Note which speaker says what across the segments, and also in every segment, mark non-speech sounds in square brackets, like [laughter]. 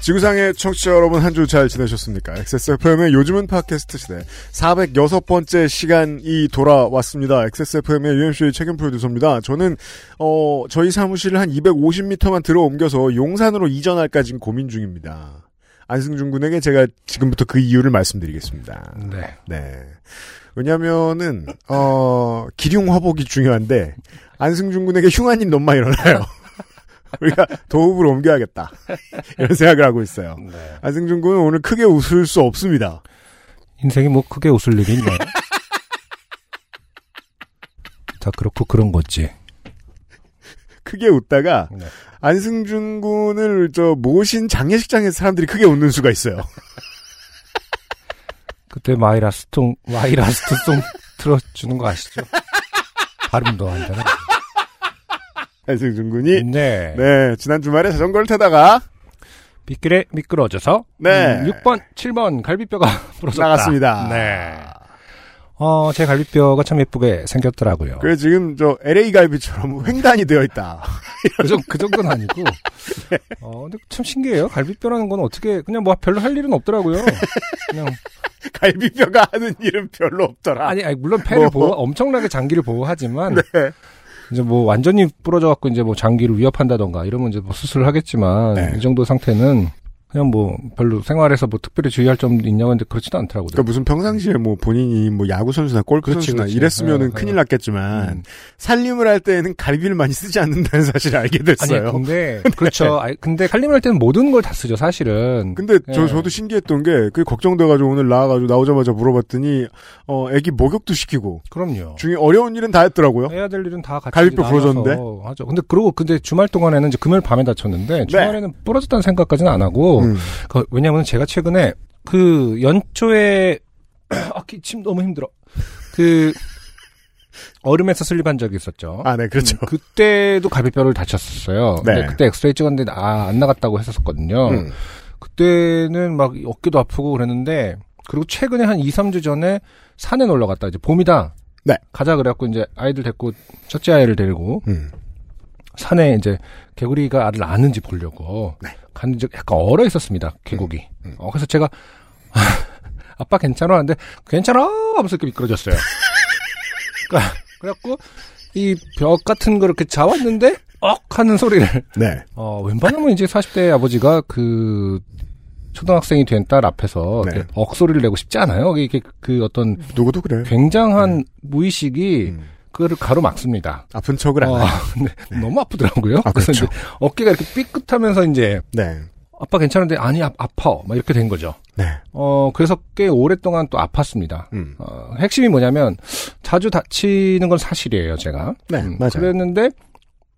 Speaker 1: 지구상의 청취자 여러분 한 주 잘 지내셨습니까? XSFM의 요즘은 팟캐스트 시대 406번째 시간이 돌아왔습니다. XSFM의 UMC의 책임 프로듀서입니다. 저는 어, 저희 사무실을 한 250m만 들어옮겨서 용산으로 이전할까진 고민 중입니다. 안승준 군에게 제가 지금부터 그 이유를 말씀드리겠습니다.
Speaker 2: 네.
Speaker 1: 네. 왜냐면은, 어, 기륭 화복이 중요한데, 안승준 군에게 흉한님 너무 많이 일어나요. [laughs] 우리가 도읍을 옮겨야겠다. [laughs] 이런 생각을 하고 있어요.
Speaker 2: 네.
Speaker 1: 안승준 군은 오늘 크게 웃을 수 없습니다.
Speaker 2: 인생이 뭐 크게 웃을 일이 있나요? 자, 그렇고 그런 거지.
Speaker 1: 크게 웃다가,
Speaker 2: 네.
Speaker 1: 안승준 군을 저 모신 장례식장에서 사람들이 크게 웃는 수가 있어요. [laughs]
Speaker 2: 그때 마이라스통, 마이라스트송 틀어주는 거 아시죠? 발음도 안 되나?
Speaker 1: 안승준 군이,
Speaker 2: 네.
Speaker 1: 네, 지난 주말에 자전거를 타다가,
Speaker 2: 빗길에 미끄러져서 음,
Speaker 1: 네.
Speaker 2: 6번, 7번 갈비뼈가 [laughs] 부러졌다.
Speaker 1: 나갔습니다.
Speaker 2: 네. 어, 제 갈비뼈가 참 예쁘게 생겼더라고요.
Speaker 1: 그래 지금 저 LA 갈비처럼 횡단이 되어 있다. [laughs]
Speaker 2: 그, 정, 그 정도는 아니고. 어, 근데 참 신기해요. 갈비뼈라는 건 어떻게, 그냥 뭐 별로 할 일은 없더라고요. 그냥
Speaker 1: 갈비뼈가 하는 일은 별로 없더라.
Speaker 2: 아니, 아니, 물론 폐를
Speaker 1: 뭐.
Speaker 2: 보호, 엄청나게 장기를 보호하지만,
Speaker 1: [laughs] 네.
Speaker 2: 이제 뭐 완전히 부러져갖고 이제 뭐 장기를 위협한다던가 이러면 이제 뭐 수술을 하겠지만,
Speaker 1: 네.
Speaker 2: 이 정도 상태는 그냥 뭐 별로 생활에서 뭐 특별히 주의할 점도 있냐고 했는데 그렇지도 않더라고요.
Speaker 1: 그러니까 무슨 평상시에 뭐 본인이 뭐 야구 선수나 골프
Speaker 2: 그렇지,
Speaker 1: 선수나
Speaker 2: 그렇지.
Speaker 1: 이랬으면은
Speaker 2: 어,
Speaker 1: 큰일
Speaker 2: 어.
Speaker 1: 났겠지만
Speaker 2: 음.
Speaker 1: 살림을 할 때에는 갈비를 많이 쓰지 않는다는 사실을 알게
Speaker 2: 아니,
Speaker 1: 됐어요. [laughs] 네.
Speaker 2: 근데, 그렇죠. 아니, 근데 칼림을 할 때는 모든 걸 다 쓰죠, 사실은.
Speaker 1: 근데 저
Speaker 2: 예.
Speaker 1: 저도 신기했던 게 그게 걱정돼가지고 오늘 나와가지고 나오자마자 물어봤더니 어 애기 목욕도 시키고
Speaker 2: 그럼요.
Speaker 1: 중에 어려운 일은 다 했더라고요.
Speaker 2: 해야 될 일은 다 같이
Speaker 1: 갈비뼈
Speaker 2: 나눠서
Speaker 1: 부러졌는데?
Speaker 2: 하죠. 근데 그러고 근데 주말 동안에는 이제 금요일 밤에 다쳤는데 주말에는 부러졌다는 생각까지는 안 하고
Speaker 1: 네. 음.
Speaker 2: 그, 왜냐면 제가 최근에 그 연초에 [clears throat] 아, 기침 너무 힘들어. 그 얼음에서 슬립한 적이 있었죠. 음,
Speaker 1: 아, 네, 그렇죠.
Speaker 2: 그때도 갈비뼈를 다쳤었어요.
Speaker 1: 네.
Speaker 2: 근데 그때 엑스레이 찍었는데 아, 안 나갔다고 했었거든요.
Speaker 1: 음.
Speaker 2: 그때는 막 어깨도 아프고 그랬는데 그리고 최근에 한 2, 3주 전에 산에 놀러 갔다 이제 봄이다.
Speaker 1: 네.
Speaker 2: 가자 그래갖고 이제 아이들 데리고 첫째 아이를 데리고
Speaker 1: 음.
Speaker 2: 산에 이제 개구리가 알을 아는지 보려고
Speaker 1: 네.
Speaker 2: 갔는데 이제 약간 얼어 있었습니다. 개구리.
Speaker 1: 음, 음.
Speaker 2: 어, 그래서 제가 [laughs] 아빠 괜찮아 하는데 괜찮아 하면서 이렇게 미끄러졌어요. [laughs] 그러니까 그래갖고 이 벽 같은 거 이렇게 잡았는데 억 하는 소리를
Speaker 1: 네.
Speaker 2: 어, 웬만하면 이제 40대 아버지가 그, 초등학생이 된 딸 앞에서
Speaker 1: 네.
Speaker 2: 이렇게 억소리를 내고 싶지 않아요? 이게 그 어떤
Speaker 1: 누구도 그래. 요
Speaker 2: 굉장한 무의식이
Speaker 1: 네. 음.
Speaker 2: 그거를 가로막습니다.
Speaker 1: 아픈 척을 안
Speaker 2: 어,
Speaker 1: 해.
Speaker 2: 근데 너무 아프더라고요.
Speaker 1: 네. 아,
Speaker 2: 그래서
Speaker 1: 그렇죠.
Speaker 2: 이제 어깨가 이렇게 삐끗하면서 이제
Speaker 1: 네.
Speaker 2: 아빠 괜찮은데 아니 아, 아파 막 이렇게 된 거죠.
Speaker 1: 네.
Speaker 2: 어 그래서 꽤 오랫동안 또 아팠습니다.
Speaker 1: 음.
Speaker 2: 어, 핵심이 뭐냐면 자주 다치는 건 사실이에요, 제가.
Speaker 1: 네,
Speaker 2: 음,
Speaker 1: 맞아요.
Speaker 2: 그랬는데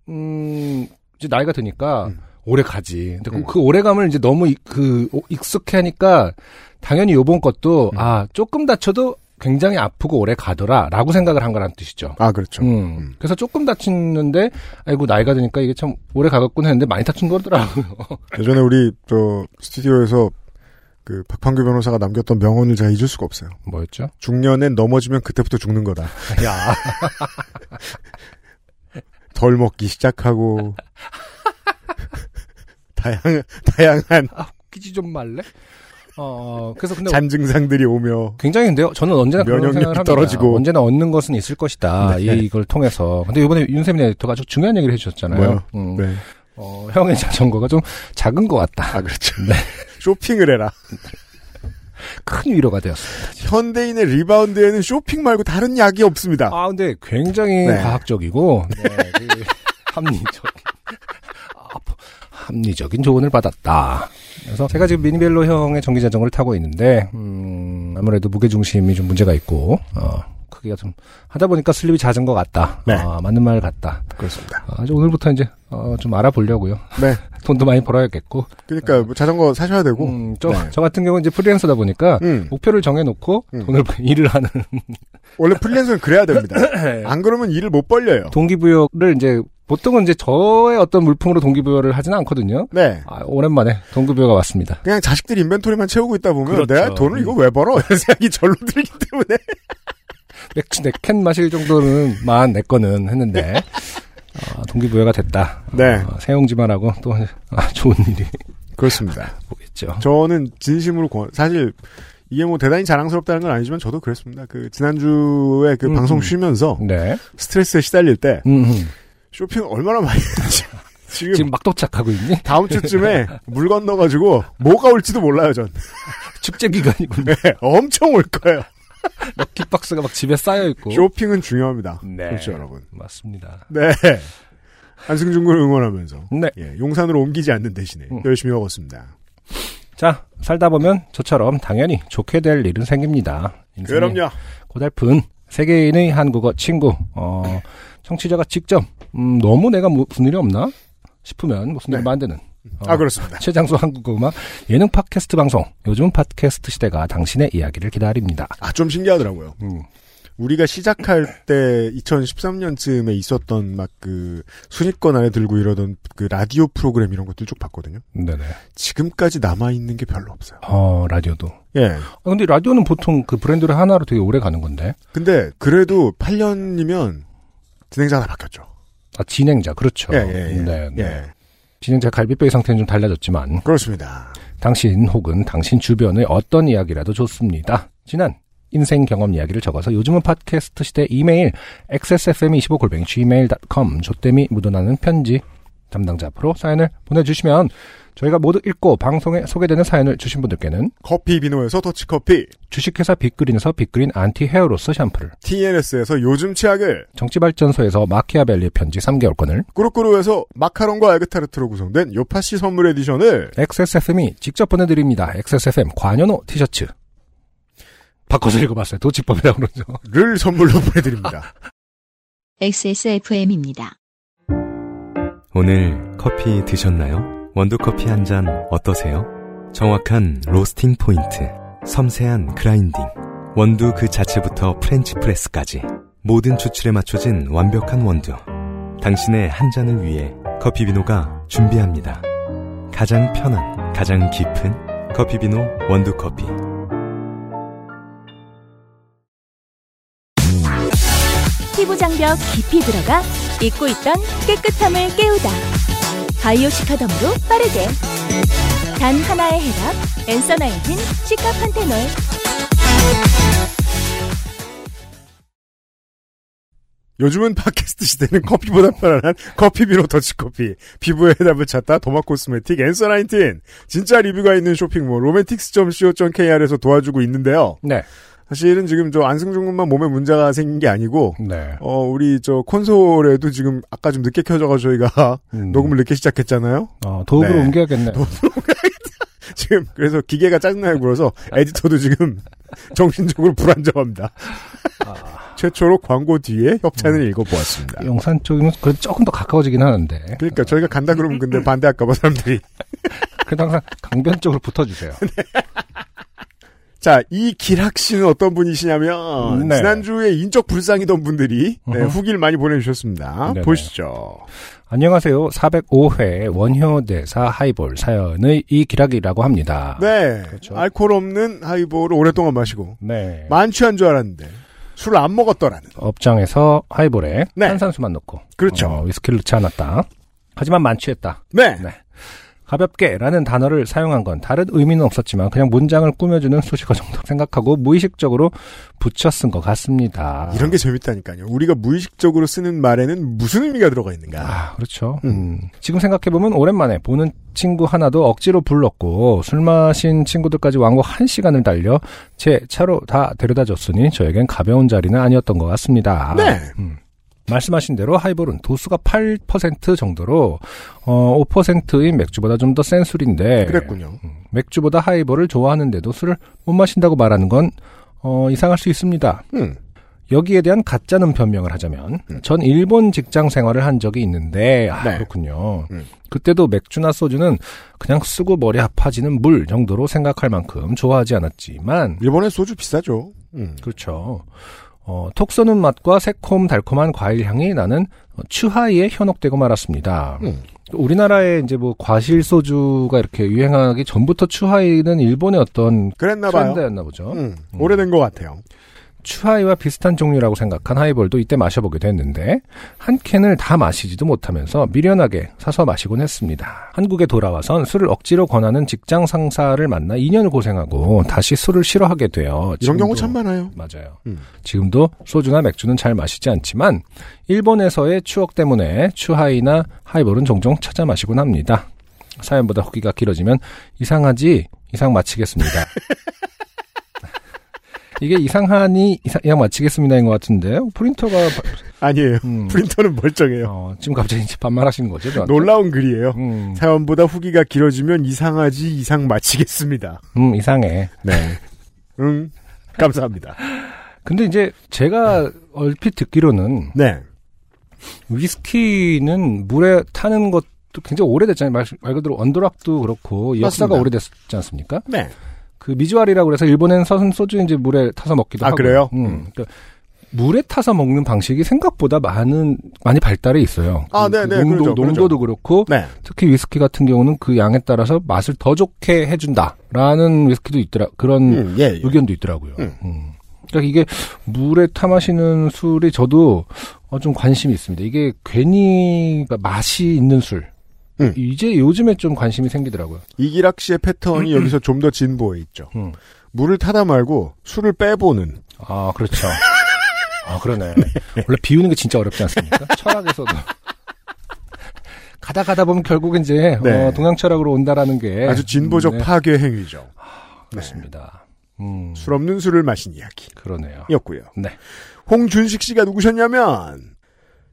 Speaker 2: 음 이제 나이가 드니까
Speaker 1: 음.
Speaker 2: 오래 가지. 근데 그-
Speaker 1: 음.
Speaker 2: 그 오래감을 이제 너무 이- 그 오- 익숙해하니까 당연히 요번 것도
Speaker 1: 음.
Speaker 2: 아 조금 다쳐도 굉장히 아프고 오래 가더라라고 생각을 한 거란 뜻이죠.
Speaker 1: 아, 그렇죠.
Speaker 2: 음.
Speaker 1: 음.
Speaker 2: 그래서 조금 다치는데 아이고 나이가 드니까 이게 참 오래 가겠군 했는데 많이 다친 거더라고요. [laughs]
Speaker 1: 예전에 우리 저 스튜디오에서 그 박판규 변호사가 남겼던 명언을 제가 잊을 수가 없어요.
Speaker 2: 뭐였죠?
Speaker 1: 중년엔 넘어지면 그때부터 죽는 [laughs] 거다.
Speaker 2: 야,
Speaker 1: 덜 먹기 시작하고 [laughs] 다양 다양한
Speaker 2: 웃기지 좀 말래? 어, 그래서 근데
Speaker 1: 잔 증상들이 오며
Speaker 2: 굉장히 근데요. 저는 언제나 그런
Speaker 1: 면역력이
Speaker 2: 생각을 합니다.
Speaker 1: 떨어지고.
Speaker 2: 언제나 얻는 것은 있을 것이다.
Speaker 1: 네.
Speaker 2: 이걸 통해서. 근데 이번에 윤세민 에디터가 아주 중요한 얘기를 해주셨잖아요.
Speaker 1: 뭐요?
Speaker 2: 음,
Speaker 1: 네.
Speaker 2: 어, 형의 자전거가 좀 작은 것 같다.
Speaker 1: 아 그렇죠.
Speaker 2: 네.
Speaker 1: 쇼핑을 해라.
Speaker 2: 큰 위로가 되었어요.
Speaker 1: 현대인의 리바운드에는 쇼핑 말고 다른 약이 없습니다.
Speaker 2: 아, 근데 굉장히
Speaker 1: 네.
Speaker 2: 과학적이고 네, 그 [laughs] 합리적. 아, 뭐, 합리적인 조언을 받았다. 그래서 제가 지금 미니벨로 형의 전기 자전거를 타고 있는데 음, 아무래도 무게 중심이 좀 문제가 있고 어, 크기가 좀 하다 보니까 슬립이 잦은 것 같다.
Speaker 1: 네.
Speaker 2: 아, 맞는 말 같다.
Speaker 1: 그렇습니다.
Speaker 2: 아, 이제 오늘부터 이제 어, 좀 알아보려고요.
Speaker 1: 네.
Speaker 2: 돈도 많이 벌어야겠고.
Speaker 1: 그러니까 뭐 자전거 사셔야 되고. 음.
Speaker 2: 음, 저,
Speaker 1: 네.
Speaker 2: 저 같은 경우는 이제 프리랜서다 보니까 목표를 정해놓고
Speaker 1: 음.
Speaker 2: 돈을 [laughs] 일을 하는
Speaker 1: 원래 프리랜서는 그래야 [laughs] 됩니다. 안 그러면 일을 못 벌려요.
Speaker 2: 동기부여를 이제 보통은 이제 저의 어떤 물품으로 동기부여를 하진 않거든요.
Speaker 1: 네.
Speaker 2: 아, 오랜만에 동기부여가 왔습니다.
Speaker 1: 그냥 자식들 인벤토리만 채우고 있다 보면
Speaker 2: 그렇죠.
Speaker 1: 내가 돈을 이거 왜 벌어? 이런 생각이 절로 들기 때문에
Speaker 2: 맥주 네캔 마실 정도는 만 내 거는 했는데 어, 동기부여가 됐다.
Speaker 1: 네.
Speaker 2: 어, 세용지만 하고 또 아, 좋은 일이
Speaker 1: 그렇습니다.
Speaker 2: 오겠죠.
Speaker 1: 저는 진심으로 권- 사실 이게 뭐 대단히 자랑스럽다는 건 아니지만 저도 그랬습니다. 그 지난주에 그
Speaker 2: 음, 음.
Speaker 1: 방송 쉬면서
Speaker 2: 네.
Speaker 1: 스트레스에 시달릴 때
Speaker 2: 음, 음.
Speaker 1: 쇼핑 얼마나 많이 했는지 [laughs] 지금,
Speaker 2: 지금 막 도착하고 있니?
Speaker 1: 다음 주쯤에 물 건너가지고 뭐가 올지도 몰라요 전. [laughs]
Speaker 2: 축제 기간이군요.
Speaker 1: 네, 엄청 올 거예요.
Speaker 2: 럭키박스가 막 집에 쌓여 있고.
Speaker 1: 쇼핑은 중요합니다.
Speaker 2: 어? 네.
Speaker 1: 그렇죠 여러분.
Speaker 2: 맞습니다.
Speaker 1: 네. 한승준 군을 응원하면서
Speaker 2: 네.
Speaker 1: 예, 용산으로 옮기지 않는 대신에
Speaker 2: 음.
Speaker 1: 열심히 먹었습니다.
Speaker 2: 자, 살다 보면 저처럼 당연히 좋게 될 일은 생깁니다. 인생의
Speaker 1: 그럼요.
Speaker 2: 고달픈 세계인의 한국어 친구. 어, 청취자가 직접 음, 너무 내가 무- 무슨 일이 없나 싶으면 무슨 일을
Speaker 1: 네.
Speaker 2: 만드는. 어,
Speaker 1: 아 그렇습니다.
Speaker 2: 최장수 한국어 음악 예능 팟캐스트 방송. 요즘 팟캐스트 시대가 당신의 이야기를 기다립니다.
Speaker 1: 아 좀 신기하더라고요.
Speaker 2: 음.
Speaker 1: 우리가 시작할 때 2013년쯤에 있었던 막 그 순위권 안에 들고 이러던 그 라디오 프로그램 이런 것들 쭉 봤거든요.
Speaker 2: 네네.
Speaker 1: 지금까지 남아 있는 게 별로 없어요.
Speaker 2: 어, 라디오도.
Speaker 1: 예.
Speaker 2: 아, 근데 라디오는 보통 그 브랜드를 하나로 되게 오래 가는 건데.
Speaker 1: 근데 그래도 8년이면 진행자 하나 바뀌었죠.
Speaker 2: 아, 진행자. 그렇죠.
Speaker 1: 예, 예, 예.
Speaker 2: 네, 네.
Speaker 1: 예.
Speaker 2: 진행자 갈비뼈의 상태는 좀 달라졌지만
Speaker 1: 그렇습니다.
Speaker 2: 당신 혹은 당신 주변의 어떤 이야기라도 좋습니다. 지난 인생 경험 이야기를 적어서 요즘은 팟캐스트 시대 이메일 xsfm25골뱅이 gmail.com 조땜이 묻어나는 편지 담당자 앞으로 사연을 보내주시면 저희가 모두 읽고 방송에 소개되는 사연을 주신 분들께는
Speaker 1: 커피 비노에서 더치커피,
Speaker 2: 주식회사 빅그린에서 빅그린 안티 헤어로스 샴푸를
Speaker 1: TNS에서 요즘 치약을,
Speaker 2: 정치발전소에서 마키아벨리 편지 3개월권을
Speaker 1: 꾸루꾸루에서 마카롱과 에그타르트로 구성된 요파시 선물 에디션을
Speaker 2: XSFM이 직접 보내드립니다. XSFM 관현호 티셔츠 바꿔서 읽어봤어요. 도치법이라고 그러죠. [laughs]
Speaker 1: 를 선물로 [laughs] 보내드립니다.
Speaker 3: XSFM입니다.
Speaker 4: 오늘 커피 드셨나요? 원두커피 한 잔 어떠세요? 정확한 로스팅 포인트, 섬세한 그라인딩, 원두 그 자체부터 프렌치 프레스까지 모든 추출에 맞춰진 완벽한 원두. 당신의 한 잔을 위해 커피비노가 준비합니다. 가장 편한, 가장 깊은 커피비노 원두커피.
Speaker 5: 피부 장벽 깊이 들어가 잊고 있던 깨끗함을 깨우다. 바이오 시카덤으로 빠르게. 단 하나의 해답. 엔서나이틴 시카판테놀.
Speaker 1: 요즘은 팟캐스트 시대는 커피보다 편안한 커피 비노 더치커피, 피부의 해답을 찾다 도마 코스메틱 앤서 19, 진짜 리뷰가 있는 쇼핑몰 로맨틱스.co.kr에서 도와주고 있는데요.
Speaker 2: 네.
Speaker 1: 사실은 지금 저 안승준 군만 몸에 문제가 생긴 게 아니고
Speaker 2: 네.
Speaker 1: 어, 우리 저 콘솔에도 지금 아까 좀 늦게 켜져가지고 저희가
Speaker 2: 음.
Speaker 1: 녹음을 늦게 시작했잖아요.
Speaker 2: 어, 도읍으로
Speaker 1: 네.
Speaker 2: 옮겨야겠네요.
Speaker 1: 지금 그래서 기계가 짜증나게 굴어서 에디터도 지금 정신적으로 불안정합니다. 최초로 광고 뒤에 협찬을 읽어보았습니다.
Speaker 2: 용산 쪽이면 그래도 조금 더 가까워지긴 하는데.
Speaker 1: 그러니까 저희가 간다 그러면 근데 반대할까봐 사람들이.
Speaker 2: 그래도 항상 강변 쪽으로
Speaker 1: [laughs]
Speaker 2: 붙어주세요.
Speaker 1: 자, 이 길학 씨는 어떤 분이시냐면
Speaker 2: 네.
Speaker 1: 지난주에 인적 불상이던 분들이 네,
Speaker 2: 어허.
Speaker 1: 후기를 많이 보내주셨습니다.
Speaker 2: 네네.
Speaker 1: 보시죠.
Speaker 2: 안녕하세요. 405회 원효대사 하이볼 사연의 이기락이라고 합니다.
Speaker 1: 네,
Speaker 2: 그렇죠.
Speaker 1: 알코올 없는 하이볼을 오랫동안 마시고
Speaker 2: 네.
Speaker 1: 만취한 줄 알았는데 술을 안 먹었더라는.
Speaker 2: 업장에서 하이볼에
Speaker 1: 네.
Speaker 2: 탄산수만 넣고.
Speaker 1: 그렇죠.
Speaker 2: 어, 위스키를 넣지 않았다. 하지만 만취했다.
Speaker 1: 네,
Speaker 2: 네. 가볍게라는 단어를 사용한 건 다른 의미는 없었지만 그냥 문장을 꾸며주는 수식어 정도 생각하고 무의식적으로 붙여 쓴 것 같습니다.
Speaker 1: 이런 게 재밌다니까요. 우리가 무의식적으로 쓰는 말에는 무슨 의미가 들어가 있는가.
Speaker 2: 아, 그렇죠.
Speaker 1: 음.
Speaker 2: 음. 지금 생각해보면 오랜만에 보는 친구 하나도 억지로 불렀고 술 마신 친구들까지 왕복 한시간을 달려 제 차로 다 데려다 줬으니 저에겐 가벼운 자리는 아니었던 것 같습니다.
Speaker 1: 네.
Speaker 2: 음. 말씀하신 대로 하이볼은 도수가 8% 정도로 어, 5%인 맥주보다 좀 더 센 술인데
Speaker 1: 그랬군요.
Speaker 2: 음, 맥주보다 하이볼을 좋아하는데도 술을 못 마신다고 말하는 건 어, 이상할 수 있습니다.
Speaker 1: 음.
Speaker 2: 여기에 대한 가짜는 변명을 하자면 전 일본 직장 생활을 한 적이 있는데 아,
Speaker 1: 네.
Speaker 2: 그렇군요.
Speaker 1: 음.
Speaker 2: 그때도 맥주나 소주는 그냥 쓰고 머리 아파지는 물 정도로 생각할 만큼 좋아하지 않았지만
Speaker 1: 일본에 소주 비싸죠. 음.
Speaker 2: 그렇죠. 어, 톡 쏘는 맛과 새콤 달콤한 과일 향이 나는 어, 추하이에 현혹되고 말았습니다.
Speaker 1: 음.
Speaker 2: 우리나라에 이제 뭐 과실 소주가 이렇게 유행하기 전부터 추하이는 일본의 어떤
Speaker 1: 그랬나 봐요.
Speaker 2: 트렌드였나 보죠.
Speaker 1: 음, 오래된 것 같아요.
Speaker 2: 추하이와 비슷한 종류라고 생각한 하이볼도 이때 마셔보기도 했는데 한 캔을 다 마시지도 못하면서 미련하게 사서 마시곤 했습니다. 한국에 돌아와선 술을 억지로 권하는 직장 상사를 만나 2년을 고생하고 다시 술을 싫어하게 돼요.
Speaker 1: 이런 경우
Speaker 2: 지금도-
Speaker 1: 참 많아요.
Speaker 2: 맞아요.
Speaker 1: 음.
Speaker 2: 지금도 소주나 맥주는 잘 마시지 않지만 일본에서의 추억 때문에 추하이나 하이볼은 종종 찾아 마시곤 합니다. 사연보다 후기가 길어지면 이상하지 이상 마치겠습니다. [laughs] 이게 이상하니 이상, 이상 마치겠습니다인 것 같은데 프린터가
Speaker 1: 그렇죠. 아니에요.
Speaker 2: 음,
Speaker 1: [laughs] 프린터는 멀쩡해요.
Speaker 2: 어, 지금 갑자기 이제 반말하신 거죠? 저한테?
Speaker 1: 놀라운 글이에요.
Speaker 2: 음,
Speaker 1: 사연보다 후기가 길어지면 이상하지 이상 마치겠습니다.
Speaker 2: 음, 이상해.
Speaker 1: 네. [laughs] 응. 감사합니다.
Speaker 2: 근데 이제 제가 얼핏 듣기로는
Speaker 1: 네.
Speaker 2: 위스키는 물에 타는 것도 굉장히 오래됐잖아요. 말, 말 그대로 언더락도 그렇고 이 역사가
Speaker 1: 맞습니다.
Speaker 2: 오래됐지 않습니까?
Speaker 1: 네.
Speaker 2: 그 미주알이라고 그래서 일본에는 서순 소주 이제 물에 타서 먹기도
Speaker 1: 아,
Speaker 2: 하고.
Speaker 1: 그래요?
Speaker 2: 음. 그러니까 물에 타서 먹는 방식이 생각보다 많은 많이 발달해 있어요.
Speaker 1: 아,
Speaker 2: 그-
Speaker 1: 네,
Speaker 2: 그
Speaker 1: 네,
Speaker 2: 농도,
Speaker 1: 그러죠,
Speaker 2: 농도도 그렇고
Speaker 1: 네.
Speaker 2: 특히 위스키 같은 경우는 그 양에 따라서 맛을 더 좋게 해준다라는 위스키도 있더라. 그런
Speaker 1: 음, 예, 예.
Speaker 2: 의견도 있더라고요.
Speaker 1: 음.
Speaker 2: 음. 그러니까 이게 물에 타 마시는 술이 저도 어, 좀 관심이 있습니다. 이게 괜히 그러니까 맛이 있는 술.
Speaker 1: 음.
Speaker 2: 이제 요즘에 좀 관심이 생기더라고요.
Speaker 1: 이기락 씨의 패턴이 여기서 좀 더 진보해 있죠.
Speaker 2: 음.
Speaker 1: 물을 타다 말고 술을 빼보는.
Speaker 2: 아, 그렇죠. 아, [laughs] 그러네. 원래 비우는 게 진짜 어렵지 않습니까? [laughs] 철학에서도. 가다 가다 보면 결국 이제
Speaker 1: 네.
Speaker 2: 어, 동양 철학으로 온다라는 게
Speaker 1: 아주 진보적
Speaker 2: 음, 네, 아,
Speaker 1: 파괴 행위죠. 네.
Speaker 2: 그렇습니다. 음,
Speaker 1: 술 없는 술을 마신 이야기였고요.
Speaker 2: 그러네요. 네.
Speaker 1: 홍준식 씨가 누구셨냐면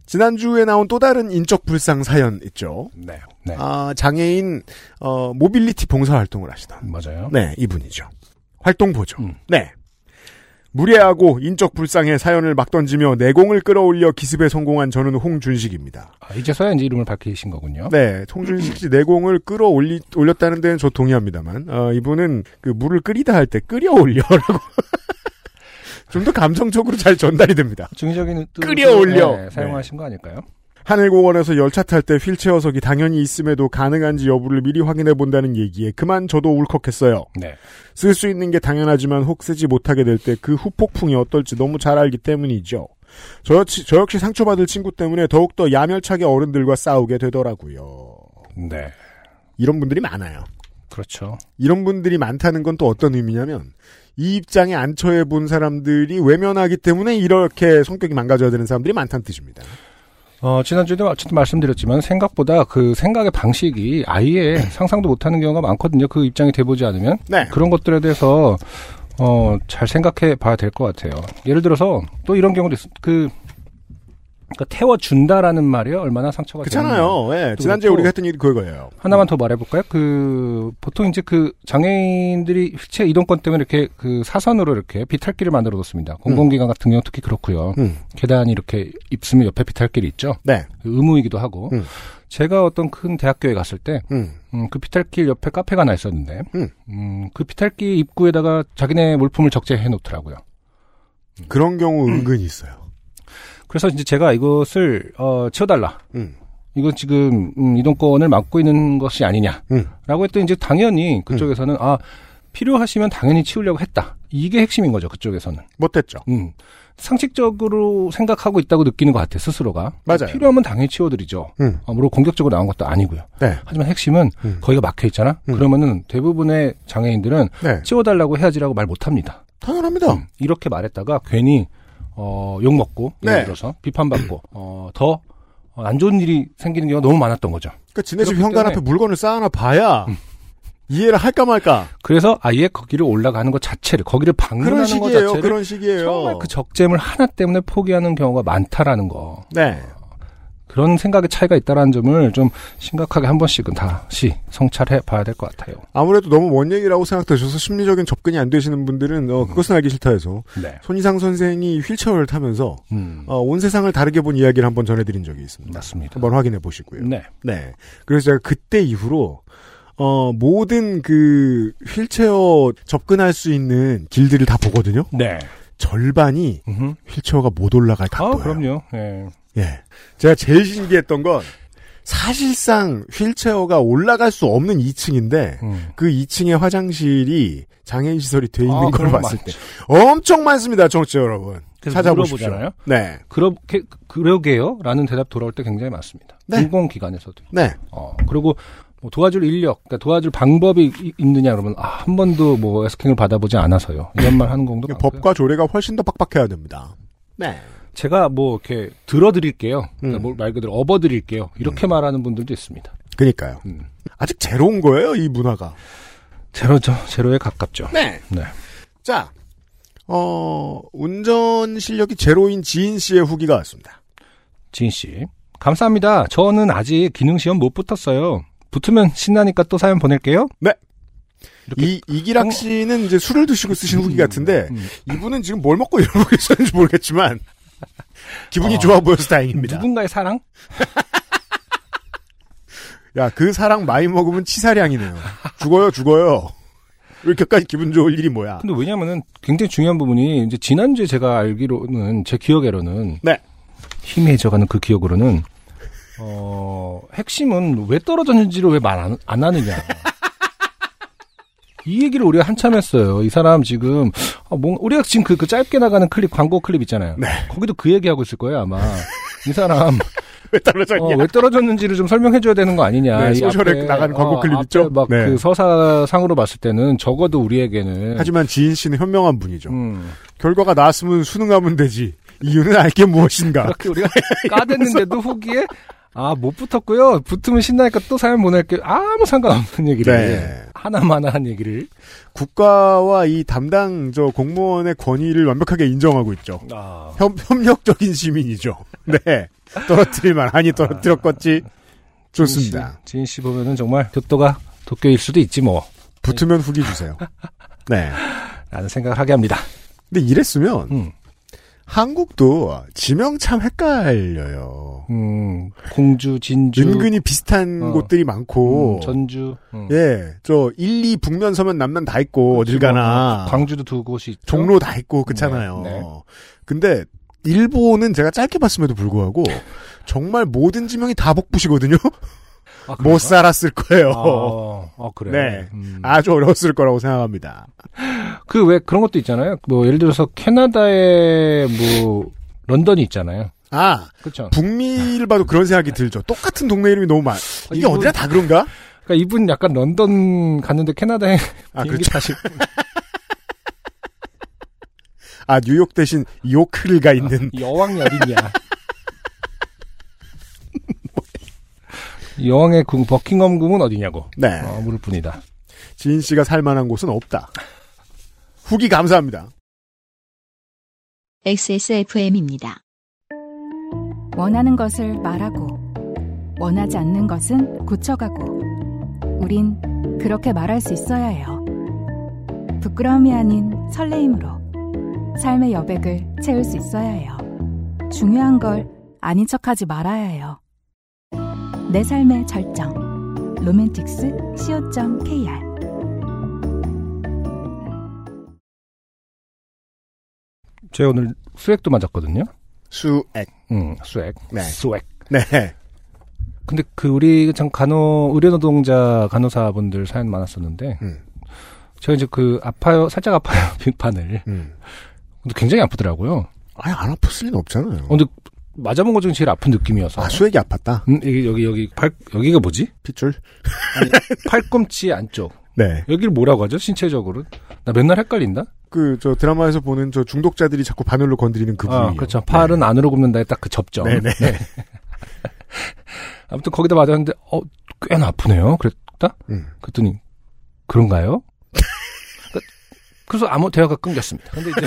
Speaker 1: 지난주에 나온 또 다른 인적 불상 사연 있죠.
Speaker 2: 네. 네.
Speaker 1: 아, 장애인 어, 모빌리티 봉사 활동을 하시던
Speaker 2: 맞아요.
Speaker 1: 네, 이분이죠. 활동 보죠.
Speaker 2: 음.
Speaker 1: 네. 무례하고 인적 불상의 사연을 막 던지며 내공을 끌어올려 기습에 성공한 저는 홍준식입니다.
Speaker 2: 아, 이제서야 이제 이름을 밝히신 거군요.
Speaker 1: 네, 홍준식 씨 내공을 끌어올리 올렸다는 데는 저 동의합니다만, 어, 이분은 그 물을 끓이다 할 때 끌어올려라고 [laughs] 좀 더 감성적으로 잘 전달이 됩니다.
Speaker 2: 중의적인 뜻을,
Speaker 1: 끌여올려.
Speaker 2: 네, 사용하신 거 아닐까요?
Speaker 1: 하늘공원에서 열차 탈 때 휠체어석이 당연히 있음에도 가능한지 여부를 미리 확인해 본다는 얘기에 그만 저도 울컥했어요.
Speaker 2: 네.
Speaker 1: 쓸 수 있는 게 당연하지만 혹 쓰지 못하게 될 때 그 후폭풍이 어떨지 너무 잘 알기 때문이죠. 저 역시, 저 역시 상처받을 친구 때문에 더욱더 야멸차게 어른들과 싸우게 되더라고요.
Speaker 2: 네.
Speaker 1: 이런 분들이 많아요.
Speaker 2: 그렇죠.
Speaker 1: 이런 분들이 많다는 건 또 어떤 의미냐면 이 입장에 안 처해 본 사람들이 외면하기 때문에 이렇게 성격이 망가져야 되는 사람들이 많다는 뜻입니다.
Speaker 2: 어, 지난주에도 어쨌든 말씀드렸지만 생각보다 그 생각의 방식이 아예 상상도 못하는 경우가 많거든요. 그 입장이 돼보지 않으면.
Speaker 1: 네.
Speaker 2: 그런 것들에 대해서 어, 잘 생각해 봐야 될 것 같아요. 예를 들어서 또 이런 경우도 있, 그, 그러니까 태워준다라는 말이 얼마나 상처가 되는지.
Speaker 1: 그렇잖아요. 예,
Speaker 2: 또
Speaker 1: 지난주에
Speaker 2: 그렇고.
Speaker 1: 우리가 했던 일이 그거예요.
Speaker 2: 하나만 더 말해볼까요? 그, 보통 이제 그 장애인들이 휠체어 이동권 때문에 이렇게 그 사선으로 이렇게 비탈길을 만들어 놓습니다. 공공기관 같은 경우 특히 그렇고요.
Speaker 1: 음.
Speaker 2: 계단이 이렇게 입수면 옆에 비탈길이 있죠. 그
Speaker 1: 네.
Speaker 2: 의무이기도 하고
Speaker 1: 음.
Speaker 2: 제가 어떤 큰 대학교에 갔을 때 그
Speaker 1: 음.
Speaker 2: 비탈길 옆에 카페가 하나 있었는데
Speaker 1: 음.
Speaker 2: 음, 그 비탈길 입구에다가 자기네 물품을 적재해 놓더라고요.
Speaker 1: 그런 경우 은근히 있어요.
Speaker 2: 그래서 이제 제가 이것을 어, 치워달라.
Speaker 1: 음.
Speaker 2: 이건 지금 음, 이동권을 막고 있는 것이
Speaker 1: 음.
Speaker 2: 아니냐라고 했더니 이제 당연히 그쪽에서는 아 필요하시면 당연히 치우려고 했다. 이게 핵심인 거죠 그쪽에서는.
Speaker 1: 못했죠.
Speaker 2: 음. 상식적으로 생각하고 있다고 느끼는 것 같아 스스로가.
Speaker 1: 맞아요.
Speaker 2: 필요하면 당연히 치워드리죠.
Speaker 1: 음.
Speaker 2: 어, 물론 공격적으로 나온 것도 아니고요.
Speaker 1: 네.
Speaker 2: 하지만 핵심은
Speaker 1: 음.
Speaker 2: 거기가 막혀 있잖아.
Speaker 1: 음.
Speaker 2: 그러면은 대부분의 장애인들은
Speaker 1: 네.
Speaker 2: 치워달라고 해야지라고 말 못합니다.
Speaker 1: 당연합니다.
Speaker 2: 음, 이렇게 말했다가 괜히 어, 욕 먹고 예를
Speaker 1: 네.
Speaker 2: 들어서
Speaker 1: [clears throat]
Speaker 2: 비판받고 어, 더 안 좋은 일이 생기는 경우가 너무 많았던 거죠.
Speaker 1: 그러니까 지네 집
Speaker 2: 그렇기
Speaker 1: 현관
Speaker 2: 때문에- 음.
Speaker 1: 앞에 물건을 쌓아놔 봐야 이해를 할까 말까.
Speaker 2: 그래서 아예 거기를 올라가는 것 자체를 거기를
Speaker 1: 그런
Speaker 2: 방문하는 것
Speaker 1: 식이에요.
Speaker 2: 자체를
Speaker 1: 그런 식이에요.
Speaker 2: 정말 그 적재물 하나 때문에 포기하는 경우가 많다라는 거.
Speaker 1: 네.
Speaker 2: 그런 생각의 차이가 있다라는 점을 좀 심각하게 한 번씩은 다시 성찰해 봐야 될 것 같아요.
Speaker 1: 아무래도 너무 먼 얘기라고 생각되셔서 심리적인 접근이 안 되시는 분들은 어, 그것은 알기 싫다 해서
Speaker 2: 네.
Speaker 1: 손이상 선생이 휠체어를 타면서
Speaker 2: 음.
Speaker 1: 어, 온 세상을 다르게 본 이야기를 한번 전해드린 적이 있습니다.
Speaker 2: 맞습니다.
Speaker 1: 한번 확인해 보시고요.
Speaker 2: 네.
Speaker 1: 네. 그래서 제가 그때 이후로 어, 모든 그 휠체어 접근할 수 있는 길들을 다 보거든요.
Speaker 2: 네.
Speaker 1: 절반이
Speaker 2: 음흠.
Speaker 1: 휠체어가 못 올라갈 각도예요.
Speaker 2: 아, 그럼요. 예.
Speaker 1: 예. 제가 제일 신기했던 건 사실상 휠체어가 올라갈 수 없는 2층인데
Speaker 2: 음.
Speaker 1: 그 2층의 화장실이 장애인 시설이 돼 있는
Speaker 2: 아,
Speaker 1: 걸
Speaker 2: 그럼
Speaker 1: 봤을 때
Speaker 2: 맞죠.
Speaker 1: 엄청 많습니다, 정치 여러분.
Speaker 2: 그래서
Speaker 1: 찾아보십시오.
Speaker 2: 물어보잖아요.
Speaker 1: 네.
Speaker 2: 그렇게 그러게요? 라는 대답 돌아올 때 굉장히 많습니다.
Speaker 1: 네.
Speaker 2: 공공기관에서도.
Speaker 1: 네.
Speaker 2: 어, 그리고 뭐 도와줄 인력, 그러니까 도와줄 방법이 이- 있느냐 그러면 아, 한 번도 뭐 에스킹을 받아보지 않아서요. 이런 말
Speaker 1: [laughs]
Speaker 2: 하는 경우도 많고요.
Speaker 1: 법과 조례가 훨씬 더 빡빡해야 됩니다. 네.
Speaker 2: 제가 뭐 이렇게 들어드릴게요. 그러니까
Speaker 1: 음.
Speaker 2: 뭐말 그대로 업어드릴게요. 이렇게 말하는 분들도 있습니다.
Speaker 1: 그니까요.
Speaker 2: 음.
Speaker 1: 아직 제로인 거예요, 이 문화가.
Speaker 2: 제로죠. 제로에 가깝죠.
Speaker 1: 네.
Speaker 2: 네.
Speaker 1: 자, 어, 운전 실력이 제로인 지인 씨의 후기가 왔습니다.
Speaker 2: 지인 씨. 감사합니다. 저는 아직 기능시험 못 붙었어요. 붙으면 신나니까 또 사연 보낼게요. 이렇게-
Speaker 1: 이, 이기락
Speaker 2: 어.
Speaker 1: 씨는 이제 술을 드시고 쓰신 후기 같은데,
Speaker 2: 음.
Speaker 1: 이분은 지금 뭘 먹고 이러고 계셨는지 모르겠지만, [laughs] 기분이 좋아 보여서 다행입니다.
Speaker 2: 어. 누군가의 사랑?
Speaker 1: 야, 그 사랑 많이 먹으면 치사량이네요. 죽어요, 죽어요. 이렇게까지 기분 좋을 일이 뭐야.
Speaker 2: 근데 왜냐면은 굉장히 중요한 부분이 이제 지난주에 제가 알기로는 제 기억에로는
Speaker 1: 네.
Speaker 2: 희미해져가는 그 기억으로는 어 핵심은 왜 떨어졌는지를 왜 말 안 하느냐. 이 얘기를 우리가 한참 했어요. 이 사람 지금 아, 뭔- 우리가 지금 그, 그 짧게 나가는 클립 광고 클립 있잖아요.
Speaker 1: 네.
Speaker 2: 거기도 그 얘기하고 있을 거예요 아마. 이
Speaker 1: [laughs]
Speaker 2: 사람
Speaker 1: 왜 떨어졌냐.
Speaker 2: 어, 왜 떨어졌는지를 좀 설명해 줘야 되는 거 아니냐.
Speaker 1: 네,
Speaker 2: 이
Speaker 1: 소셜에
Speaker 2: 앞에, 어,
Speaker 1: 나간 광고 클립
Speaker 2: 앞에
Speaker 1: 있죠?
Speaker 2: 막그
Speaker 1: 네.
Speaker 2: 서사상으로 봤을 때는 적어도 우리에게는
Speaker 1: 하지만 지인 씨는 현명한 분이죠.
Speaker 2: 음.
Speaker 1: 결과가 나왔으면 수능하면 되지. 이유는 알게
Speaker 2: [laughs]
Speaker 1: 무엇인가.
Speaker 2: 그렇게 우리가 예, 까댔는데도 후기에 아 못 붙었고요. 붙으면 신나니까 또 사연 보낼게 아무 상관없는 얘기를
Speaker 1: 네.
Speaker 2: 하나만한 얘기를
Speaker 1: 국가와 이 담당 저 공무원의 권위를 완벽하게 인정하고 있죠.
Speaker 2: 아,
Speaker 1: 협, 협력적인
Speaker 2: [laughs]
Speaker 1: 시민이죠. 네. 떨어뜨릴만 하니 떨어뜨렸겠지.
Speaker 2: 아,
Speaker 1: 좋습니다.
Speaker 2: 지인 씨 보면은 정말 교토가 도쿄일 수도 있지 뭐라는
Speaker 1: 붙으면 후기 주세요. 네.
Speaker 2: 생각을 하게 합니다.
Speaker 1: 근데 이랬으면
Speaker 2: 음,
Speaker 1: 한국도 지명 참 헷갈려요.
Speaker 2: 음, 공주 진주
Speaker 1: 은근히 비슷한
Speaker 2: 어.
Speaker 1: 곳들이
Speaker 2: 음,
Speaker 1: 많고
Speaker 2: 전주 음.
Speaker 1: 예. 저 1, 2 북면 서면 남면 다 있고 어딜
Speaker 2: 뭐,
Speaker 1: 가나.
Speaker 2: 광주도 두 곳이 있죠.
Speaker 1: 종로 다 있고 그렇잖아요.
Speaker 2: 네, 네.
Speaker 1: 근데 일본은 제가 짧게 봤음에도 불구하고 정말 모든 지명이 다 복붙이거든요. [laughs]
Speaker 2: 아, 그런가?
Speaker 1: 못 살았을 거예요.
Speaker 2: 아, 아, 그래.
Speaker 1: 네.
Speaker 2: 음.
Speaker 1: 아주 어려웠을 거라고 생각합니다.
Speaker 2: 그 왜 그런 것도 있잖아요. 뭐 예를 들어서 캐나다에 뭐 런던이 있잖아요.
Speaker 1: 아
Speaker 2: 그렇죠.
Speaker 1: 북미를 봐도 그런 생각이 들죠. 똑같은 동네 이름이 너무 많.
Speaker 2: 네.
Speaker 1: 이게
Speaker 2: 아, 이분-
Speaker 1: 어디나 다 그런가?
Speaker 2: 그러니까 이분 약간 런던 갔는데 캐나다에 [laughs]
Speaker 1: 아
Speaker 2: 비행기
Speaker 1: 그렇죠.
Speaker 2: 타실
Speaker 1: 아 뉴욕 대신 요크가
Speaker 2: 아.
Speaker 1: 있는
Speaker 2: 여왕이
Speaker 1: [laughs]
Speaker 2: 어딨냐? 여왕의 궁 버킹엄 궁은 어디냐고
Speaker 1: 네
Speaker 2: 어, 물을 뿐이다.
Speaker 1: 지인 씨가 살만한 곳은 없다. 후기 감사합니다.
Speaker 3: XSFM입니다.
Speaker 6: 원하는 것을 말하고 원하지 않는 것은 고쳐가고 우린 그렇게 말할 수 있어야 해요. 부끄러움이 아닌 설레임으로 삶의 여백을 채울 수 있어야 해요. 중요한 걸 아닌 척하지 말아야 해요. 내 삶의 절정 로맨틱스 co.kr
Speaker 2: 제가 오늘 수액도 맞았거든요.
Speaker 1: 수액
Speaker 2: 음, 수액,
Speaker 1: 네.
Speaker 2: 수액.
Speaker 1: 네
Speaker 2: 근데 그 우리 참 간호 의료 노동자 간호사분들 사연 많았었는데
Speaker 1: 음.
Speaker 2: 제가 이제 그 아파요 살짝 아파요 [laughs] 빈판을
Speaker 1: 음.
Speaker 2: 근데 굉장히 아프더라고요.
Speaker 1: 아예 안 아팠을 리는 없잖아요.
Speaker 2: 어, 근데 맞아본 것 중에 제일 아픈 느낌이어서
Speaker 1: 아 수액이 아팠다.
Speaker 2: 음, 여기 여기 여기 팔 여기가 뭐지?
Speaker 1: 핏줄.
Speaker 2: 팔꿈치 안쪽
Speaker 1: 네.
Speaker 2: 여기를 뭐라고 하죠? 신체적으로 나 맨날 헷갈린다.
Speaker 1: 그 저 드라마에서 보는 저 중독자들이 자꾸 바늘로 건드리는 그 부위.
Speaker 2: 아, 그렇죠. 팔은 안으로 굽는다에 딱 그 접점.
Speaker 1: 네네.
Speaker 2: 아무튼 거기다 맞았는데 어 꽤나 아프네요. 그랬다.
Speaker 1: 음.
Speaker 2: 그랬더니 그런가요? 그러니까 그래서 아무 대화가 [laughs] 끊겼습니다. 근데 이제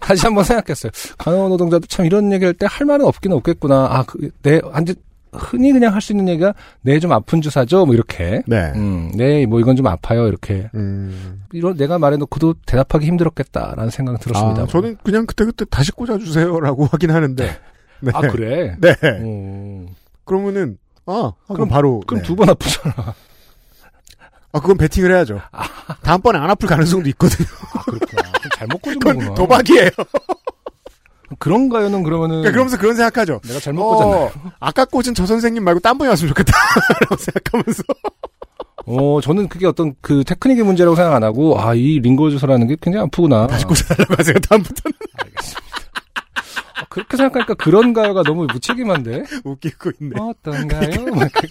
Speaker 2: 다시 한번 생각했어요. 간호 노동자도 참 이런 얘기할 때 할 말은 없긴 없겠구나. 아, 그, 내, 한지 흔히 그냥 할 수 있는 얘기가 내 좀 아픈 주사죠. 뭐 이렇게.
Speaker 1: 네.
Speaker 2: 음, 네, 뭐 이건 좀 아파요. 이렇게.
Speaker 1: 음.
Speaker 2: 이런 내가 말해놓고도 대답하기 힘들었겠다라는 생각 들었습니다.
Speaker 1: 아, 저는 그냥 그때그때 다시 꽂아주세요라고 [laughs] 하긴 하는데. 네.
Speaker 2: 아 그래.
Speaker 1: 네.
Speaker 2: 음,
Speaker 1: 그러면은, 아, 그럼
Speaker 2: 그럼-
Speaker 1: 바로.
Speaker 2: 그럼
Speaker 1: 네.
Speaker 2: 두 번 아프잖아.
Speaker 1: 아, 그건 베팅을 해야죠. 다음번에 안 아플 가능성도 있거든요.
Speaker 2: 아, 그렇구나. 그럼 [laughs] 잘못 꽂은 거구나.
Speaker 1: 그건 도박이에요.
Speaker 2: 음. 그런가요는 그러면은
Speaker 1: 그러니까 어. 그러면서 그런 생각하죠.
Speaker 2: 내가 네, 잘못 꽂았나.
Speaker 1: 아까 꽂은 저 선생님 말고 딴 분이 왔으면 좋겠다. [laughs] 라고 생각하면서.
Speaker 2: 어, 저는 그게 어떤 그 테크닉의 문제라고 생각 안 하고 아 이 링거 주사라는 게 굉장히 아프구나.
Speaker 1: 다시 꽂아달라고 하세요, 다음부터는. [laughs]
Speaker 2: 아, 그렇게 생각하니까 그런가요가 너무 무책임한데.
Speaker 1: 웃기고 있네.
Speaker 2: 어떤가요? 막 이렇게.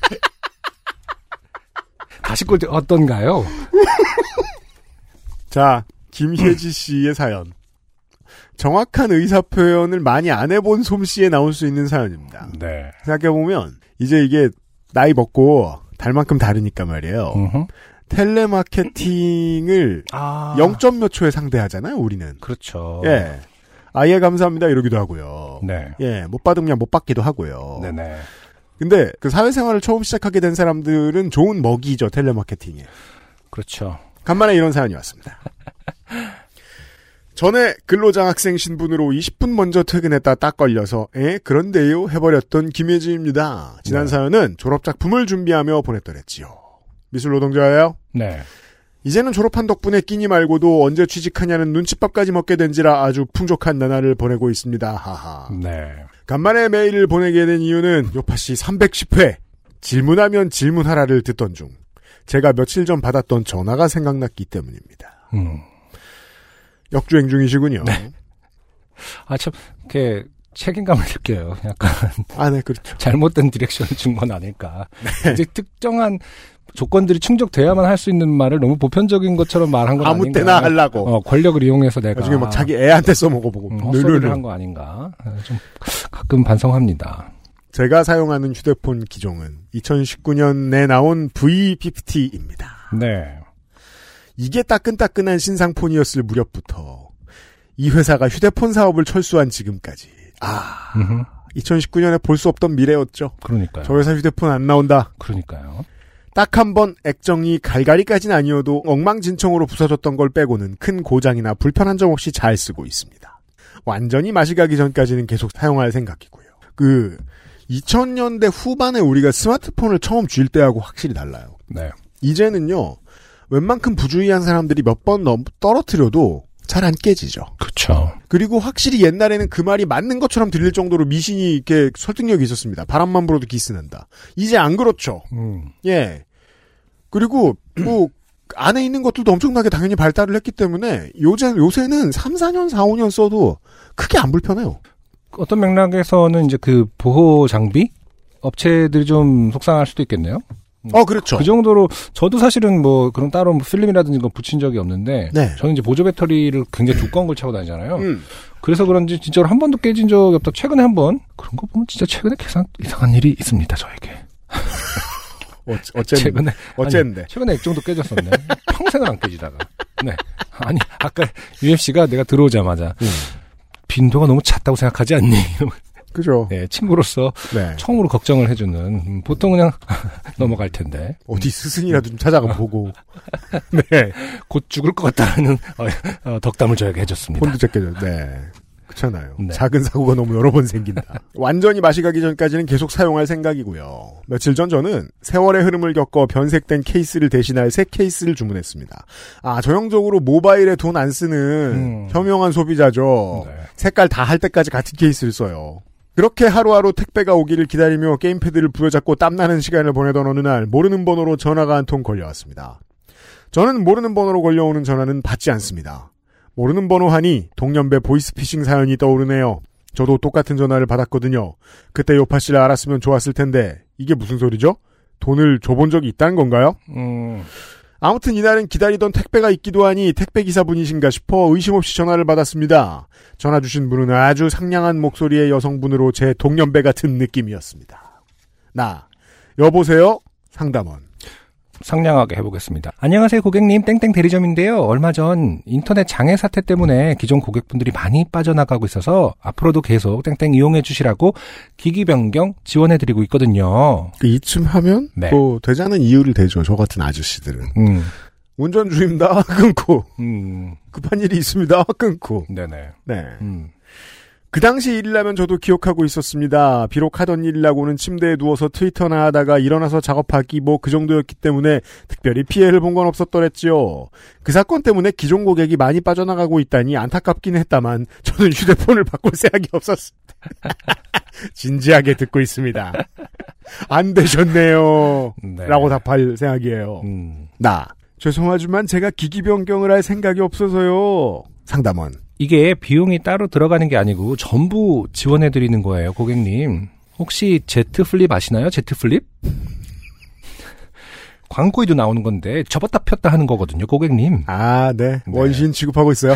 Speaker 2: 다시 꽂을 때 어떤가요?
Speaker 1: 자, 김혜지 씨의 사연. 정확한 의사 표현을 많이 안 해본 솜씨에 나올 수 있는 사연입니다.
Speaker 2: 네.
Speaker 1: 생각해보면, 이제 이게 나이 먹고 달 만큼 다르니까 말이에요.
Speaker 2: 음흠.
Speaker 1: 텔레마케팅을
Speaker 2: 어. 아
Speaker 1: 0. 몇 초에 상대하잖아요, 우리는.
Speaker 2: 그렇죠.
Speaker 1: 예. 아예 감사합니다 이러기도 하고요.
Speaker 2: 네.
Speaker 1: 예, 못 받으면 그냥 못 받기도 하고요.
Speaker 2: 네네.
Speaker 1: 근데 그 사회생활을 처음 시작하게 된 사람들은 좋은 먹이죠, 텔레마케팅에.
Speaker 2: 그렇죠.
Speaker 1: 간만에 이런 사연이 왔습니다. 전에 근로자 학생 신분으로 20분 먼저 퇴근했다 딱 걸려서 에 그런데요 해버렸던 김혜지입니다. 지난
Speaker 2: 네.
Speaker 1: 사연은 졸업 작품을 준비하며 보냈더랬지요. 미술 노동자예요.
Speaker 2: 네.
Speaker 1: 이제는 졸업한 덕분에 끼니 말고도 언제 취직하냐는 눈칫밥까지 먹게 된지라 아주 풍족한 나날을 보내고 있습니다. 하하.
Speaker 2: 네.
Speaker 1: 간만에 메일을 보내게 된 이유는 요파씨 310회 질문하면 질문하라를 듣던 중 제가 며칠 전 받았던 전화가 생각났기 때문입니다.
Speaker 2: 음.
Speaker 1: 역주행 중이시군요.
Speaker 2: 네. 아, 참, 이렇게 책임감을 느껴요. 약간
Speaker 1: 아, 네, 그렇죠.
Speaker 2: 잘못된 디렉션을 준 건 아닐까.
Speaker 1: 네.
Speaker 2: 이제 특정한 조건들이 충족돼야만 할 수 있는 말을 너무 보편적인 것처럼 말한 건
Speaker 1: 아무
Speaker 2: 아닌가.
Speaker 1: 때나 하려고.
Speaker 2: 어, 권력을 이용해서 내가
Speaker 1: 나중에 막 자기 뭐 애한테 써먹어보고.
Speaker 2: 음,
Speaker 1: 르르르.
Speaker 2: 헛소리를 한 거 아닌가. 어, 좀 가끔 반성합니다.
Speaker 1: 제가 사용하는 휴대폰 기종은 2019년에 나온 V50입니다.
Speaker 2: 네.
Speaker 1: 이게 따끈따끈한 신상폰이었을 무렵부터 이 회사가 휴대폰 사업을 철수한 지금까지 아
Speaker 2: 음흠.
Speaker 1: 2019년에 볼 수 없던 미래였죠.
Speaker 2: 그러니까요.
Speaker 1: 저 회사 휴대폰 안 나온다.
Speaker 2: 그러니까요.
Speaker 1: 딱 한 번 액정이 갈갈이까진 아니어도 엉망진창으로 부서졌던 걸 빼고는 큰 고장이나 불편한 점 없이 잘 쓰고 있습니다. 완전히 맛이 가기 전까지는 계속 사용할 생각이고요. 그 2000년대 후반에 우리가 스마트폰을 처음 쥘 때하고 확실히 달라요.
Speaker 2: 네.
Speaker 1: 이제는요, 웬만큼 부주의한 사람들이 몇 번 떨어뜨려도 잘 안 깨지죠.
Speaker 2: 그쵸.
Speaker 1: 그리고 확실히 옛날에는 그 말이 맞는 것처럼 들릴 정도로 미신이 이렇게 설득력이 있었습니다. 바람만 불어도 기스난다. 이제 안 그렇죠.
Speaker 2: 음.
Speaker 1: 예. 그리고 뭐 안에 있는 것들도 엄청나게 당연히 발달을 했기 때문에 요새 요새는 3, 4년, 4, 5년 써도 크게 안 불편해요.
Speaker 2: 어떤 맥락에서는 이제 그 보호 장비? 업체들이 좀 속상할 수도 있겠네요.
Speaker 1: 어, 그렇죠.
Speaker 2: 그 정도로 저도 사실은 뭐 그런 따로 뭐 필름이라든지 이거 붙인 적이 없는데
Speaker 1: 네.
Speaker 2: 저는 이제 보조 배터리를 굉장히 두꺼운 걸 차고 다니잖아요.
Speaker 1: 음.
Speaker 2: 그래서 그런지 진짜로 한 번도 깨진 적이 없다. 최근에 한 번 그런 거 보면 진짜 최근에 계산 이상한 일이 있습니다. 저에게
Speaker 1: 어째- 어쨌
Speaker 2: 최근에
Speaker 1: 어쨌는데.
Speaker 2: 아니, 최근에 액정도 깨졌었네. 평생은 안 깨지다가. 네. 아니, 아까 UFC가 내가 들어오자마자
Speaker 1: 음.
Speaker 2: 빈도가 너무 잦다고 생각하지 않니?
Speaker 1: 그죠.
Speaker 2: 네, 친구로서
Speaker 1: 네.
Speaker 2: 처음으로 걱정을 해주는 음, 보통 그냥 [laughs] 넘어갈 텐데
Speaker 1: 어디 스승이라도 좀 찾아가 [laughs] 보고. 네.
Speaker 2: 곧 죽을 것 같다는 어, 어, 덕담을 저에게 해줬습니다.
Speaker 1: 폰도 제껴져. 네. 그렇잖아요.
Speaker 2: 네.
Speaker 1: 작은 사고가 너무 여러 번 생긴다. [laughs] 완전히 맛이 가기 전까지는 계속 사용할 생각이고요. 며칠 전 저는 세월의 흐름을 겪어 변색된 케이스를 대신할 새 케이스를 주문했습니다. 아, 전형적으로 모바일에 돈 안 쓰는
Speaker 2: 음.
Speaker 1: 현명한 소비자죠.
Speaker 2: 네.
Speaker 1: 색깔 다 할 때까지 같은 케이스를 써요. 그렇게 하루하루 택배가 오기를 기다리며 게임패드를 부여잡고 땀나는 시간을 보내던 어느 날 모르는 번호로 전화가 한 통 걸려왔습니다. 저는 모르는 번호로 걸려오는 전화는 받지 않습니다. 모르는 번호 하니 동년배 보이스피싱 사연이 떠오르네요. 저도 똑같은 전화를 받았거든요. 그때 요파 씨를 알았으면 좋았을 텐데 이게 무슨 소리죠? 돈을 줘본 적이 있다는 건가요?
Speaker 2: 음,
Speaker 1: 아무튼 이날은 기다리던 택배가 있기도 하니 택배 기사분이신가 싶어 의심 없이 전화를 받았습니다. 전화 주신 분은 아주 상냥한 목소리의 여성분으로 제 동년배 같은 느낌이었습니다. 나 여보세요 상담원
Speaker 2: 상냥하게 해보겠습니다. 안녕하세요 고객님 땡땡 대리점인데요. 얼마 전 인터넷 장애 사태 때문에 기존 고객분들이 많이 빠져나가고 있어서 앞으로도 계속 땡땡 이용해 주시라고 기기 변경 지원해 드리고 있거든요.
Speaker 1: 그 이쯤 하면
Speaker 2: 네.
Speaker 1: 또 되자는 이유를 대죠. 저 같은 아저씨들은
Speaker 2: 음,
Speaker 1: 운전 중입니다. [laughs] 끊고
Speaker 2: 음,
Speaker 1: 급한 일이 있습니다. [laughs] 끊고
Speaker 2: 네네.
Speaker 1: 네.
Speaker 2: 음,
Speaker 1: 그 당시 일이라면 저도 기억하고 있었습니다. 비록 하던 일이라고는 침대에 누워서 트위터나 하다가 일어나서 작업하기 뭐 그 정도였기 때문에 특별히 피해를 본 건 없었더랬지요. 그 사건 때문에 기존 고객이 많이 빠져나가고 있다니 안타깝긴 했다만 저는 휴대폰을 바꿀 생각이 없었을 때 [laughs] 진지하게 듣고 있습니다. 안 되셨네요.
Speaker 2: 네.
Speaker 1: 라고 답할 생각이에요.
Speaker 2: 음.
Speaker 1: 나 죄송하지만 제가 기기 변경을 할 생각이 없어서요. 상담원
Speaker 2: 이게 비용이 따로 들어가는 게 아니고 전부 지원해 드리는 거예요, 고객님. 혹시 제트 플립 아시나요? 제트 플립? 광고에도 나오는 건데 접었다 폈다 하는 거거든요, 고객님.
Speaker 1: 아, 네. 원신 취급하고 있어요.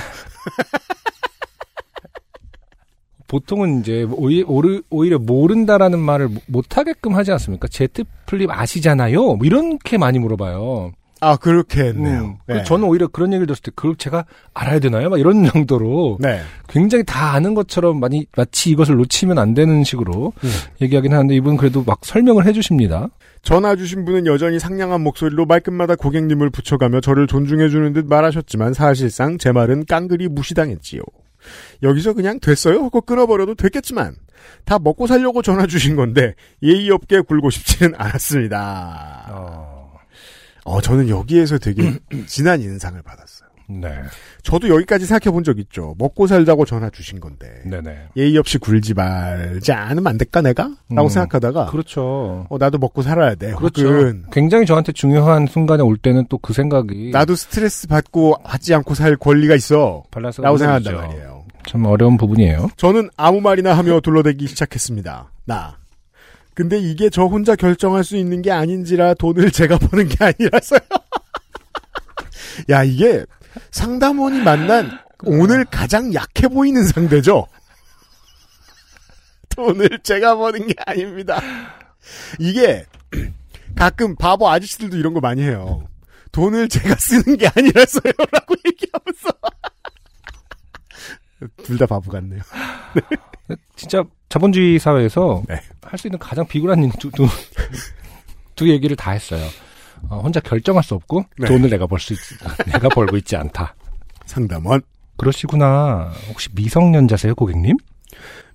Speaker 2: 보통은 이제 오히- 오르- 오히려 모른다라는 말을 모- 못하게끔 하지 않습니까? 제트 플립 아시잖아요. 뭐 이렇게 많이 물어봐요.
Speaker 1: 아, 그렇게 했네요.
Speaker 2: 음.
Speaker 1: 네.
Speaker 2: 그 저는 오히려 그런 얘기를 들었을 때 그걸 제가 알아야 되나요? 막 이런 [laughs] 정도로
Speaker 1: 네.
Speaker 2: 굉장히 다 아는 것처럼 많이 마치 이것을 놓치면 안 되는 식으로 얘기하긴 하는데 이분은 그래도 막 설명을 해주십니다.
Speaker 1: 전화 주신 분은 여전히 상냥한 목소리로 말끝마다 고객님을 붙여가며 저를 존중해주는 듯 말하셨지만 사실상 제 말은 깡그리 무시당했지요. 여기서 그냥 됐어요 하고 끊어버려도 됐겠지만 다 먹고 살려고 전화 주신 건데 예의 없게 굴고 싶지는 않았습니다. 어, 저는 여기에서
Speaker 2: [clears throat]
Speaker 1: 되게 진한 인상을 받았어요.
Speaker 2: 네,
Speaker 1: 저도 여기까지 생각해 본 적 있죠. 먹고 살자고 전화 주신 건데
Speaker 2: 네네.
Speaker 1: 예의 없이 굴지 말지 않으면 안 될까 내가? 라고
Speaker 2: 음.
Speaker 1: 생각하다가
Speaker 2: 그렇죠.
Speaker 1: 어, 나도 먹고 살아야 돼.
Speaker 2: 그렇죠.
Speaker 1: 혹은
Speaker 2: 굉장히 저한테 중요한 순간에 올 때는 또 그 생각이
Speaker 1: 나도 스트레스 받고 하지 않고 살 권리가 있어.
Speaker 2: 발라서
Speaker 1: 라고 생각한단 말이에요.
Speaker 2: 참 어려운 부분이에요.
Speaker 1: 저는 아무 말이나 하며 둘러대기 시작했습니다. 나. 근데 이게 저 혼자 결정할 수 있는 게 아닌지라 돈을 제가 버는 게 아니라서요. [laughs] 야, 이게 상담원이 만난 오늘 가장 약해 보이는 상대죠? [laughs] 돈을 제가 버는 게 아닙니다. 이게 [clears throat] 가끔 바보 아저씨들도 이런 거 많이 해요. 돈을 제가 쓰는 게 아니라서요. [laughs] 라고 얘기하면서. [laughs] 둘 다 바보 같네요.
Speaker 2: 진짜 자본주의 사회에서
Speaker 1: 네.
Speaker 2: 할 수 있는 가장 비굴한 일 두, [laughs] 두, 두 얘기를 다 했어요. 어, 혼자 결정할 수 없고
Speaker 1: 네.
Speaker 2: 돈을 내가 벌 수 있, 내가 벌고 있지 않다.
Speaker 1: 상담원.
Speaker 2: 그러시구나. 혹시 미성년자세요, 고객님?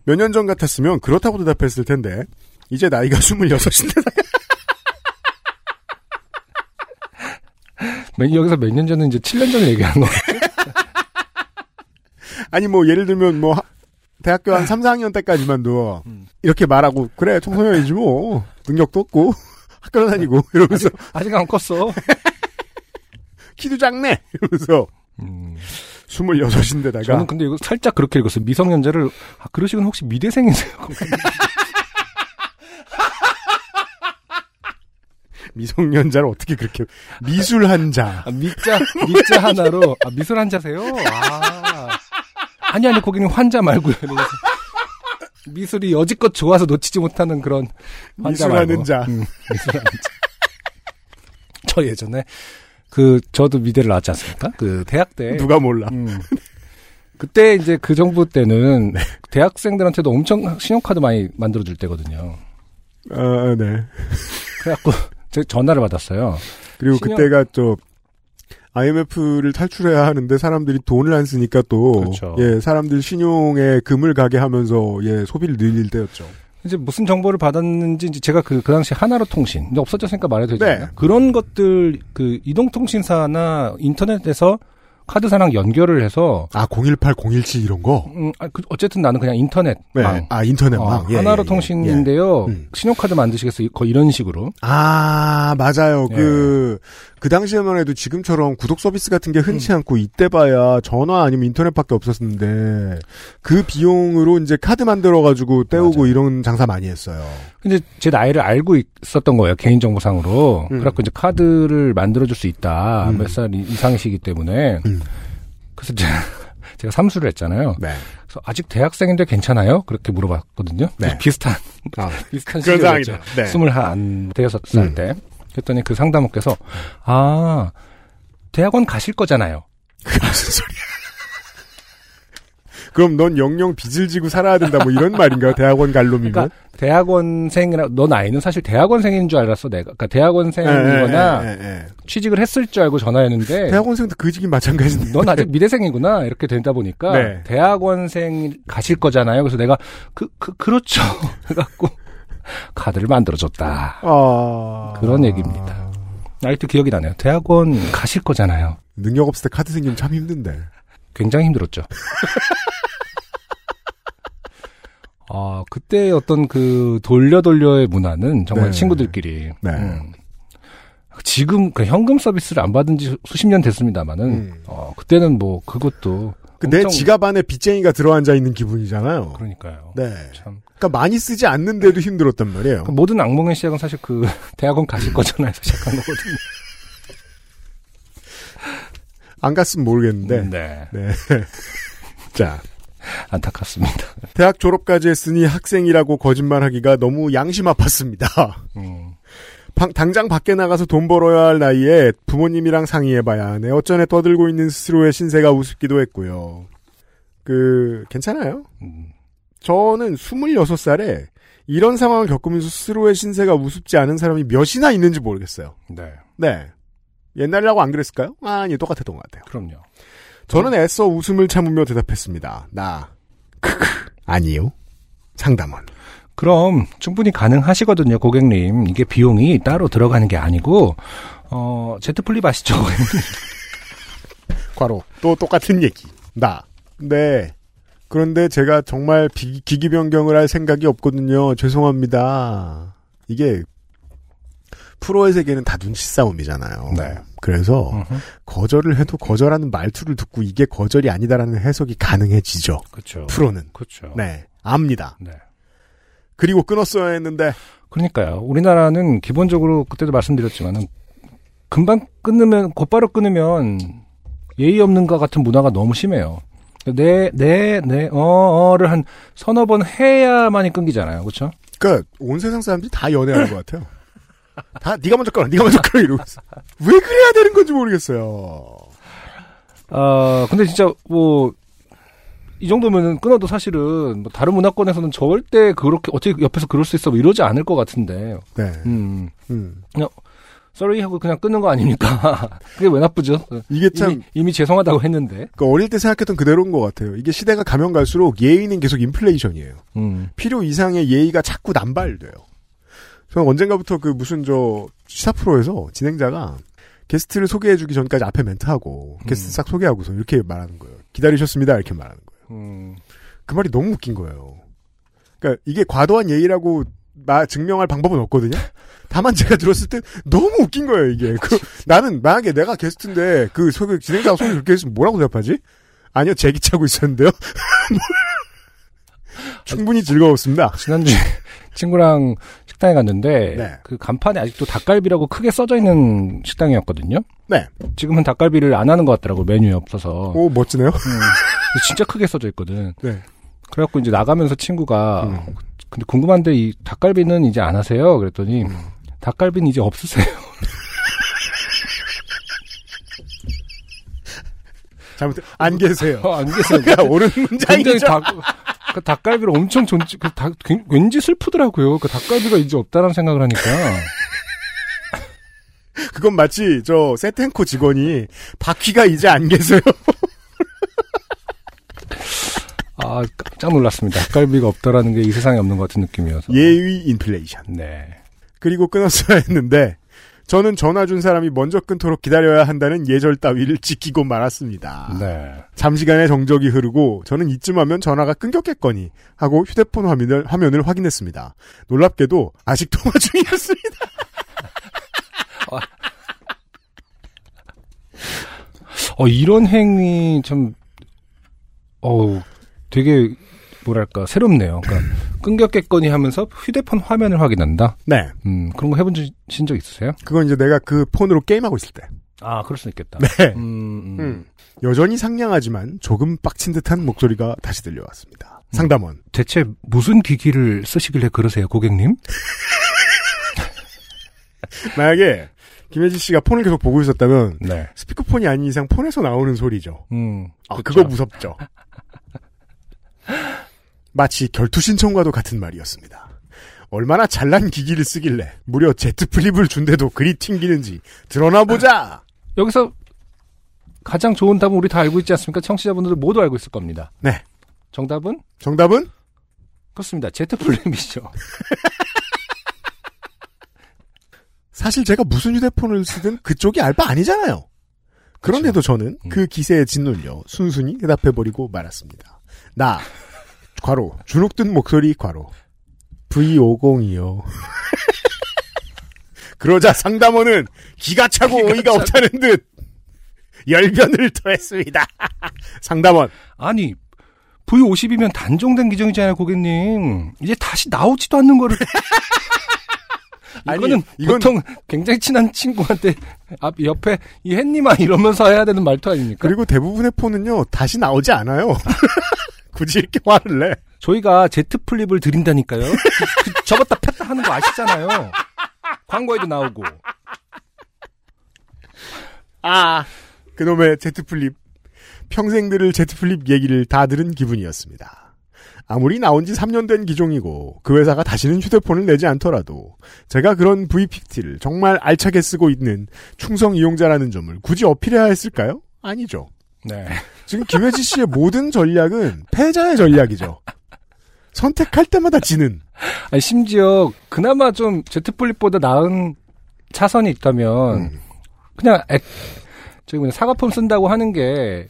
Speaker 1: 몇 년 전 같았으면 그렇다고 대답했을 텐데 이제 나이가 [laughs] 26인데
Speaker 2: 맨- 여기서 몇 년 전은 이제 7년 전을 얘기한 거. [laughs]
Speaker 1: 아니 뭐 예를 들면 뭐 하- 대학교 한 3, 4학년 때까지만도 이렇게 말하고 그래 청소년이지 뭐 능력도 없고 [laughs] 학교 다니고 이러면서
Speaker 2: 아직 안 컸어.
Speaker 1: 키도 작네 이러면서
Speaker 2: 음,
Speaker 1: 26인데다가
Speaker 2: 저는 근데 이거 살짝 그렇게 읽었어요. 미성년자를 아, 그러시군 혹시 미대생이세요?
Speaker 1: 미성년자를 어떻게 그렇게 미술한 자
Speaker 2: 아, 미자 미자 하나로 아, 미술 환자세요? 아. 아니 아니 고객님 환자 말고요. 이러면서. 미술이 여지껏 좋아서 놓치지 못하는 그런 환자
Speaker 1: 미술하는
Speaker 2: 말고. 음,
Speaker 1: 자
Speaker 2: 저 예전에 그 저도 미대를 나왔지 않습니까? 그 대학 때
Speaker 1: 누가 몰라
Speaker 2: 음. 그때 이제 그 정부 때는
Speaker 1: 네.
Speaker 2: 대학생들한테도 엄청 신용카드 많이 만들어 줄 때거든요.
Speaker 1: 아, 네.
Speaker 2: 그래갖고 제가 전화를 받았어요.
Speaker 1: 그리고
Speaker 2: 신용-
Speaker 1: 그때가 또 IMF를 탈출해야 하는데 사람들이 돈을 안 쓰니까 또
Speaker 2: 그렇죠.
Speaker 1: 예, 사람들 신용에 금을 가게 하면서 예, 소비를 늘릴 때였죠.
Speaker 2: 이제 무슨 정보를 받았는지 이제 제가 그, 그 당시 하나로 통신 근데 없어졌으니까 말해도 되지
Speaker 1: 네.
Speaker 2: 않나? 그런 것들 그 이동통신사나 인터넷에서 카드사랑 연결을 해서
Speaker 1: 아, 018, 017 이런 거?
Speaker 2: 음, 아, 그 어쨌든 나는 그냥 인터넷
Speaker 1: 네.
Speaker 2: 망
Speaker 1: 아, 인터넷망.
Speaker 2: 어,
Speaker 1: 예,
Speaker 2: 하나로
Speaker 1: 예, 예, 예.
Speaker 2: 통신인데요.
Speaker 1: 예. 음.
Speaker 2: 신용카드 만드시겠어요? 거의 이런 식으로.
Speaker 1: 아, 맞아요.
Speaker 2: 예.
Speaker 1: 그, 그 당시에만 해도 지금처럼 구독 서비스 같은 게
Speaker 2: 음.
Speaker 1: 흔치 않고 이때 봐야 전화 아니면 인터넷밖에 없었는데 그 비용으로 이제 카드 만들어가지고 떼우고
Speaker 2: 맞아요.
Speaker 1: 이런 장사 많이 했어요.
Speaker 2: 근데 제 나이를 알고 있었던 거예요. 개인정보상으로.
Speaker 1: 음.
Speaker 2: 그래갖고 이제 카드를 만들어줄 수 있다.
Speaker 1: 음.
Speaker 2: 몇 살 이상이시기 때문에.
Speaker 1: 음.
Speaker 2: 그래서 제가, [laughs] 제가 삼수를 했잖아요.
Speaker 1: 네.
Speaker 2: 그래서 아직 대학생인데 괜찮아요? 그렇게 물어봤거든요.
Speaker 1: 네.
Speaker 2: 비슷한
Speaker 1: 아,
Speaker 2: [laughs] 비슷한
Speaker 1: 그런
Speaker 2: 시기였죠.
Speaker 1: 상황이네요. 네.
Speaker 2: 스물 한 대여섯 살
Speaker 1: 음.
Speaker 2: 때. 했더니 그 상담업께서 아 대학원 가실 거잖아요.
Speaker 1: 무슨 소리야. 그럼 넌 영영 빚을 지고 살아야 된다 뭐 이런 말인가요? 대학원 갈놈이면.
Speaker 2: 그러니까 대학원생이나 너 나이는 사실 대학원생인 줄 알았어 내가. 그러니까 대학원생이거나
Speaker 1: 예, 예, 예, 예.
Speaker 2: 취직을 했을 줄 알고 전화했는데
Speaker 1: [laughs] 대학원생도 그 지긴 마찬가지인데.
Speaker 2: 넌 아직 미대생이구나 이렇게 되다 보니까
Speaker 1: 네.
Speaker 2: 대학원생 가실 거잖아요. 그래서 내가 그 그 그, 렇죠 [laughs] 해갖고 카드를 만들어줬다.
Speaker 1: [laughs] 아.
Speaker 2: 그런 얘기입니다. 아직도 기억이 나네요. 대학원 가실 거잖아요.
Speaker 1: 능력 없을 때 카드 생기면 참 힘든데.
Speaker 2: 굉장히
Speaker 1: [laughs]
Speaker 2: 힘들었죠. 아 그때 어떤 그 돌려 돌려의 문화는 정말
Speaker 1: 네.
Speaker 2: 친구들끼리.
Speaker 1: 네.
Speaker 2: 음. 지금 그 현금 서비스를 안 받은 지 수십 년 됐습니다만은
Speaker 1: 음.
Speaker 2: 어, 그때는 뭐 그것도
Speaker 1: 그내
Speaker 2: 엄청-
Speaker 1: 지갑 안에 빚쟁이가 들어앉아 있는 기분이잖아요.
Speaker 2: 그러니까요.
Speaker 1: 네.
Speaker 2: 참.
Speaker 1: 그러니까 많이 쓰지 않는데도 힘들었단 말이에요.
Speaker 2: 그 모든 악몽의 시작은 사실 그 [laughs] 대학원
Speaker 1: 음.
Speaker 2: 가실 거잖아요. 해서 시작한 거거든요.
Speaker 1: 안 갔으면 모르겠는데.
Speaker 2: 네.
Speaker 1: 네. 자,
Speaker 2: 안타깝습니다.
Speaker 1: 대학 졸업까지 했으니 학생이라고 거짓말하기가 너무 양심 아팠습니다. [laughs]
Speaker 2: 음.
Speaker 1: 방- 당장 밖에 나가서 돈 벌어야 할 나이에 부모님이랑 상의해봐야 내 어쩐에 떠들고 있는 스스로의 신세가 우습기도 했고요. 그 괜찮아요.
Speaker 2: 음.
Speaker 1: 저는 26살에 이런 상황을 겪으면서 스스로의 신세가 우습지 않은 사람이 몇이나 있는지 모르겠어요.
Speaker 2: 네.
Speaker 1: 네. 옛날이라고 안 그랬을까요? 아니, 똑같았던 것 같아요.
Speaker 2: 그럼요.
Speaker 1: 저는 애써 웃음을 참으며 대답했습니다. 나. 크크. 아니요. 상담원.
Speaker 2: 그럼 충분히 가능하시거든요, 고객님. 이게 비용이 따로 들어가는 게 아니고 어, 제트 플립 아시죠?
Speaker 1: 과로. 또 똑같은 얘기. 나. 네. 그런데 제가 정말 비- 기기 변경을 할 생각이 없거든요. 죄송합니다. 이게 프로의 세계는 다 눈치 싸움이잖아요.
Speaker 2: 네.
Speaker 1: 그래서
Speaker 2: 음흠.
Speaker 1: 거절을 해도 거절하는 말투를 듣고 이게 거절이 아니다라는 해석이 가능해지죠.
Speaker 2: [laughs] [laughs] 그렇죠.
Speaker 1: 프로는.
Speaker 2: 그렇죠.
Speaker 1: 네. 압니다.
Speaker 2: 네.
Speaker 1: 그리고 끊었어야 했는데
Speaker 2: 그러니까요. 우리나라는 기본적으로 그때도 말씀드렸지만은 금방 끊으면 곧바로 끊으면 예의 없는가 같은 문화가 너무 심해요. 네, 네, 네, 어, 어를 한 서너 번 해야만이 끊기잖아요. 그렇죠?
Speaker 1: 그러니까 온 세상 사람들이 다 연애하는 것 같아요. 다 네가 먼저 끊어. 네가 먼저 끊어 이러고 있어. 왜 그래야 되는 건지 모르겠어요.
Speaker 2: 아, 근데 진짜 뭐, 이 정도면은 끊어도 사실은 뭐 다른 문화권에서는 절대 그렇게 어떻게 옆에서 그럴 수 있어 뭐 이러지 않을 것 같은데.
Speaker 1: 네.
Speaker 2: 음.
Speaker 1: 음.
Speaker 2: 썰이 하고 그냥 끊는 거 아닙니까? [laughs] 그게 왜 나쁘죠?
Speaker 1: 이게 참
Speaker 2: 이미, 이미 죄송하다고 했는데.
Speaker 1: 그 어릴 때 생각했던 그대로인 것 같아요. 이게 시대가 가면 갈수록 예의는 계속 인플레이션이에요.
Speaker 2: 음.
Speaker 1: 필요 이상의 예의가 자꾸 남발돼요. 저는 언젠가부터 그 무슨 저 시사 프로에서 진행자가 게스트를 소개해주기 전까지 앞에 멘트하고 게스트 싹 소개하고서 이렇게 말하는 거예요. 기다리셨습니다 이렇게 말하는 거예요.
Speaker 2: 음.
Speaker 1: 그 말이 너무 웃긴 거예요. 그러니까 이게 과도한 예의라고 마- 증명할 방법은 없거든요. 다만 제가 들었을 때 너무 웃긴 거예요 이게. 그- 나는 만약에 내가 게스트인데 그 소개 진행자가 소개 그렇게 했으면 뭐라고 대답하지? 아니요 제기 차고 있었는데요. [laughs] 충분히 즐거웠습니다.
Speaker 2: 지난주에 [laughs] 친구랑 식당에 갔는데
Speaker 1: 네.
Speaker 2: 그 간판에 아직도 닭갈비라고 크게 써져 있는 식당이었거든요.
Speaker 1: 네.
Speaker 2: 지금은 닭갈비를 안 하는 것 같더라고 메뉴에 없어서.
Speaker 1: 오 멋지네요.
Speaker 2: 음. 근데 진짜 크게 써져 있거든.
Speaker 1: 네.
Speaker 2: 그래갖고 이제 나가면서 친구가
Speaker 1: 음.
Speaker 2: 근데 궁금한데 이 닭갈비는 이제 안 하세요? 그랬더니 닭갈비는 이제 없으세요.
Speaker 1: 잘못 안 계세요.
Speaker 2: 안 계세요.
Speaker 1: 야, 옳은
Speaker 2: 그러니까 굉장히
Speaker 1: [laughs] 문장이죠.
Speaker 2: 닭, 그 닭갈비를 엄청 존재, 그 닭, 괜- 왠지 슬프더라고요. 그 닭갈비가 이제 없다라는 생각을 하니까.
Speaker 1: 그건 마치 저 세텐코 직원이 바퀴가 이제 안 계세요. [laughs]
Speaker 2: 아, 깜짝 놀랐습니다. 닭갈비가 없다라는 게 이 세상에 없는 것 같은 느낌이어서.
Speaker 1: 예의 인플레이션.
Speaker 2: 네.
Speaker 1: 그리고 끊었어야 했는데 저는 전화 준 사람이 먼저 끊도록 기다려야 한다는 예절 따위를 지키고 말았습니다.
Speaker 2: 네.
Speaker 1: 잠시간의 정적이 흐르고 저는 이쯤하면 전화가 끊겼겠거니 하고 휴대폰 화면을, 화면을 확인했습니다. 놀랍게도 아직 통화 [laughs] 중이었습니다.
Speaker 2: 어, 이런 행위 참, 어우, 되게, 뭐랄까, 새롭네요. 그러니까, 끊겼겠거니 하면서 휴대폰 화면을 확인한다?
Speaker 1: 네,
Speaker 2: 음, 그런 거 해본 지- 신적 있으세요?
Speaker 1: 그건 이제 내가 그 폰으로 게임하고 있을 때.
Speaker 2: 아, 그럴 수 있겠다.
Speaker 1: 네.
Speaker 2: 음, 음.
Speaker 1: 음. 여전히 상냥하지만 조금 빡친 듯한 목소리가 다시 들려왔습니다. 상담원.
Speaker 2: 대체 무슨 기기를 쓰시길래 그러세요, 고객님?
Speaker 1: 만약에 김혜지 씨가 폰을 계속 보고 있었다면
Speaker 2: 네.
Speaker 1: 스피커폰이 아닌 이상 폰에서 나오는 소리죠.
Speaker 2: 음.
Speaker 1: 아,
Speaker 2: 그쵸.
Speaker 1: 그거 무섭죠. 마치 결투 신청과도 같은 말이었습니다. 얼마나 잘난 기기를 쓰길래 무려 제트 플립을 준데도 그리 튕기는지 드러나 [laughs] 보자.
Speaker 2: 여기서 가장 좋은 답은 우리 다 알고 있지 않습니까? 청취자분들 모두 알고 있을 겁니다.
Speaker 1: 네.
Speaker 2: 정답은
Speaker 1: 정답은
Speaker 2: 그렇습니다. 제트 [laughs] 플립이죠.
Speaker 1: 사실 제가 무슨 휴대폰을 쓰든 그쪽이 알 바 아니잖아요. 그런데도 저는 그 기세에 짓눌려 순순히 대답해버리고 말았습니다. 나, 과로, 주눅든 목소리, 과로. V50이요. [laughs] 그러자 상담원은 기가 차고 어이가 없다는 듯 열변을 토했습니다. [laughs] 상담원,
Speaker 2: 아니 V50이면 단종된 기종이잖아요, 고객님. 이제 다시 나오지도 않는 [laughs] 거를.
Speaker 1: 아니,
Speaker 2: 이거는
Speaker 1: 이건-
Speaker 2: 보통 굉장히 친한 친구한테 앞 옆에 이 햇님아 이러면서 해야 되는 말투 아닙니까?
Speaker 1: 그리고 대부분의 폰은요, 다시 나오지 않아요. [laughs] 굳이 이렇게 화를 내.
Speaker 2: 저희가 제트 플립을 드린다니까요. 그- 그 접었다 폈다 하는 거 아시잖아요. 광고에도 나오고.
Speaker 1: 아. 그놈의 제트플립. 평생 들을 제트플립 얘기를 다 들은 기분이었습니다. 아무리 나온 지 3년 된 기종이고 그 회사가 다시는 휴대폰을 내지 않더라도 제가 그런 VPT를 정말 알차게 쓰고 있는 충성 이용자라는 점을 굳이 어필해야 했을까요? 아니죠.
Speaker 2: 네.
Speaker 1: 지금
Speaker 2: [laughs]
Speaker 1: 김혜지 씨의 모든 전략은 패자의 전략이죠. 선택할 때마다 지는.
Speaker 2: 아니, 심지어 그나마 좀 제트 플립보다 나은 차선이 있다면 그냥 액, 저기 뭐냐 사과폼 쓴다고 하는 게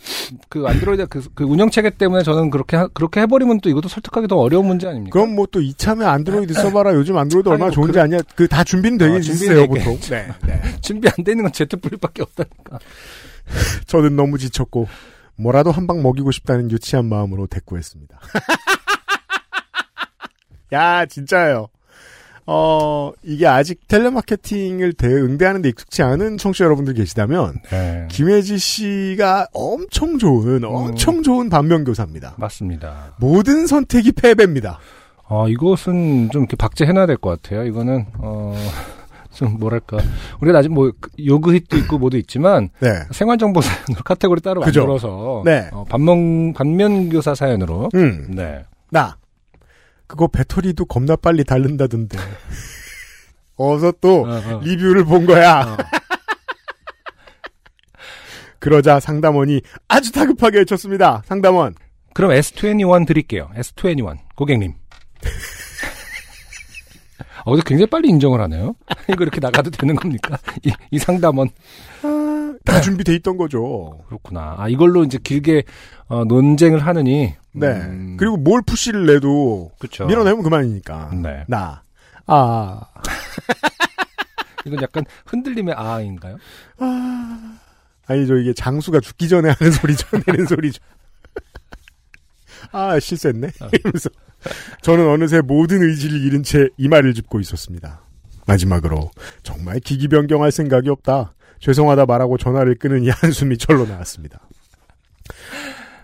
Speaker 2: 그 안드로이드 그, 그 운영 체계 때문에 저는 그렇게 하- 그렇게 해버리면 또 이것도 설득하기 더 어려운 문제 아닙니까?
Speaker 1: 그럼 뭐 또 이참에 안드로이드 써봐라. 요즘 안드로이드 얼마나
Speaker 2: 아니, 뭐
Speaker 1: 좋은지
Speaker 2: 그래-
Speaker 1: 아냐. 그 다 준비는 되게
Speaker 2: 아, 준비는 되게-
Speaker 1: 있으세요 보통. 네, 네.
Speaker 2: 준비 안 되는 건 제트 플립밖에 없다니까.
Speaker 1: 저는 너무 지쳤고 뭐라도 한 방 먹이고 싶다는 유치한 마음으로 대꾸했습니다. [laughs] 야 진짜예요. 어 이게 아직 텔레마케팅을 대응대하는 데 익숙치 않은 청취자 여러분들 계시다면
Speaker 2: 네.
Speaker 1: 김혜지 씨가 엄청 좋은 엄청 좋은 반면 교사입니다.
Speaker 2: 맞습니다.
Speaker 1: 모든 선택이 패배입니다.
Speaker 2: 어, 이것은 좀 이렇게 박제해놔야 될 것 같아요. 이거는 어. [laughs] 좀 뭐랄까 우리가 아직 뭐 요그hit도 있고 뭐도 있지만
Speaker 1: 네.
Speaker 2: 생활정보 사연으로 카테고리 따로
Speaker 1: 그죠.
Speaker 2: 만들어서
Speaker 1: 네.
Speaker 2: 어, 반면 반면 교사 사연으로
Speaker 1: 음.
Speaker 2: 네.
Speaker 1: 나 그거 배터리도 겁나 빨리 닳는다던데. 어서 또
Speaker 2: 어, 어.
Speaker 1: 리뷰를 본 거야. [laughs] 그러자 상담원이 아주 다급하게 외쳤습니다. 상담원.
Speaker 2: 그럼 S21 드릴게요. S21
Speaker 1: [laughs]
Speaker 2: 고객님. 어, 근데 굉장히 빨리 인정을 하네요. [laughs] 이거 이렇게 나가도 되는 겁니까? 이, 이 상담원 아,
Speaker 1: 다 준비돼 있던 거죠.
Speaker 2: 그렇구나. 아 이걸로 이제 길게 어, 논쟁을 하느니
Speaker 1: 네.
Speaker 2: 음,
Speaker 1: 그리고 뭘 푸시를 내도
Speaker 2: 그쵸.
Speaker 1: 밀어내면 그만이니까.
Speaker 2: 네.
Speaker 1: 나. 아.
Speaker 2: 이건 약간 흔들림의 아인가요?
Speaker 1: 아니 저 이게 장수가 죽기 전에 하는 소리죠. 내는 소리죠. 아 실수했네. 이러면서 저는 어느새 모든 의지를 잃은 채 이 말을 짚고 있었습니다. 마지막으로 정말 기기 변경할 생각이 없다. 죄송하다 말하고 전화를 끄는 이 한숨이 절로 나왔습니다.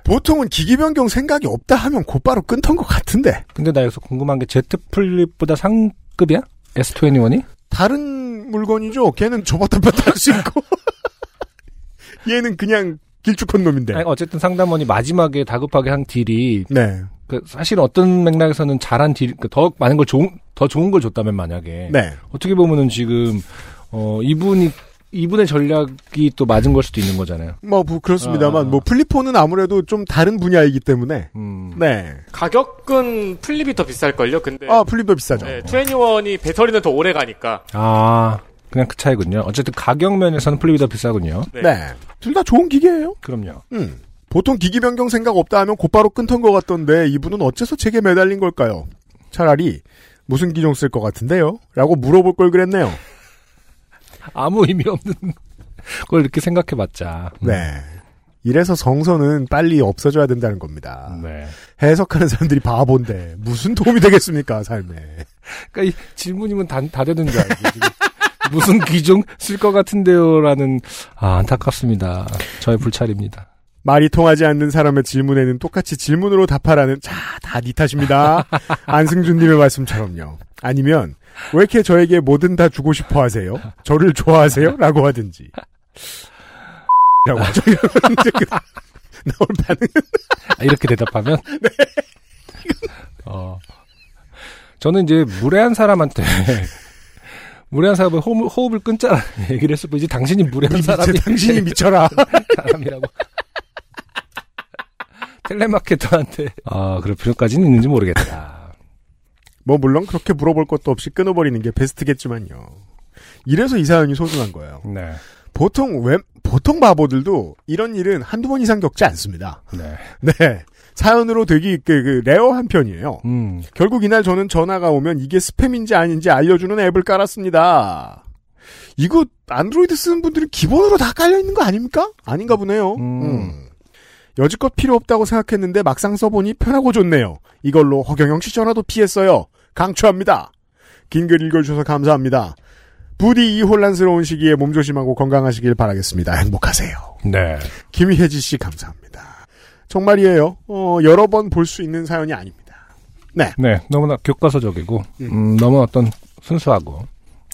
Speaker 1: 보통은 기기 변경 생각이 없다 하면 곧바로 끊던 것 같은데
Speaker 2: 근데 나 여기서 궁금한 게 제트 플립보다 상급이야? S21이?
Speaker 1: 다른 물건이죠. 걔는 접었다 폈다 할 수 있고 [laughs] 얘는 그냥 길쭉한 놈인데.
Speaker 2: 아니, 어쨌든 상담원이 마지막에 다급하게 한 딜이
Speaker 1: 네,
Speaker 2: 그 사실 어떤 맥락에서는 잘한 딜, 그더 많은 걸 좋은 더 좋은 걸 줬다면 만약에
Speaker 1: 네.
Speaker 2: 어떻게 보면은 지금 어 이분이 이분의 전략이 또 맞은 걸 수도 있는 거잖아요.
Speaker 1: 뭐, 뭐 그렇습니다만
Speaker 2: 아.
Speaker 1: 뭐 플립폰은 아무래도 좀 다른 분야이기 때문에
Speaker 2: 음.
Speaker 1: 네.
Speaker 7: 가격은 플립이 더 비쌀걸요. 근데
Speaker 1: 아 플립도 비싸죠.
Speaker 7: 네, 21이 배터리는 더 오래 가니까.
Speaker 2: 아 그냥 그 차이군요. 어쨌든 가격 면에서는 플립이 더 비싸군요.
Speaker 7: 네.
Speaker 1: 둘 다 좋은 기계예요.
Speaker 2: 그럼요.
Speaker 1: 음. 보통 기기 변경 생각 없다 하면 곧바로 끊던 것 같던데 이분은 어째서 제게 매달린 걸까요? 차라리 무슨 기종 쓸 것 같은데요? 라고 물어볼 걸 그랬네요.
Speaker 2: 음. 아무 의미 없는 [laughs] 걸 이렇게 생각해봤자. 음.
Speaker 1: 네. 이래서 성서는 빨리 없어져야 된다는 겁니다.
Speaker 2: 네.
Speaker 1: 해석하는 사람들이 바본데 무슨 도움이 되겠습니까 삶에?
Speaker 2: 그러니까 이 질문이면 다, 다 되는 줄 알고 지금 무슨 기종 쓸 것 같은데요라는 아 안타깝습니다. 저의 불찰입니다.
Speaker 1: 말이 통하지 않는 사람의 질문에는 똑같이 질문으로 답하라는 자다니 네
Speaker 2: [laughs]
Speaker 1: 탓입니다. 안승준님의 말씀처럼요. 아니면 왜 이렇게 저에게 뭐든 다 주고 싶어 하세요? 저를 좋아하세요? 라고 하든지. 라고 하죠. [laughs] 이제 그- 나올 반응.
Speaker 2: 아, 이렇게 [laughs] 대답하면? 어. 저는 이제 무례한 사람한테 무례한 사람을 호흡, 호흡을 끊자라 [laughs] 얘기를 했을 뿐이지 당신이 무례한 사람이
Speaker 1: 이제 당신이 미쳐라.
Speaker 2: [laughs] 사람이라고. [laughs] 텔레마케터한테 아 그럴 필요까지는 있는지 모르겠다.
Speaker 1: 뭐 물론 그렇게 물어볼 것도 없이 끊어버리는 게 베스트겠지만요. 이래서 이 사연이 소중한 거예요.
Speaker 2: 네,
Speaker 1: 보통 웬 보통 바보들도 이런 일은 한두 번 이상 겪지 않습니다.
Speaker 2: 네,
Speaker 1: 네. 사연으로 되게 그, 그 레어한 편이에요.
Speaker 2: 음,
Speaker 1: 결국 이날 저는 전화가 오면 이게 스팸인지 아닌지 알려주는 앱을 깔았습니다. 이거 안드로이드 쓰는 분들은 기본으로 다 깔려 있는 거 아닙니까? 아닌가 보네요.
Speaker 2: 음.
Speaker 1: 음. 여지껏 필요 없다고 생각했는데 막상 써보니 편하고 좋네요. 이걸로 허경영 씨 전화도 피했어요. 강추합니다. 긴 글 읽어주셔서 감사합니다. 부디 이 혼란스러운 시기에 몸조심하고 건강하시길 바라겠습니다. 행복하세요.
Speaker 2: 네.
Speaker 1: 김혜지 씨 감사합니다. 정말이에요. 어, 여러 번 볼 수 있는 사연이 아닙니다.
Speaker 2: 네, 너무나 교과서적이고, 음, 너무 어떤 순수하고,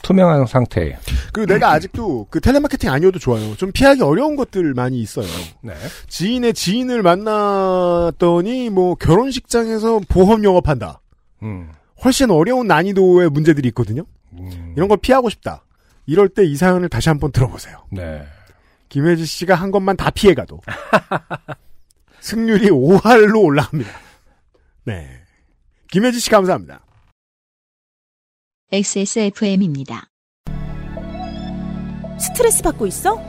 Speaker 2: 투명한 상태예요.
Speaker 1: 그리고 내가 아직도 그 텔레마케팅 아니어도 좋아요. 좀 피하기 어려운 것들 많이 있어요.
Speaker 2: 네.
Speaker 1: 지인의 지인을 만났더니 뭐 결혼식장에서 보험 영업한다.
Speaker 2: 음,
Speaker 1: 훨씬 어려운 난이도의 문제들이 있거든요.
Speaker 2: 음,
Speaker 1: 이런 걸 피하고 싶다. 이럴 때 이 사연을 다시 한번 들어보세요.
Speaker 2: 네.
Speaker 1: 김혜지 씨가 한 것만 다 피해가도 승률이 5할로 올라갑니다. 네. 김혜지 씨 감사합니다.
Speaker 3: XSFM입니다.
Speaker 5: 스트레스 받고 있어?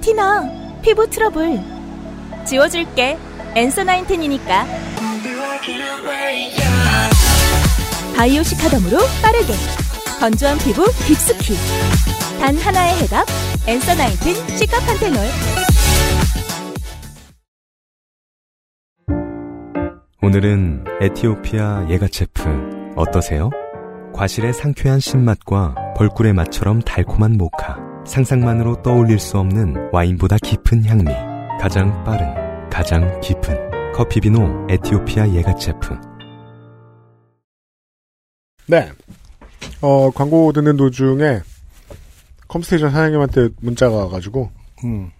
Speaker 5: 티나, 피부 트러블. 지워줄게. 엔서 나인텐이니까. 바이오 시카덤으로 빠르게. 건조한 피부 빅스키. 단 하나의 해답. 엔서 나인텐 시카판테놀.
Speaker 4: 오늘은 에티오피아 예가체프 어떠세요? 과실의 상쾌한 신맛과 벌꿀의 맛처럼 달콤한 모카. 상상만으로 떠올릴 수 없는 와인보다 깊은 향미. 가장 빠른, 가장 깊은 커피비노 에티오피아 예가체프.
Speaker 1: 네. 어, 광고 듣는 도중에 컴스테이션 사장님한테 문자가 와가지고
Speaker 2: 음,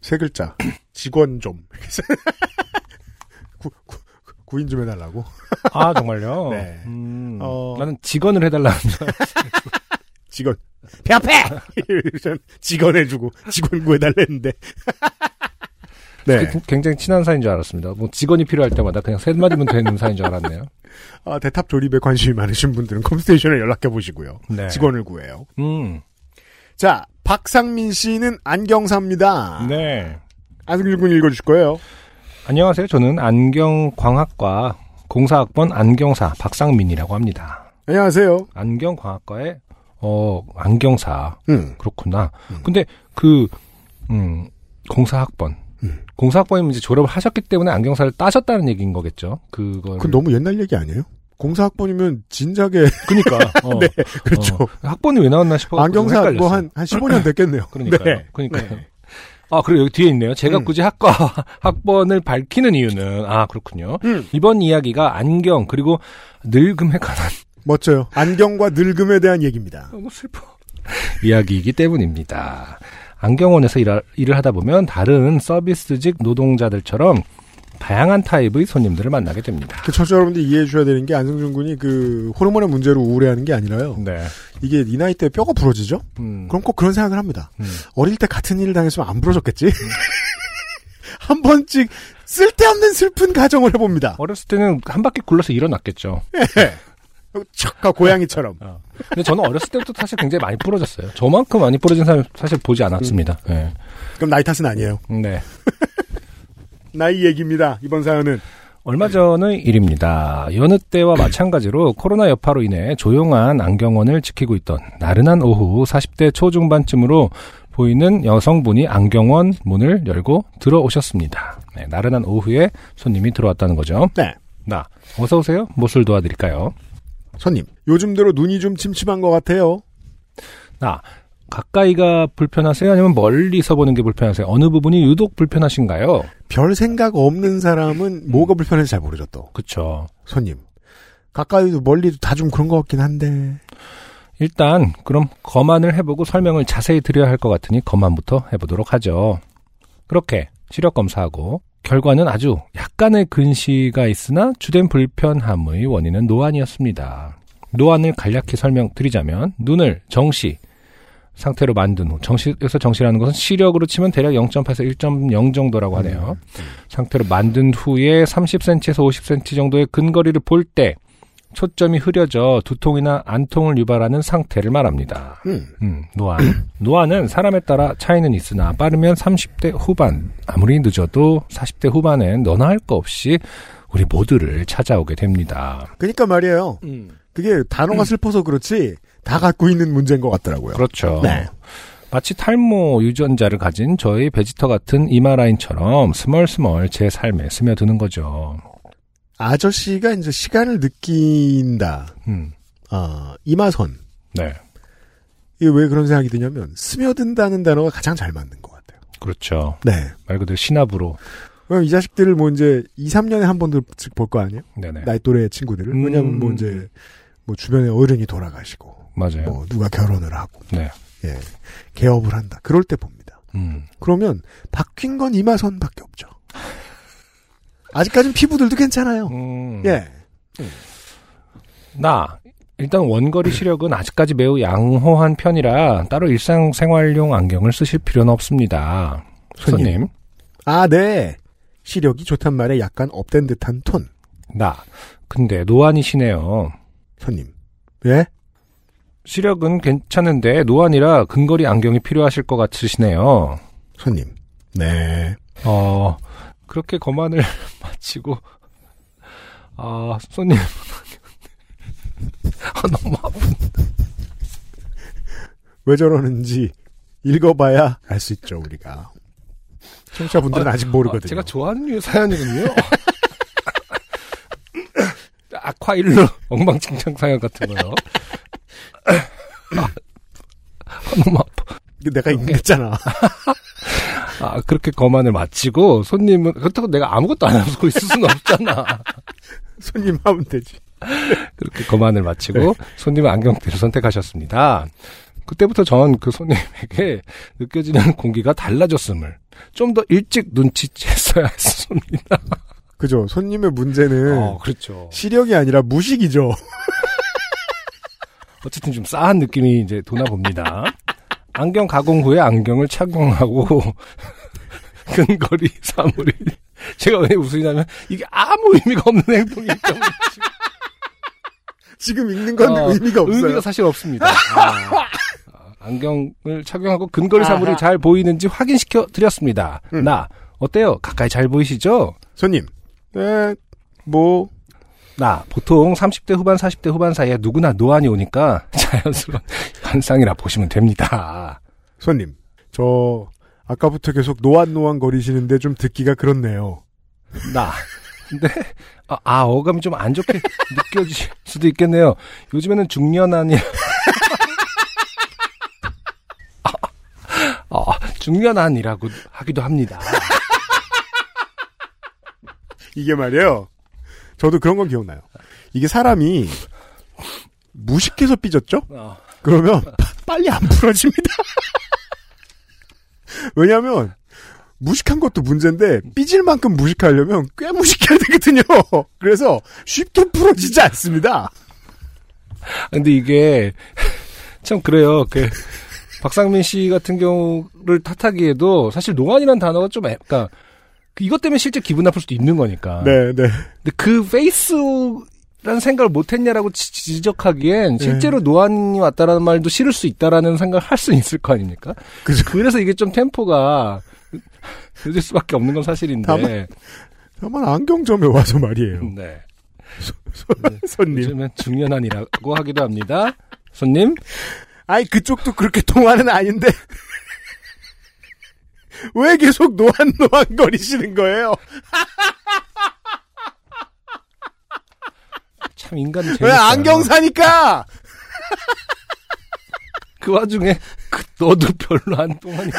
Speaker 1: 세 글자 [clears throat] 직원 좀 [laughs] 구, 구, 구인 좀 해달라고.
Speaker 2: 아, [laughs] 정말요?
Speaker 1: 네.
Speaker 2: 음,
Speaker 1: 어.
Speaker 2: 나는 직원을 해달라는 줄 알았어요.
Speaker 1: 직원 배 아파. 이러면 직원 해주고 직원 구해달랬는데. [laughs] 네.
Speaker 2: 그- 굉장히 친한 사이인 줄 알았습니다. 뭐 직원이 필요할 때마다 그냥 셋 마디면 되는 사이인 줄 알았네요.
Speaker 1: 아, 대탑 조립에 관심이 많으신 분들은 컴스테이션에 연락해 보시고요.
Speaker 2: [laughs] 네.
Speaker 1: 직원을 구해요.
Speaker 2: 음,
Speaker 1: 자, 박상민 씨는 안경사입니다.
Speaker 2: 네.
Speaker 1: 안승준 군 읽어주실 거예요.
Speaker 2: 안녕하세요. 저는 안경광학과 공사학번 안경사 박상민이라고 합니다.
Speaker 1: 안녕하세요.
Speaker 2: 안경광학과의 어, 안경사.
Speaker 1: 음.
Speaker 2: 그렇구나. 근데 그, 음, 공사학번.
Speaker 1: 음.
Speaker 2: 공사학번이면 이제 졸업을 하셨기 때문에 안경사를 따셨다는 얘기인 거겠죠. 그걸.
Speaker 1: 그 너무 옛날 얘기 아니에요? 공사학번이면 진작에
Speaker 2: 그니까. 네. [laughs] 어,
Speaker 1: 네, [laughs] 그렇죠.
Speaker 2: 어. 학번이 왜 나왔나 싶어서.
Speaker 1: 안경사
Speaker 2: 헷갈렸어요.
Speaker 1: 뭐한한 15년 됐겠네요.
Speaker 2: 그러니까요.
Speaker 1: 네.
Speaker 2: 그러니까요. 아, 그리고 여기 뒤에 있네요. 제가
Speaker 1: 음.
Speaker 2: 굳이 학과 [laughs] 학번을 밝히는 이유는 아, 그렇군요.
Speaker 1: 음.
Speaker 2: 이번 이야기가 안경 그리고 늙음에 관한
Speaker 1: 멋져요. 안경과 늙음에 대한 얘기입니다.
Speaker 2: 너무 뭐 슬퍼. [laughs] 이야기이기 때문입니다. 안경원에서 일 일을 하다 보면 다른 서비스직 노동자들처럼 다양한 타입의 손님들을 만나게 됩니다.
Speaker 1: 그 청취자 여러분들이 이해해 주셔야 되는 게 안승준 군이 그 호르몬의 문제로 우울해하는 게 아니라요.
Speaker 2: 네.
Speaker 1: 이게 이 나이 때 뼈가 부러지죠?
Speaker 2: 음.
Speaker 1: 그럼 꼭 그런 생각을 합니다.
Speaker 2: 음.
Speaker 1: 어릴 때 같은 일을 당했으면 안 부러졌겠지? [laughs] 한 번씩 쓸데없는 슬픈 가정을 해봅니다.
Speaker 2: 어렸을 때는 한 바퀴 굴러서 일어났겠죠. 어.
Speaker 1: 척가 고양이처럼.
Speaker 2: 근데 저는 어렸을 때부터 사실 굉장히 많이 부러졌어요. 저만큼 많이 부러진 사람 사실 보지 않았습니다. 네.
Speaker 1: 그럼 나이 탓은 아니에요.
Speaker 2: 네.
Speaker 1: 나이 얘기입니다. 이번 사연은.
Speaker 2: 얼마 전의 일입니다. 여느 때와 마찬가지로 코로나 여파로 인해 조용한 안경원을 지키고 있던 나른한 오후 40대 초중반쯤으로 보이는 여성분이 안경원 문을 열고 들어오셨습니다. 네, 나른한 오후에 손님이 들어왔다는 거죠.
Speaker 1: 네.
Speaker 2: 나, 어서오세요. 무엇을 도와드릴까요?
Speaker 1: 손님. 요즘 들어 눈이 좀 침침한 것 같아요.
Speaker 2: 나, 가까이가 불편하세요? 아니면 멀리서 보는 게 불편하세요? 어느 부분이 유독 불편하신가요?
Speaker 1: 별 생각 없는 사람은 뭐가 불편한지 잘 모르죠 또
Speaker 2: 그쵸.
Speaker 1: 손님 가까이도 멀리도 다 좀 그런 것 같긴 한데
Speaker 2: 일단 그럼 검안을 해보고 설명을 자세히 드려야 할 것 같으니 검안부터 해보도록 하죠. 그렇게 시력 검사하고 결과는 아주 약간의 근시가 있으나 주된 불편함의 원인은 노안이었습니다. 노안을 간략히 설명드리자면 눈을 정시 상태로 만든 후 정시에서 정시라는 것은 시력으로 치면 대략 0.8에서 1.0 정도라고 하네요. 상태로 만든 후에 30cm에서 50cm 정도의 근거리를 볼때 초점이 흐려져 두통이나 안통을 유발하는 상태를 말합니다.
Speaker 1: 음.
Speaker 2: 음, 노안. 노안은 사람에 따라 차이는 있으나 빠르면 30대 후반, 아무리 늦어도 40대 후반엔 너나 할 거 없이 우리 모두를 찾아오게 됩니다.
Speaker 1: 그러니까 말이에요
Speaker 2: 음.
Speaker 1: 그게 단어가 슬퍼서 그렇지 다 갖고 있는 문제인 것 같더라고요
Speaker 2: 그렇죠.
Speaker 1: 네.
Speaker 2: 마치 탈모 유전자를 가진 저의 베지터 같은 이마라인처럼 스멀스멀 제 삶에 스며드는 거죠.
Speaker 1: 아저씨가 이제 시간을 느낀다
Speaker 2: 음,
Speaker 1: 아, 이마선
Speaker 2: 네.
Speaker 1: 이게 왜 그런 생각이 드냐면 스며든다는 단어가 가장 잘 맞는 것 같아요
Speaker 2: 그렇죠.
Speaker 1: 네
Speaker 2: 말 그대로 신압으로.
Speaker 1: 그럼 이 자식들을 뭐 이제 2, 3년에 한 번씩 볼 거 아니에요?
Speaker 2: 네네.
Speaker 1: 나이 또래 친구들을.
Speaker 2: 음.
Speaker 1: 왜냐면 뭐 이제 뭐 주변에 어른이 돌아가시고
Speaker 2: 맞아요.
Speaker 1: 뭐 누가 결혼을 하고
Speaker 2: 네.
Speaker 1: 예. 개업을 한다. 그럴 때 봅니다.
Speaker 2: 음,
Speaker 1: 그러면 바뀐 건 이마선밖에 없죠. 아직까지는 피부들도 괜찮아요.
Speaker 2: 음.
Speaker 1: 예.
Speaker 2: 나 일단 원거리 시력은 아직까지 매우 양호한 편이라 따로 일상생활용 안경을 쓰실 필요는 없습니다.
Speaker 1: 손님.
Speaker 2: 손님,
Speaker 1: 아, 네. 시력이 좋단 말에 약간 업된 듯한 톤.
Speaker 2: 나 근데 노안이시네요.
Speaker 1: 손님. 예?
Speaker 2: 시력은 괜찮은데 노안이라 근거리 안경이 필요하실 것 같으시네요.
Speaker 1: 손님. 네.
Speaker 2: 어 그렇게 거만을 [laughs] 마치고 아 손님 아, 너무 아파.
Speaker 1: 왜 저러는지 읽어봐야 알 수 있죠, 우리가. 청취자분들은 아, 직 모르거든요.
Speaker 2: 제가 좋아하는 류의 사연이군요. [laughs] 아콰일로 엉망진창 사연 같은 거요. 아, 너무 아파.
Speaker 1: 내가 읽겠잖아. [laughs]
Speaker 2: 아, 그렇게 거만을 마치고 손님은 그렇다고 내가 아무것도 안 하고 있을 수는 없잖아.
Speaker 1: 손님 하면 되지.
Speaker 2: 그렇게 거만을
Speaker 1: 네.
Speaker 2: 마치고 손님은 안경대를 선택하셨습니다. 그때부터 전 그 손님에게 느껴지는 공기가 달라졌음을 좀 더 일찍 눈치챘어야 했습니다.
Speaker 1: 그죠. 손님의 문제는
Speaker 2: 어, 그렇죠.
Speaker 1: 시력이 아니라 무식이죠. [laughs]
Speaker 2: 어쨌든 좀 싸한 느낌이 이제 도나 봅니다. 안경 가공 후에 안경을 착용하고 [laughs] 근거리 사물이 제가 왜 웃으냐면 이게 아무 의미가 없는 행동이기 때문에
Speaker 1: 지금 읽는 건
Speaker 2: 어,
Speaker 1: 의미가 없어요.
Speaker 2: 의미가 사실 없습니다. 아, 아, 안경을 착용하고 근거리 사물이 잘 보이는지 확인시켜 드렸습니다.
Speaker 1: 음.
Speaker 2: 나 어때요? 가까이 잘 보이시죠?
Speaker 1: 손님. 네, 뭐
Speaker 2: 나 보통 30대 후반 40대 후반 사이에 누구나 노안이 오니까 자연스러운 [laughs] 현상이라 보시면 됩니다.
Speaker 1: 손님. 저 아까부터 계속 노안노안 거리시는데 좀 듣기가 그렇네요.
Speaker 2: 나. 근데 아, 아, 어감이 좀 안 좋게 느껴질 [laughs] 수도 있겠네요. 요즘에는 [laughs] 중년안이 아, 아, 중년안이라고 하기도 합니다.
Speaker 1: 이게 말이에요. 저도 그런 건 기억나요. 이게 사람이 무식해서 삐졌죠?
Speaker 2: 어,
Speaker 1: 그러면 파- 빨리 안 풀어집니다. [laughs] 왜냐하면 무식한 것도 문제인데 삐질 만큼 무식하려면 꽤 무식해야 되거든요. [laughs] 그래서 쉽게 풀어지지 않습니다.
Speaker 2: 근데 이게 참 그래요. 그 박상민 씨 같은 경우를 탓하기에도 사실 노안이라는 단어가 좀 애- 그러니까 그 이것 때문에 실제 기분 나쁠 수도 있는 거니까.
Speaker 1: 네, 네.
Speaker 2: 근데 그 페이스라는 생각을 못했냐라고 지- 지적하기엔
Speaker 1: 네.
Speaker 2: 실제로 노안이 왔다라는 말도 싫을 수 있다라는 생각을 할 수 있을 거 아닙니까?
Speaker 1: 그죠.
Speaker 2: 그래서 이게 좀 템포가 늦을 수밖에 없는 건 사실인데.
Speaker 1: 다만- 다만 안경점에 와서 말이에요.
Speaker 2: 네.
Speaker 1: [laughs] 손님.
Speaker 2: 요즘엔 중년안이라고 하기도 합니다. 손님,
Speaker 1: 아이 그쪽도 그렇게 통화는 아닌데 [laughs] 왜 계속 노안노안 거리시는 거예요?
Speaker 2: 참 인간이
Speaker 1: 그러니까.
Speaker 2: 재밌어요.
Speaker 1: 왜 안경 사니까?
Speaker 2: 그 와중에 그 너도 별로 안 통하니까.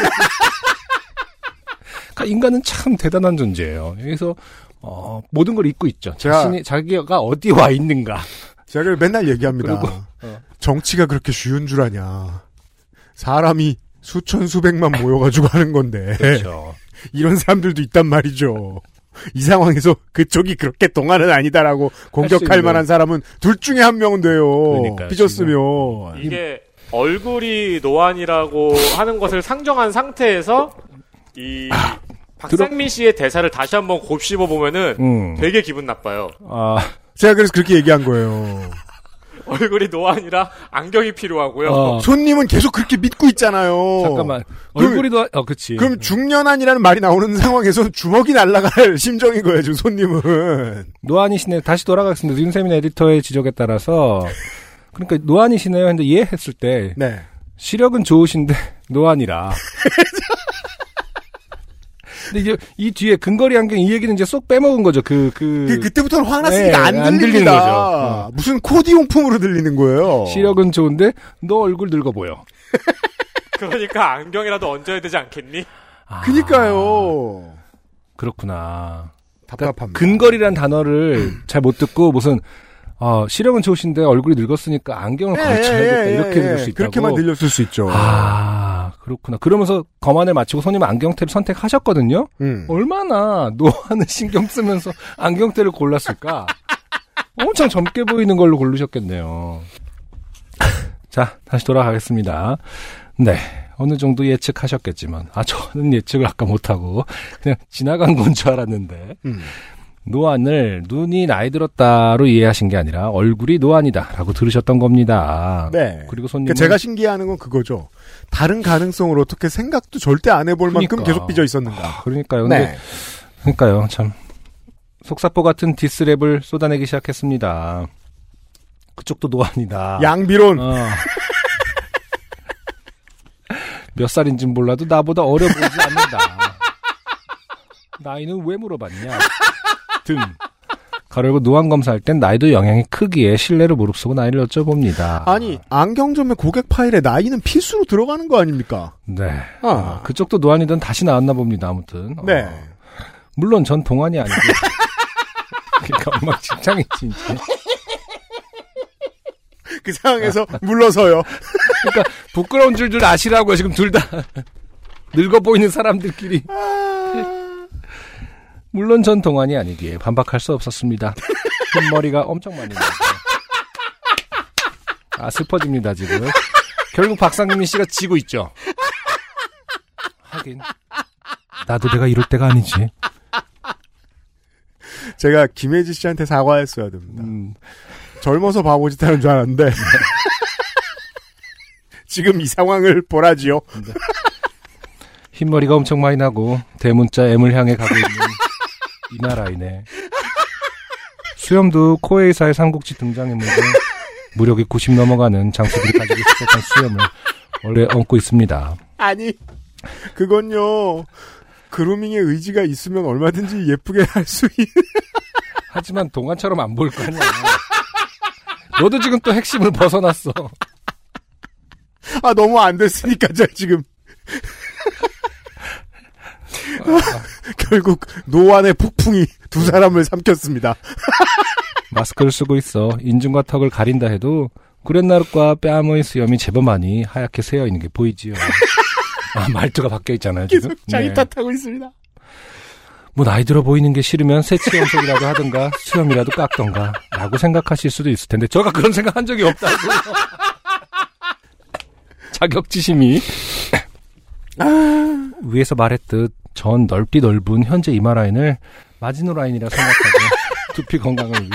Speaker 2: 그러니까 인간은 참 대단한 존재예요. 여기서 어, 모든 걸 잊고 있죠.
Speaker 1: 제가-
Speaker 2: 자신이 자기가 어디 와 있는가.
Speaker 1: 제가 맨날 얘기합니다. 어.
Speaker 2: 그리고,
Speaker 1: 정치가 그렇게 쉬운 줄 아냐. 사람이 수천 수백만 모여가지고 하는 건데
Speaker 2: [laughs] 그렇죠.
Speaker 1: 이런 사람들도 있단 말이죠. 이 상황에서 그쪽이 그렇게 동안은 아니다라고 공격할
Speaker 2: 있는.
Speaker 1: 만한 사람은 둘 중에 한 명은 돼요.
Speaker 2: 그러니까요,
Speaker 1: 삐졌으면
Speaker 7: 이게 얼굴이 노안이라고 하는 것을 상정한 상태에서 이
Speaker 2: 아,
Speaker 7: 박상민 씨의 대사를 다시 한번 곱씹어 보면은
Speaker 2: 음.
Speaker 7: 되게 기분 나빠요.
Speaker 2: 아,
Speaker 1: 제가 그래서 그렇게 얘기한 거예요.
Speaker 7: 얼굴이 노안이라 안경이 필요하고요.
Speaker 2: 어,
Speaker 1: 손님은 계속 그렇게 믿고 있잖아요.
Speaker 2: 잠깐만.
Speaker 1: 그-
Speaker 2: 얼굴이 더, 어, 그치.
Speaker 1: 그럼 중년한이라는 말이 나오는 상황에서 주먹이 날아갈 [laughs] 심정인 거예요, 지금 손님은.
Speaker 2: 노안이 시네 다시 돌아가겠습니다. 윤세민 에디터의 지적에 따라서 그러니까 노안이 시네요. 근데 이해했을 때
Speaker 1: 네.
Speaker 2: 시력은 좋으신데 [laughs] 노안이라. 근데 이제 이 뒤에 근거리 안경 이 얘기는 이제 쏙 빼먹은 거죠. 그 그,
Speaker 1: 그, 그때부터는 화났으니까
Speaker 2: 네,
Speaker 1: 안
Speaker 2: 안 들리는
Speaker 1: 들립니다. 아,
Speaker 2: 거죠. 어.
Speaker 1: 무슨 코디용품으로 들리는 거예요.
Speaker 2: 시력은 좋은데 너 얼굴 늙어 보여.
Speaker 7: 그러니까 안경이라도 얹어야 되지 않겠니?
Speaker 2: 음.
Speaker 1: 아, 그니까요.
Speaker 2: 그렇구나.
Speaker 1: 답답합니다.
Speaker 2: 그러니까
Speaker 1: 음.
Speaker 2: 근거리란 단어를 잘 못 듣고 무슨 어, 시력은 좋으신데 얼굴이 늙었으니까
Speaker 1: 예,
Speaker 2: 안경을 걸쳐야겠다 이렇게 들을 수 있다고.
Speaker 1: 그렇게만 들렸을 수 있죠.
Speaker 2: 아 그렇구나. 그러면서 검안을 마치고 손님 안경테를 선택하셨거든요.
Speaker 1: 음.
Speaker 2: 얼마나 노안을 [laughs] 신경 쓰면서 안경테를 골랐을까? 엄청 젊게 보이는 걸로 고르셨겠네요. 자, 다시 돌아가겠습니다. 네. 어느 정도 예측하셨겠지만, 아, 저는 예측을 아까 못하고, 그냥 지나간 건 줄 알았는데,
Speaker 1: 음.
Speaker 2: 노안을 눈이 나이 들었다로 이해하신 게 아니라, 얼굴이 노안이다, 라고 들으셨던 겁니다.
Speaker 1: 네.
Speaker 2: 어, 그리고
Speaker 1: 그러니까
Speaker 2: 손님은.
Speaker 1: 제가 신기해하는 건 그거죠. 다른 가능성을 어떻게 생각도 절대 안 해볼 만큼
Speaker 2: 그러니까.
Speaker 1: 계속 삐져 있었는가.
Speaker 2: 아, 그러니까요.
Speaker 1: 네.
Speaker 2: 근데 그러니까요, 참. 속사포 같은 디스랩을 쏟아내기 시작했습니다. 그쪽도 노안이다.
Speaker 1: 양비론.
Speaker 2: 어. 몇 살인진 몰라도 나보다 어려 보이지 않는다. 나이는 왜 물어봤냐? 등. 가려고 노안 검사할 땐 나이도 영향이 크기에 신뢰를 무릅쓰고 나이를 여쭤봅니다.
Speaker 1: 아니, 안경점의 고객 파일에 나이는 필수로 들어가는 거 아닙니까?
Speaker 2: 네.
Speaker 1: 아.
Speaker 2: 그쪽도 노안이든 다시 나왔나 봅니다, 아무튼. 어,
Speaker 1: 네.
Speaker 2: 물론 전 동안이 아니고. 그러니까 엉망진창이지, 이제.
Speaker 1: 그 상황에서
Speaker 2: 아.
Speaker 1: 물러서요.
Speaker 2: 그러니까 부끄러운 줄 줄 아시라고요. 지금 둘 다 늙어 보이는 사람들끼리. 물론 전 동안이 아니기에 반박할 수 없었습니다. 흰머리가 엄청 많이 나요. 아 슬퍼집니다 지금. 결국 박상민 씨가 지고 있죠. 하긴 나도 내가 이럴 때가 아니지.
Speaker 1: 제가 김혜지 씨한테 사과했어야 됩니다.
Speaker 2: 음,
Speaker 1: 젊어서 바보짓 하는 줄 [laughs] 알았는데. 지금 이 상황을 보라지요.
Speaker 2: 흰머리가 엄청 많이 나고 대문자 M을 향해 가고 있는 이 나라이네. 수염도 코에 의사의 삼국지 등장인물로 무력이 90 넘어가는 장수들이 가지고 있었던 수염을 원래 얹고 있습니다.
Speaker 1: 아니, 그건요. 그루밍의 의지가 있으면 얼마든지 예쁘게 할 수 있는.
Speaker 2: 하지만 동안처럼 안 보일 거 아니야. 너도 지금 또 핵심을 벗어났어.
Speaker 1: 아, 너무 안 됐으니까, 저 지금. [laughs] 결국, 노안의 폭풍이 두 사람을 삼켰습니다.
Speaker 2: 마스크를 쓰고 있어 인중과 턱을 가린다 해도 구렛나룻과 뺨의 수염이 제법 많이 하얗게 새어 있는 게 보이지요. 아, 말투가 바뀌어 있잖아요. 지금.
Speaker 1: 계속 자기
Speaker 2: 네.
Speaker 1: 탓하고 있습니다.
Speaker 2: 뭐 나이 들어 보이는 게 싫으면 새치 염색이라도 하든가 [laughs] 수염이라도 깎던가 라고 생각하실 수도 있을 텐데 제가 그런 생각 한 적이 없다고 [laughs] 자격지심이 위에서 말했듯 전 넓디 넓은 현재 이마 라인을 마지노 라인이라 생각하고 두피 건강을 위해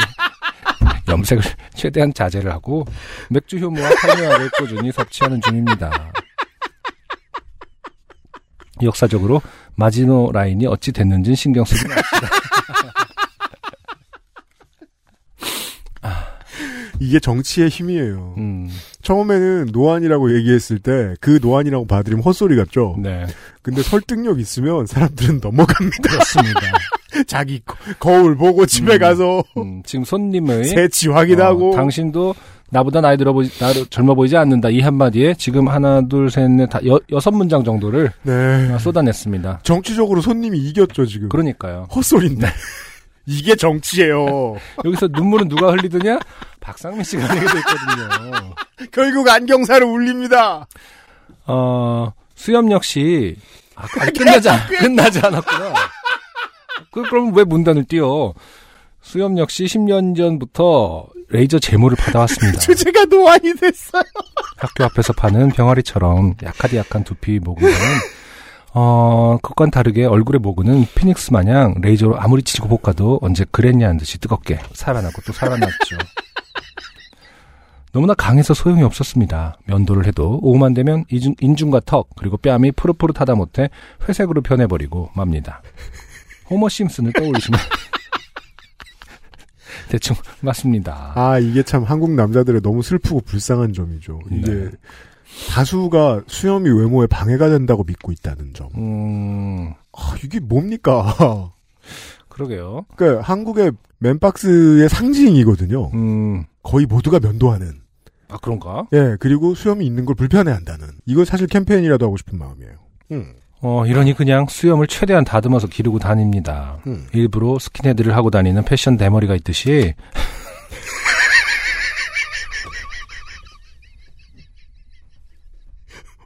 Speaker 2: 염색을 최대한 자제를 하고 맥주 효모와 탈모약을 꾸준히 섭취하는 중입니다. 역사적으로 마지노 라인이 어찌 됐는지는 신경 쓰지 맙시다.
Speaker 1: 이게 정치의 힘이에요.
Speaker 2: 음,
Speaker 1: 처음에는 노안이라고 얘기했을 때 그 노안이라고 봐드리면 헛소리 같죠.
Speaker 2: 네.
Speaker 1: 근데 설득력 있으면 사람들은 [laughs] 넘어갑니다. [laughs]
Speaker 2: 그렇습니다.
Speaker 1: 자기 거- 거울 보고 집에 가서
Speaker 2: 음, 지금 손님의
Speaker 1: 네. 새치 확인하고
Speaker 2: 어, 당신도 나보다 나이 들어 보이 나 젊어 보이지 않는다 이 한마디에 지금 하나 둘셋넷다 여섯 문장 정도를
Speaker 1: 네.
Speaker 2: 쏟아냈습니다.
Speaker 1: 정치적으로 손님이 이겼죠 지금.
Speaker 2: 그러니까요.
Speaker 1: 헛소리인데. [laughs] 이게 [laughs] 정치예요.
Speaker 2: 여기서 눈물은 누가 흘리드냐? [laughs] 박상민 씨가 흘리게 돼 있거든요.
Speaker 1: 결국 안경사를 울립니다.
Speaker 2: 어, 수염 역시 아,
Speaker 1: [laughs]
Speaker 2: 아직 끝나지 않, 끝나지 않았구나. 그, 그럼 왜 문단을 띄어? 수염 역시 10년 전부터 레이저 제모를 받아왔습니다.
Speaker 1: 주제가 노안이 됐어요.
Speaker 2: 학교 앞에서 파는 병아리처럼 약하디 약한 두피 모근은 어, 그건 다르게 얼굴의 모근은 피닉스 마냥 레이저로 아무리 치고 볶아도 언제 그랬냐는 듯이 뜨겁게 살아나고 또 살아났죠. 너무나 강해서 소용이 없었습니다. 면도를 해도 오후만 되면 이중, 인중과 턱 그리고 뺨이 푸릇푸릇하다 못해 회색으로 변해버리고 맙니다. 호머 심슨을 떠올리시면 [laughs] 대충 맞습니다.
Speaker 1: 아 이게 참 한국 남자들의 너무 슬프고 불쌍한 점이죠. 이게
Speaker 2: 네.
Speaker 1: 다수가 수염이 외모에 방해가 된다고 믿고 있다는 점.
Speaker 2: 음,
Speaker 1: 아, 이게 뭡니까? [laughs]
Speaker 2: 그러게요.
Speaker 1: 그러니까 한국의 맨박스의 상징이거든요.
Speaker 2: 음,
Speaker 1: 거의 모두가 면도하는.
Speaker 2: 아 그런가?
Speaker 1: 예, 그리고 수염이 있는 걸 불편해한다는. 이거 사실 캠페인이라도 하고 싶은 마음이에요. 음,
Speaker 2: 어, 이러니 그냥 수염을 최대한 다듬어서 기르고 다닙니다.
Speaker 1: 음.
Speaker 2: 일부러 스킨헤드를 하고 다니는 패션 대머리가 있듯이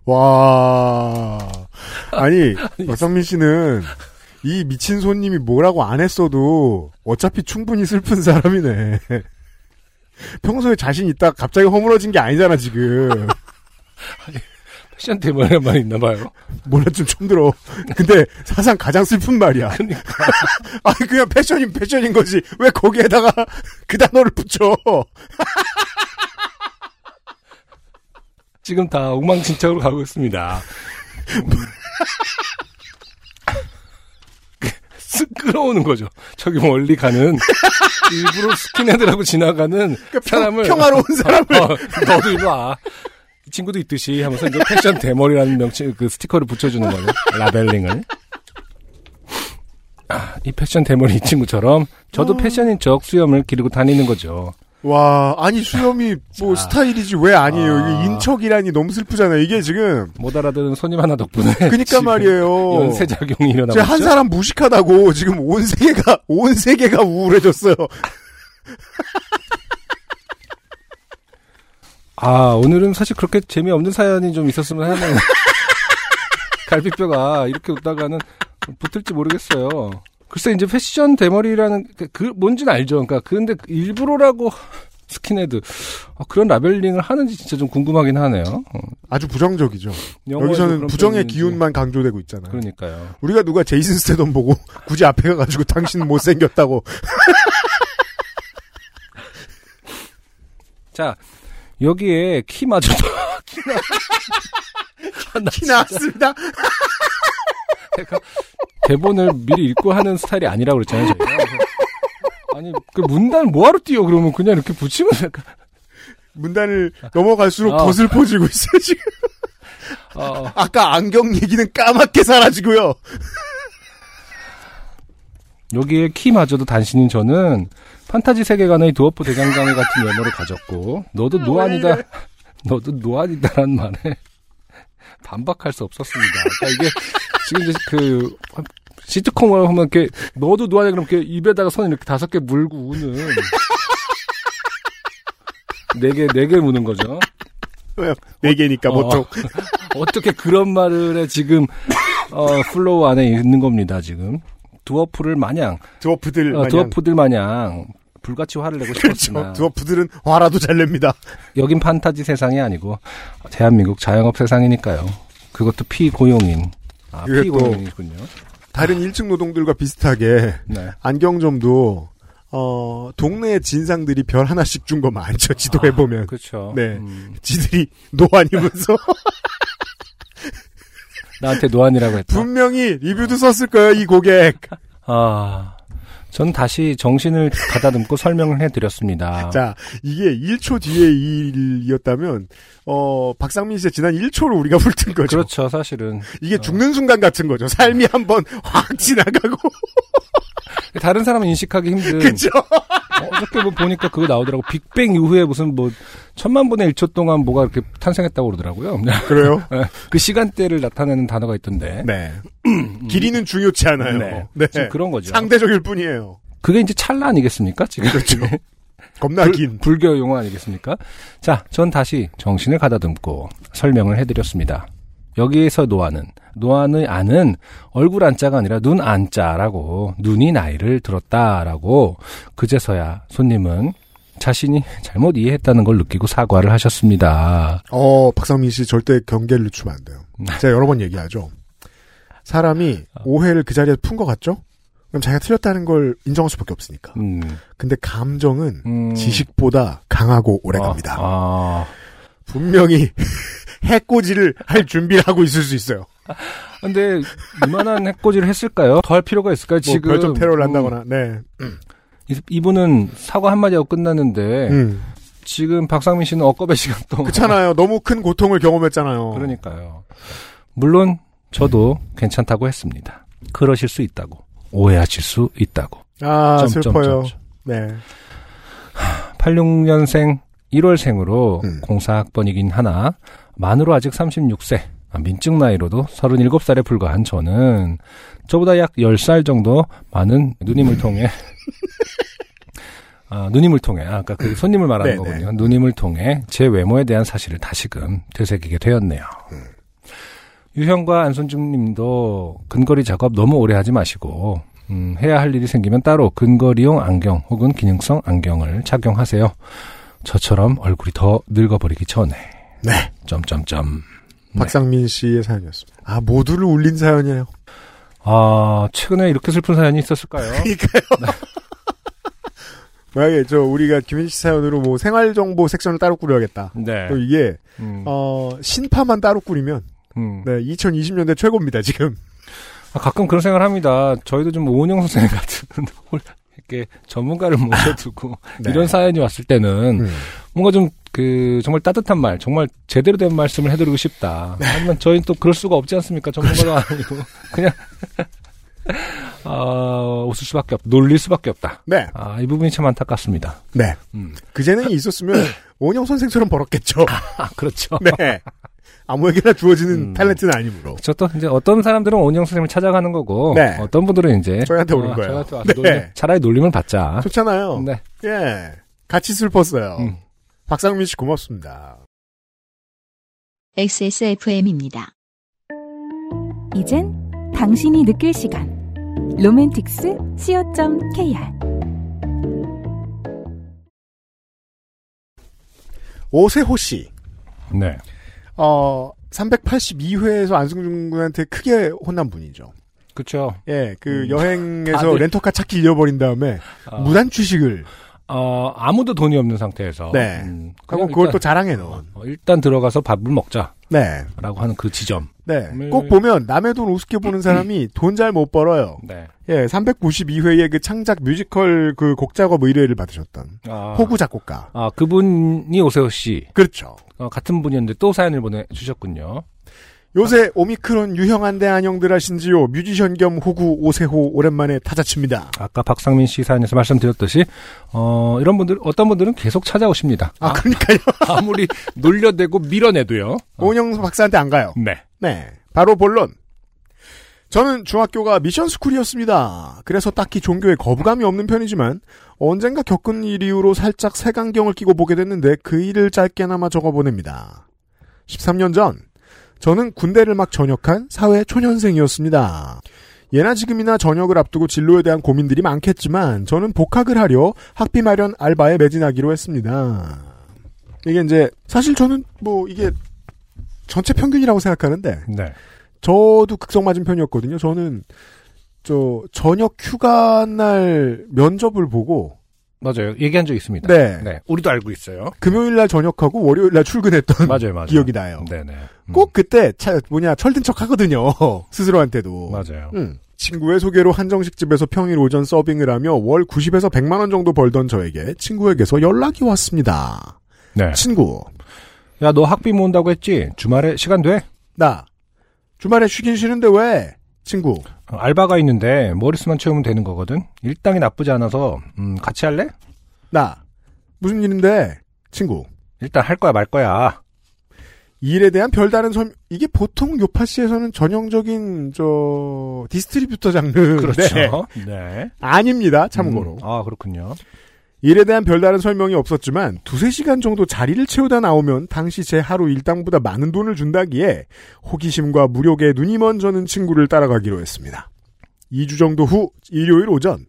Speaker 1: 와.
Speaker 2: [laughs]
Speaker 1: 아니, 박상민 씨는 이 미친 손님이 뭐라고 안 했어도 어차피 충분히 슬픈 사람이네. [laughs] 평소에 자신 있다 갑자기 허물어진 게 아니잖아, 지금. [laughs]
Speaker 2: 패션 대머리란 말이 있나 봐요.
Speaker 1: 몰라, 좀 처음 들어. 근데 사상 가장 슬픈 말이야.
Speaker 2: 그러니까.
Speaker 1: [laughs] 아, 그냥 패션인 패션인 거지. 왜 거기에다가 [laughs] 그 단어를 붙여?
Speaker 2: 지금 다 엉망진창으로 가고 있습니다. [laughs] 쓱 끌어오는 거죠. 저기 멀리 가는 일부러 스킨헤드라고 지나가는 사람을
Speaker 1: 평화로운 사람을.
Speaker 2: [laughs] 어, 너도 일로 와. 이 친구도 있듯이 하면서 이제 패션 대머리라는 명칭 그 스티커를 붙여주는 거예요. 라벨링을. 아, 이 패션 대머리 이 친구처럼
Speaker 1: 아.
Speaker 2: 저도 패션인 척 수염을 기르고 다니는 거죠.
Speaker 1: 와, 아니 수염이 뭐
Speaker 2: 자.
Speaker 1: 스타일이지 왜 아니에요?
Speaker 2: 아.
Speaker 1: 이게 인척이라니 너무 슬프잖아요. 이게 지금
Speaker 2: 못 알아듣는 손님 하나 덕분에. [laughs]
Speaker 1: 그니까
Speaker 2: 지금
Speaker 1: 말이에요.
Speaker 2: 연쇄 작용이 일어나고
Speaker 1: 제한
Speaker 2: 있죠.
Speaker 1: 사람 무식하다고 지금 온 세계가 온 세계가 우울해졌어요.
Speaker 2: 아 오늘은 사실 그렇게 재미없는 사연이 좀 있었으면 하는 [laughs] 갈비뼈가 이렇게 웃다가는 붙을지 모르겠어요. 글쎄 이제 패션 대머리라는 그- 그 뭔지는 알죠. 그러니까 근데 일부러라고 [laughs] 스킨헤드 아, 그런 라벨링을 하는지 진짜 좀 궁금하긴 하네요. 어,
Speaker 1: 아주 부정적이죠.
Speaker 2: 영어에도
Speaker 1: 여기서는
Speaker 2: 그런
Speaker 1: 부정의
Speaker 2: 표현이 있는지.
Speaker 1: 기운만 강조되고 있잖아요.
Speaker 2: 그러니까요.
Speaker 1: 우리가 누가 제이슨 스테돈 보고 굳이 앞에 가가지고 당신
Speaker 2: [laughs]
Speaker 1: 못생겼다고
Speaker 2: 자 여기에 키마저도 [laughs] 키나
Speaker 1: 티 나왔습니다.
Speaker 2: 제가 대본을 미리 읽고 하는 스타일이 아니라고 그랬잖아요, 저희가. 그래서 아니, 그 문단 뭐하러 띄워? 그러면 그냥 이렇게 붙이면 될까?
Speaker 1: 문단을 넘어갈수록
Speaker 2: 아.
Speaker 1: 더 슬퍼지고 있어요, 지금.
Speaker 2: 어,
Speaker 1: 아까 안경 얘기는 까맣게 사라지고요.
Speaker 2: 여기에 키마저도 단신인 저는 판타지 세계관의 두어포 대장장이 같은 외모를 가졌고, 너도 노안이다. [laughs] 너도 노안이다라는 말에 [laughs] 반박할 수 없었습니다. 그러니까 이게 지금 이제 그 시트콤을 하면 이렇게 너도 노안이 그럼 이렇게 입에다가 손 이렇게 다섯 개 물고 우는 [laughs] 네 개 네 개 무는 거죠.
Speaker 1: 왜요? 네 개니까
Speaker 2: 어. [laughs]
Speaker 1: 보통.
Speaker 2: 어떻게 그런 말을 해, 지금, 어, 플로우 안에 있는 겁니다, 지금. 두어프를 마냥,
Speaker 1: 드워프들
Speaker 2: 어,
Speaker 1: 마냥.
Speaker 2: 두어프들 네. 마냥, 불같이 화를 내고
Speaker 1: 그렇죠.
Speaker 2: 싶었으나,
Speaker 1: 드워프들은 화라도 잘 냅니다.
Speaker 2: 여긴 판타지 세상이 아니고, 대한민국 자영업 세상이니까요. 그것도 피고용인. 아,
Speaker 1: 이게 또-
Speaker 2: 피고용인이군요. 아.
Speaker 1: 다른 1층 노동들과 비슷하게
Speaker 2: 네.
Speaker 1: 안경점도 어 동네의 진상들이 별 하나씩 준 거 많죠. 지도에 보면
Speaker 2: 그렇죠.
Speaker 1: 네.
Speaker 2: 음,
Speaker 1: 지들이 [laughs]
Speaker 2: [laughs]
Speaker 1: 노안이면서
Speaker 2: 나한테 노안이라고 했다.
Speaker 1: 분명히 리뷰도 썼을 거예요. 이 고객.
Speaker 2: 아, 전 다시 정신을 가다듬고 설명을 해드렸습니다.
Speaker 1: 자 이게 1초 뒤의 일이었다면 어 박상민 씨의 지난 1초를 우리가 [laughs] 훑은 거죠.
Speaker 2: 그렇죠, 사실은.
Speaker 1: 이게 죽는 순간 같은 거죠. 삶이 한번
Speaker 2: 음.
Speaker 1: 확 지나가고
Speaker 2: 다른 사람은 인식하기 힘든.
Speaker 1: [laughs]
Speaker 2: 어,
Speaker 1: 그죠.
Speaker 2: 어저께 뭐 보니까 그거 나오더라고. 빅뱅 이후에 무슨 뭐 천만 분의 1초 동안 뭐가 이렇게 탄생했다고 그러더라고요. [laughs]
Speaker 1: 그래요?
Speaker 2: 그 시간대를 나타내는 단어가 있던데.
Speaker 1: [laughs] 네. 길이는 중요치 않아요.
Speaker 2: 음. 네.
Speaker 1: 네.
Speaker 2: 지금 그런 거죠.
Speaker 1: 상대적일 뿐이에요.
Speaker 2: 그게 이제 찰나 아니겠습니까? 지금.
Speaker 1: 그렇죠. 겁나
Speaker 2: 네. 불,
Speaker 1: 긴.
Speaker 2: 불교 용어 아니겠습니까? 자, 전 다시 정신을 가다듬고 설명을 해드렸습니다. 여기에서 노안은 노안의 안은 얼굴 안자가 아니라 눈 안자라고 눈이 나이를 들었다라고 그제서야 손님은 자신이 잘못 이해했다는 걸 느끼고 사과를 하셨습니다.
Speaker 1: 어, 박상민 씨 절대 경계를 늦추면 안 돼요.
Speaker 2: 네.
Speaker 1: 제가 여러 번 얘기하죠. 사람이
Speaker 2: 어.
Speaker 1: 오해를 그 자리에 푼 것 같죠? 그럼 자기가 틀렸다는 걸 인정할 수밖에 없으니까.
Speaker 2: 음,
Speaker 1: 근데 감정은
Speaker 2: 음.
Speaker 1: 지식보다 강하고 오래갑니다.
Speaker 2: 아,
Speaker 1: 분명히 [laughs] 해코지를 할 준비를 하고 있을 수 있어요. 뭐
Speaker 2: 아. 근데 이만한 해코지를 했을까요? 더 할 필요가 있을까요?
Speaker 1: 뭐
Speaker 2: 지금
Speaker 1: 별점
Speaker 2: 음,
Speaker 1: 테러를 한다거나. 네.
Speaker 2: 이- 이분은 사과 한마디하고 끝났는데
Speaker 1: 음.
Speaker 2: 지금 박상민 씨는 억겁의 시간 동안
Speaker 1: 그렇잖아요. 너무 큰 고통을 경험했잖아요.
Speaker 2: 그러니까요. 물론 저도 괜찮다고 했습니다. 그러실 수 있다고. 오해하실 수 있다고.
Speaker 1: 아,
Speaker 2: 점, 점,
Speaker 1: 슬퍼요.
Speaker 2: 점, 점.
Speaker 1: 네.
Speaker 2: 86년생 1월생으로
Speaker 1: 음.
Speaker 2: 공사학번이긴 하나 만으로 아직 36세 아, 민증 나이로도 37살에 불과한 저는 저보다 약 10살 정도 많은 누님을
Speaker 1: [laughs]
Speaker 2: 통해 아, 누님을 통해 아, 아까 그 손님을 말하는
Speaker 1: 네,
Speaker 2: 거군요. 누님을 통해 제 외모에 대한 사실을 다시금 되새기게 되었네요.
Speaker 1: 음.
Speaker 2: 유형과 안선중님도 근거리 작업 너무 오래 하지 마시고 음, 해야 할 일이 생기면 따로 근거리용 안경 혹은 기능성 안경을 착용하세요. 저처럼 얼굴이 더 늙어버리기 전에.
Speaker 1: 네.
Speaker 2: 점점점.
Speaker 1: 박상민 씨의 사연이었습니다. 아, 모두를 울린 사연이에요.
Speaker 2: 아 최근에 이렇게 슬픈 사연이 있었을까요?
Speaker 1: 그러니까. 만약에 아, 예, 저 우리가 김현식 씨 사연으로 뭐 생활 정보 섹션을 따로 꾸려야겠다.
Speaker 2: 네.
Speaker 1: 또 이게
Speaker 2: 음,
Speaker 1: 어 신파만 따로 꾸리면
Speaker 2: 음.
Speaker 1: 네 2020년대 최고입니다 지금.
Speaker 2: 아, 가끔 그런 생각을 합니다. 저희도 좀 오은영 선생님 같은 [laughs] 홀- 이렇게 전문가를 [laughs] 모셔두고
Speaker 1: 네.
Speaker 2: 이런 사연이 왔을 때는
Speaker 1: 음.
Speaker 2: 뭔가 좀 그 정말 따뜻한 말, 정말 제대로 된 말씀을 해드리고 싶다.
Speaker 1: 네.
Speaker 2: 하지만 저희는 또 그럴 수가 없지 않습니까? 전문가도
Speaker 1: [laughs]
Speaker 2: 아니고 그냥 [laughs] 아, 웃을 수밖에 없, 놀릴 수밖에 없다.
Speaker 1: 네,
Speaker 2: 아, 이 부분이 참 안타깝습니다.
Speaker 1: 네.
Speaker 2: 음.
Speaker 1: 그 재능이
Speaker 2: [laughs]
Speaker 1: 있었으면 온영 선생처럼 벌었겠죠.
Speaker 2: 아, 그렇죠.
Speaker 1: 네. 아무에게나 주어지는
Speaker 2: 음.
Speaker 1: 탤런트는 아니므로.
Speaker 2: 저 또 이제 어떤 사람들은 온영 선생님을 찾아가는 거고
Speaker 1: 네.
Speaker 2: 어떤 분들은 이제
Speaker 1: 저희한테 오는
Speaker 2: 아,
Speaker 1: 거예요.
Speaker 2: 저희한테 와서
Speaker 1: 네.
Speaker 2: 놀리- 차라리 놀림을 받자.
Speaker 1: 좋잖아요.
Speaker 2: 네.
Speaker 1: 예, 같이 슬펐어요.
Speaker 2: 음.
Speaker 1: 박상민 씨 고맙습니다.
Speaker 3: XSFM입니다.
Speaker 6: 이젠 당신이 느낄 시간. 로맨틱스 co.kr
Speaker 1: 오세호 씨,
Speaker 2: 네.
Speaker 1: 어 382회에서 안승준 군한테 크게 혼난 분이죠.
Speaker 2: 그렇죠.
Speaker 1: 예, 그
Speaker 2: 음.
Speaker 1: 여행에서
Speaker 2: 아, 네.
Speaker 1: 렌터카 찾기 잃어버린 다음에
Speaker 2: 아,
Speaker 1: 무단 취식을
Speaker 2: 어, 아무도 돈이 없는 상태에서
Speaker 1: 네.
Speaker 2: 음,
Speaker 1: 하고
Speaker 2: 그냥
Speaker 1: 그걸 또
Speaker 2: 일단,
Speaker 1: 자랑해 놓은.
Speaker 2: 어, 일단 들어가서 밥을 먹자라고
Speaker 1: 네.
Speaker 2: 하는 그 지점.
Speaker 1: 네.
Speaker 2: 음.
Speaker 1: 꼭 보면 남의 돈 우습게 보는 사람이 돈 잘 못 벌어요.
Speaker 2: 네.
Speaker 1: 예, 392회에 그 창작 뮤지컬 그 곡 작업 의뢰를 받으셨던
Speaker 2: 아,
Speaker 1: 호구 작곡가.
Speaker 2: 아 그분이 오세호 씨
Speaker 1: 그렇죠.
Speaker 2: 어, 같은 분이었는데 또 사연을 보내주셨군요.
Speaker 1: 요새 오미크론 유형한데 안녕들 하신지요. 뮤지션 겸 호구 오세호 오랜만에 타자칩니다.
Speaker 2: 아까 박상민 씨 사연에서 말씀드렸듯이 어, 이런 분들 어떤 분들은 계속 찾아오십니다.
Speaker 1: [laughs] 아, 그러니까요.
Speaker 2: 아무리 놀려대고 밀어내도요. 어,
Speaker 1: 오은영 박사한테 안 가요.
Speaker 2: 네.
Speaker 1: 네. 바로 본론. 저는 중학교가 미션스쿨이었습니다. 그래서 딱히 종교에 거부감이 없는 편이지만 언젠가 겪은 일 이후로 살짝 색안경을 끼고 보게 됐는데 그 일을 짧게나마 적어보냅니다. 13년 전 저는 군대를 막 전역한 사회 초년생이었습니다. 예나 지금이나 전역을 앞두고 진로에 대한 고민들이 많겠지만 저는 복학을 하려 학비 마련 알바에 매진하기로 했습니다. 이게 이제 사실 저는 뭐 이게 전체 평균이라고 생각하는데
Speaker 2: 네.
Speaker 1: 저도 극성 맞은 편이었거든요. 저는 저 저녁 휴가 날 면접을 보고
Speaker 2: 맞아요. 얘기한 적 있습니다.
Speaker 1: 네.
Speaker 2: 우리도 알고 있어요.
Speaker 1: 금요일 날 저녁하고 월요일 날 출근했던
Speaker 2: 맞아요, 맞아요.
Speaker 1: 음, [laughs] 기억이 나요.
Speaker 2: 네네. 음,
Speaker 1: 꼭 그때 차, 뭐냐 철든 척 하거든요. [laughs] 스스로한테도.
Speaker 2: 맞아요.
Speaker 1: 음. 친구의 소개로 한정식 집에서 평일 오전 서빙을 하며 월 90에서 100만 원 정도 벌던 저에게 친구에게서 연락이 왔습니다.
Speaker 2: 네.
Speaker 1: 친구,
Speaker 2: 야, 너 학비 모은다고 했지? 주말에 시간 돼?
Speaker 1: 나 주말에 쉬긴 쉬는데 왜? 친구,
Speaker 2: 어, 알바가 있는데 머리수만 채우면 되는 거거든. 일당이 나쁘지 않아서 음, 같이 할래?
Speaker 1: 나 무슨 일인데? 친구,
Speaker 2: 일단 할 거야 말 거야.
Speaker 1: 일에 대한 별다른 설 이게 보통 요파 씨에서는 전형적인 저 디스트리뷰터 장르 네.
Speaker 2: 네.
Speaker 1: 아닙니다 참고로
Speaker 2: 음, 아 그렇군요.
Speaker 1: 일에 대한 별다른 설명이 없었지만 두세 시간 정도 자리를 채우다 나오면 당시 제 하루 일당보다 많은 돈을 준다기에 호기심과 무력에 눈이 먼저는 친구를 따라가기로 했습니다. 2주 정도 후 일요일 오전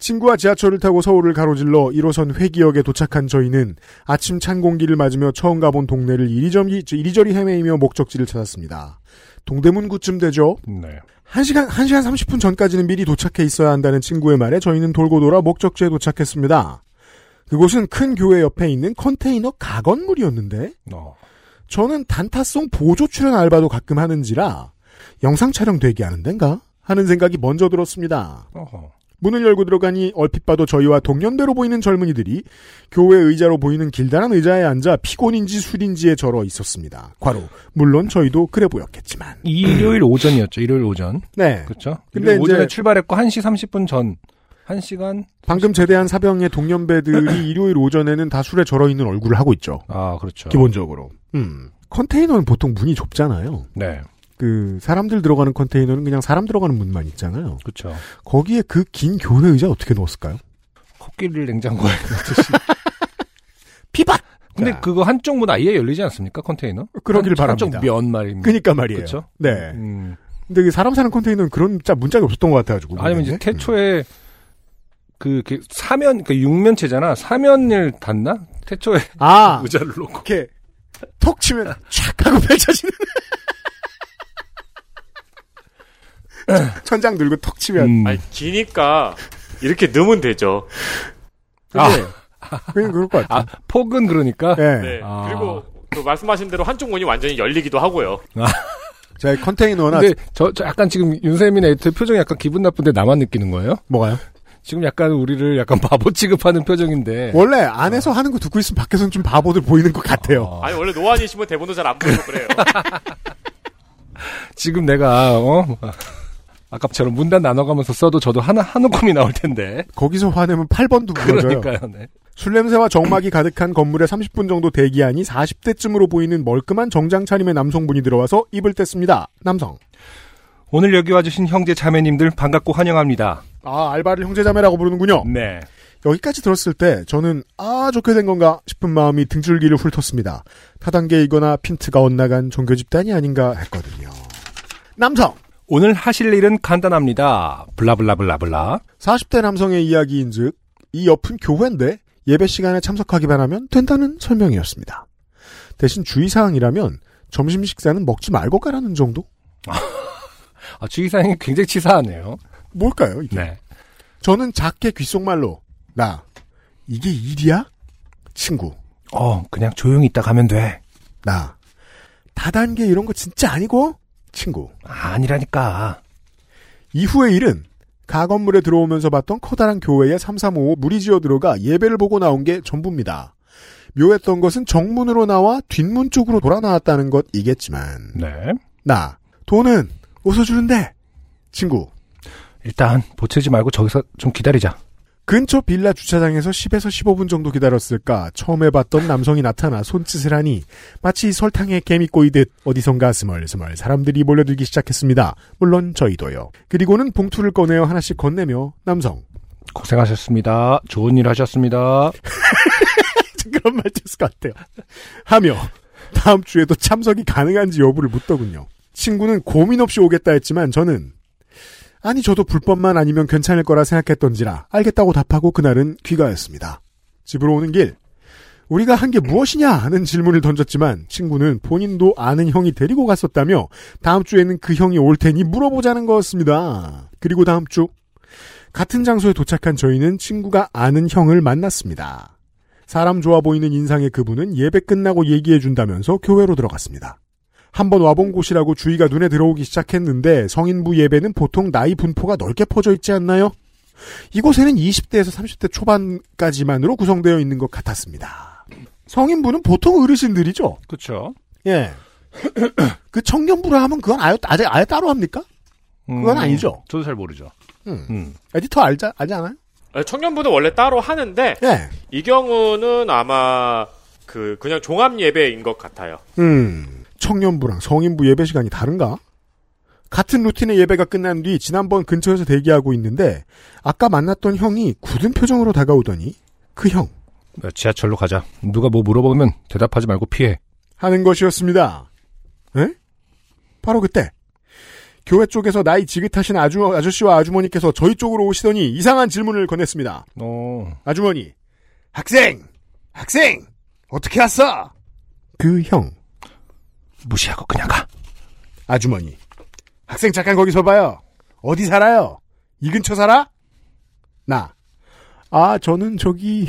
Speaker 1: 친구와 지하철을 타고 서울을 가로질러 1호선 회기역에 도착한 저희는 아침 찬 공기를 맞으며 처음 가본 동네를 이리저리, 이리저리 헤매이며 목적지를 찾았습니다. 동대문구쯤 되죠?
Speaker 2: 네.
Speaker 1: 1시간, 1시간 30분 전까지는 미리 도착해 있어야 한다는 친구의 말에 저희는 돌고 돌아 목적지에 도착했습니다. 그곳은 큰 교회 옆에 있는 컨테이너 가건물이었는데,
Speaker 2: 어.
Speaker 1: 저는 단타송 보조 출연 알바도 가끔 하는지라, 영상 촬영 되게 하는 덴가? 하는 생각이 먼저 들었습니다.
Speaker 2: 어허.
Speaker 1: 문을 열고 들어가니 얼핏 봐도 저희와 동년배로 보이는 젊은이들이 교회 의자로 보이는 길다란 의자에 앉아 피곤인지 술인지에 절어 있었습니다. 과로. 물론 저희도 그래 보였겠지만.
Speaker 2: [clears throat] 일요일 오전이었죠. 일요일 오전.
Speaker 1: 네.
Speaker 2: 그렇죠.
Speaker 1: 근데
Speaker 2: 근데 오전에
Speaker 1: 이제-
Speaker 2: 출발했고 1시 30분 전. 1시간?
Speaker 1: 방금 제대한
Speaker 2: [laughs]
Speaker 1: 사병의 동년배들이 일요일 오전에는 다 술에 절어 있는 얼굴을 하고 있죠.
Speaker 2: 아, 그렇죠.
Speaker 1: 기본적으로. 음. 컨테이너는 보통 문이 좁잖아요.
Speaker 2: 네.
Speaker 1: 그 사람들 들어가는 컨테이너는 그냥 사람 들어가는 문만 있잖아요.
Speaker 2: 그렇죠.
Speaker 1: 거기에 그 긴 교회 의자 어떻게 넣었을까요?
Speaker 2: 코끼리를 냉장고에 네. 넣듯이.
Speaker 1: 피밭.
Speaker 2: 근데
Speaker 1: 자.
Speaker 2: 그거 한쪽 문 아예 열리지 않습니까? 컨테이너?
Speaker 1: 그러길
Speaker 2: 한-
Speaker 1: 바랍니다.
Speaker 2: 한쪽 면 말입니다.
Speaker 1: 음. 그니까 말이에요.
Speaker 2: 그렇죠?
Speaker 1: 네.
Speaker 2: 음.
Speaker 1: 근데 그 사람 사는 컨테이너는 그런 짜 문짝이 없었던 것 같아가지고.
Speaker 2: 아니면 이제
Speaker 1: 음.
Speaker 2: 태초에 그 이렇게 사면 그 육면체잖아. 사면을 닿나? 태초에
Speaker 1: 아
Speaker 2: 의자를 놓고.
Speaker 1: 이렇게 톡 치면 촥 하고
Speaker 2: [laughs]
Speaker 1: 펼쳐지는 천장 들고 톡 치면
Speaker 2: 음.
Speaker 7: 아니 기니까 이렇게 넣으면 되죠.
Speaker 2: 아,
Speaker 1: 그냥 그럴 것
Speaker 2: 아,
Speaker 1: 같아요.
Speaker 2: 폭은 그러니까
Speaker 1: 네.
Speaker 7: 네.
Speaker 2: 아.
Speaker 7: 그리고 그 말씀하신 대로 한쪽 문이 완전히 열리기도 하고요.
Speaker 1: 저희 컨테이너나
Speaker 2: 근데 저, 저 약간 지금 윤세민 에이터의 표정이 약간 기분 나쁜데 나만 느끼는 거예요?
Speaker 1: 뭐가요?
Speaker 2: 지금 약간 우리를 약간 [laughs] 바보 취급하는 표정인데.
Speaker 1: 원래
Speaker 2: 어.
Speaker 1: 안에서 하는 거 듣고 있으면 밖에서는 좀 바보들 보이는 것 같아요.
Speaker 7: 아니 원래 노안이시면 대본도 잘 안 보고 그래요.
Speaker 2: 지금 내가 어 [laughs] 아까처럼 문단 나눠가면서 써도 저도 하나 한 움큼이 나올 텐데.
Speaker 1: 거기서 화내면 8번도 부러져요.
Speaker 2: 그러니까요. 네.
Speaker 1: 술냄새와 적막이 가득한 건물에 30분 정도 대기하니 40대쯤으로 보이는 멀끔한 정장 차림의 남성분이 들어와서 입을 뗐습니다. 남성.
Speaker 2: 오늘 여기 와주신 형제 자매님들 반갑고 환영합니다.
Speaker 1: 아 알바를 형제자매라고 부르는군요.
Speaker 2: 네.
Speaker 1: 여기까지 들었을 때 저는 아 좋게 된 건가 싶은 마음이 등줄기를 훑었습니다. 타단계이거나 핀트가 엇나간 종교 집단이 아닌가 했거든요. 남성
Speaker 2: 오늘 하실 일은 간단합니다. 블라블라블라블라.
Speaker 1: 40대 남성의 이야기인즉 이 옆은 교회인데 예배 시간에 참석하기만 하면 된다는 설명이었습니다. 대신 주의사항이라면 점심 식사는 먹지 말고 가라는 정도?
Speaker 2: 아, 주의사항이 굉장히 치사하네요.
Speaker 1: 뭘까요? 이게?
Speaker 2: 네.
Speaker 1: 저는 작게 귓속말로 나 이게 일이야? 친구
Speaker 2: 어, 그냥 조용히 있다 가면 돼.
Speaker 1: 나 다단계 이런 거 진짜 아니고 친구
Speaker 2: 아, 아니라니까.
Speaker 1: 이후의 일은 가건물에 들어오면서 봤던 커다란 교회에 3355 물이 지어 들어가 예배를 보고 나온 게 전부입니다. 묘했던 것은 정문으로 나와 뒷문 쪽으로 돌아 나왔다는 것이겠지만
Speaker 2: 네.
Speaker 1: 나 돈은 어디서 주는데 친구
Speaker 2: 일단 보채지 말고 저기서 좀 기다리자.
Speaker 1: 근처 빌라 주차장에서 10에서 15분 정도 기다렸을까 처음 해봤던 남성이 나타나 손짓을 하니 마치 설탕에 개미 꼬이듯 어디선가 스멀스멀 사람들이 몰려들기 시작했습니다. 물론 저희도요. 그리고는 봉투를 꺼내어 하나씩 건네며 남성
Speaker 2: 고생하셨습니다. 좋은 일 하셨습니다.
Speaker 1: 그런 말 됐을 것 같아요. 하며 다음 주에도 참석이 가능한지 여부를 묻더군요. 친구는 고민 없이 오겠다 했지만 저는 아니 저도 불법만 아니면 괜찮을 거라 생각했던지라 알겠다고 답하고 그날은 귀가였습니다. 집으로 오는 길 우리가 한 게 무엇이냐 하는 질문을 던졌지만 친구는 본인도 아는 형이 데리고 갔었다며 다음 주에는 그 형이 올 테니 물어보자는 거였습니다. 그리고 다음 주 같은 장소에 도착한 저희는 친구가 아는 형을 만났습니다. 사람 좋아 보이는 인상의 그분은 예배 끝나고 얘기해 준다면서 교회로 들어갔습니다. 한번 와본 곳이라고 주의가 눈에 들어오기 시작했는데 성인부 예배는 보통 나이 분포가 넓게 퍼져 있지 않나요? 이곳에는 20대에서 30대 초반까지만으로 구성되어 있는 것 같았습니다. 성인부는 보통 어르신들이죠?
Speaker 2: 그쵸.
Speaker 1: 예. [clears throat] 그 청년부라 하면 그건 아예, 아예, 아예 따로 합니까? 그건 아니죠?
Speaker 2: 저도 잘 모르죠.
Speaker 1: 음.
Speaker 2: 음.
Speaker 1: 에디터 알자,
Speaker 7: 예,
Speaker 1: 알지 않아요?
Speaker 7: 청년부는 원래 따로 하는데
Speaker 1: 예.
Speaker 7: 이 경우는 아마 그 그냥 종합 예배인 것 같아요.
Speaker 1: 음, 청년부랑 성인부 예배 시간이 다른가? 같은 루틴의 예배가 끝난 뒤 지난번 근처에서 대기하고 있는데 아까 만났던 형이 굳은 표정으로 다가오더니 그 형
Speaker 2: 야, 지하철로 가자. 누가 뭐 물어보면 대답하지 말고 피해.
Speaker 1: 하는 것이었습니다. 에? 바로 그때 교회 쪽에서 나이 지긋하신 아주 아저씨와 아주머니께서 저희 쪽으로 오시더니 이상한 질문을 건넸습니다.
Speaker 2: 어,
Speaker 1: 아주머니 학생 학생 어떻게 왔어? 그 형
Speaker 2: 무시하고 그냥 가.
Speaker 1: 아주머니. 학생 잠깐 거기서 봐요. 어디 살아요? 이 근처 살아? 나. 아, 저는 저기.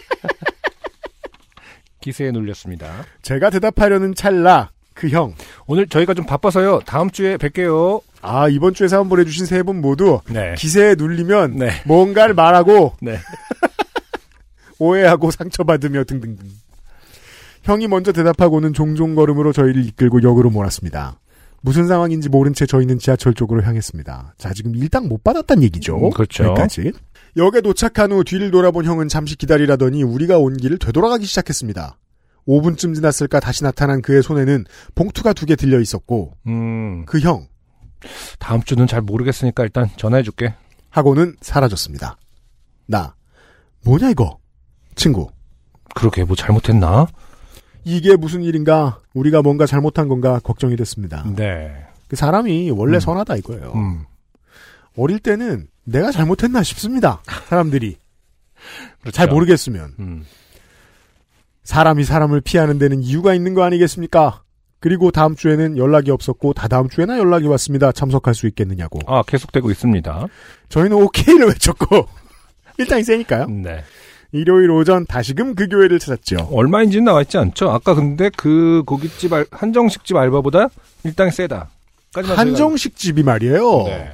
Speaker 1: [laughs]
Speaker 2: 기세에 눌렸습니다.
Speaker 1: 제가 대답하려는 찰나. 그 형.
Speaker 2: 오늘 저희가 좀 바빠서요. 다음 주에 뵐게요.
Speaker 1: 아, 이번 주에 사연 보내주신 세 분 모두
Speaker 2: 네.
Speaker 1: 기세에 눌리면
Speaker 2: 네.
Speaker 1: 뭔가를 말하고
Speaker 2: 네.
Speaker 1: 오해하고 상처받으며 등등등. 형이 먼저 대답하고는 종종 걸음으로 저희를 이끌고 역으로 몰았습니다. 무슨 상황인지 모른 채 저희는 지하철 쪽으로 향했습니다. 자, 지금 일당 못 받았단 얘기죠.
Speaker 2: 음, 그렇죠.
Speaker 1: 여기까지. 역에 도착한 후 뒤를 돌아본 형은 잠시 기다리라더니 우리가 온 길을 되돌아가기 시작했습니다. 5분쯤 지났을까 다시 나타난 그의 손에는 봉투가 두 개 들려 있었고
Speaker 2: 음,
Speaker 1: 그 형
Speaker 2: 다음 주는 잘 모르겠으니까 일단 전화해줄게.
Speaker 1: 하고는 사라졌습니다. 나 뭐냐 이거 친구
Speaker 2: 그러게 뭐 잘못했나?
Speaker 1: 이게 무슨 일인가 우리가 뭔가 잘못한 건가 걱정이 됐습니다.
Speaker 2: 네.
Speaker 1: 그 사람이 원래
Speaker 2: 음.
Speaker 1: 선하다 이거예요.
Speaker 2: 음,
Speaker 1: 어릴 때는 내가 잘못했나 싶습니다. 사람들이 잘
Speaker 2: 그렇죠.
Speaker 1: 모르겠으면
Speaker 2: 음,
Speaker 1: 사람이 사람을 피하는 데는 이유가 있는 거 아니겠습니까? 그리고 다음 주에는 연락이 없었고 다다음 주에나 연락이 왔습니다. 참석할 수 있겠느냐고.
Speaker 2: 아 계속되고 있습니다.
Speaker 1: 저희는 오케이를 외쳤고 [laughs] 일당이 세니까요.
Speaker 2: 네.
Speaker 1: 일요일 오전 다시금 그 교회를 찾았죠.
Speaker 2: 얼마인지는 나와 있지 않죠. 아까 근데 그 고깃집 알, 한정식집 알바보다 일당이 세다. 까지만
Speaker 1: 한정식 집이 말이에요.
Speaker 2: 저희가- 네.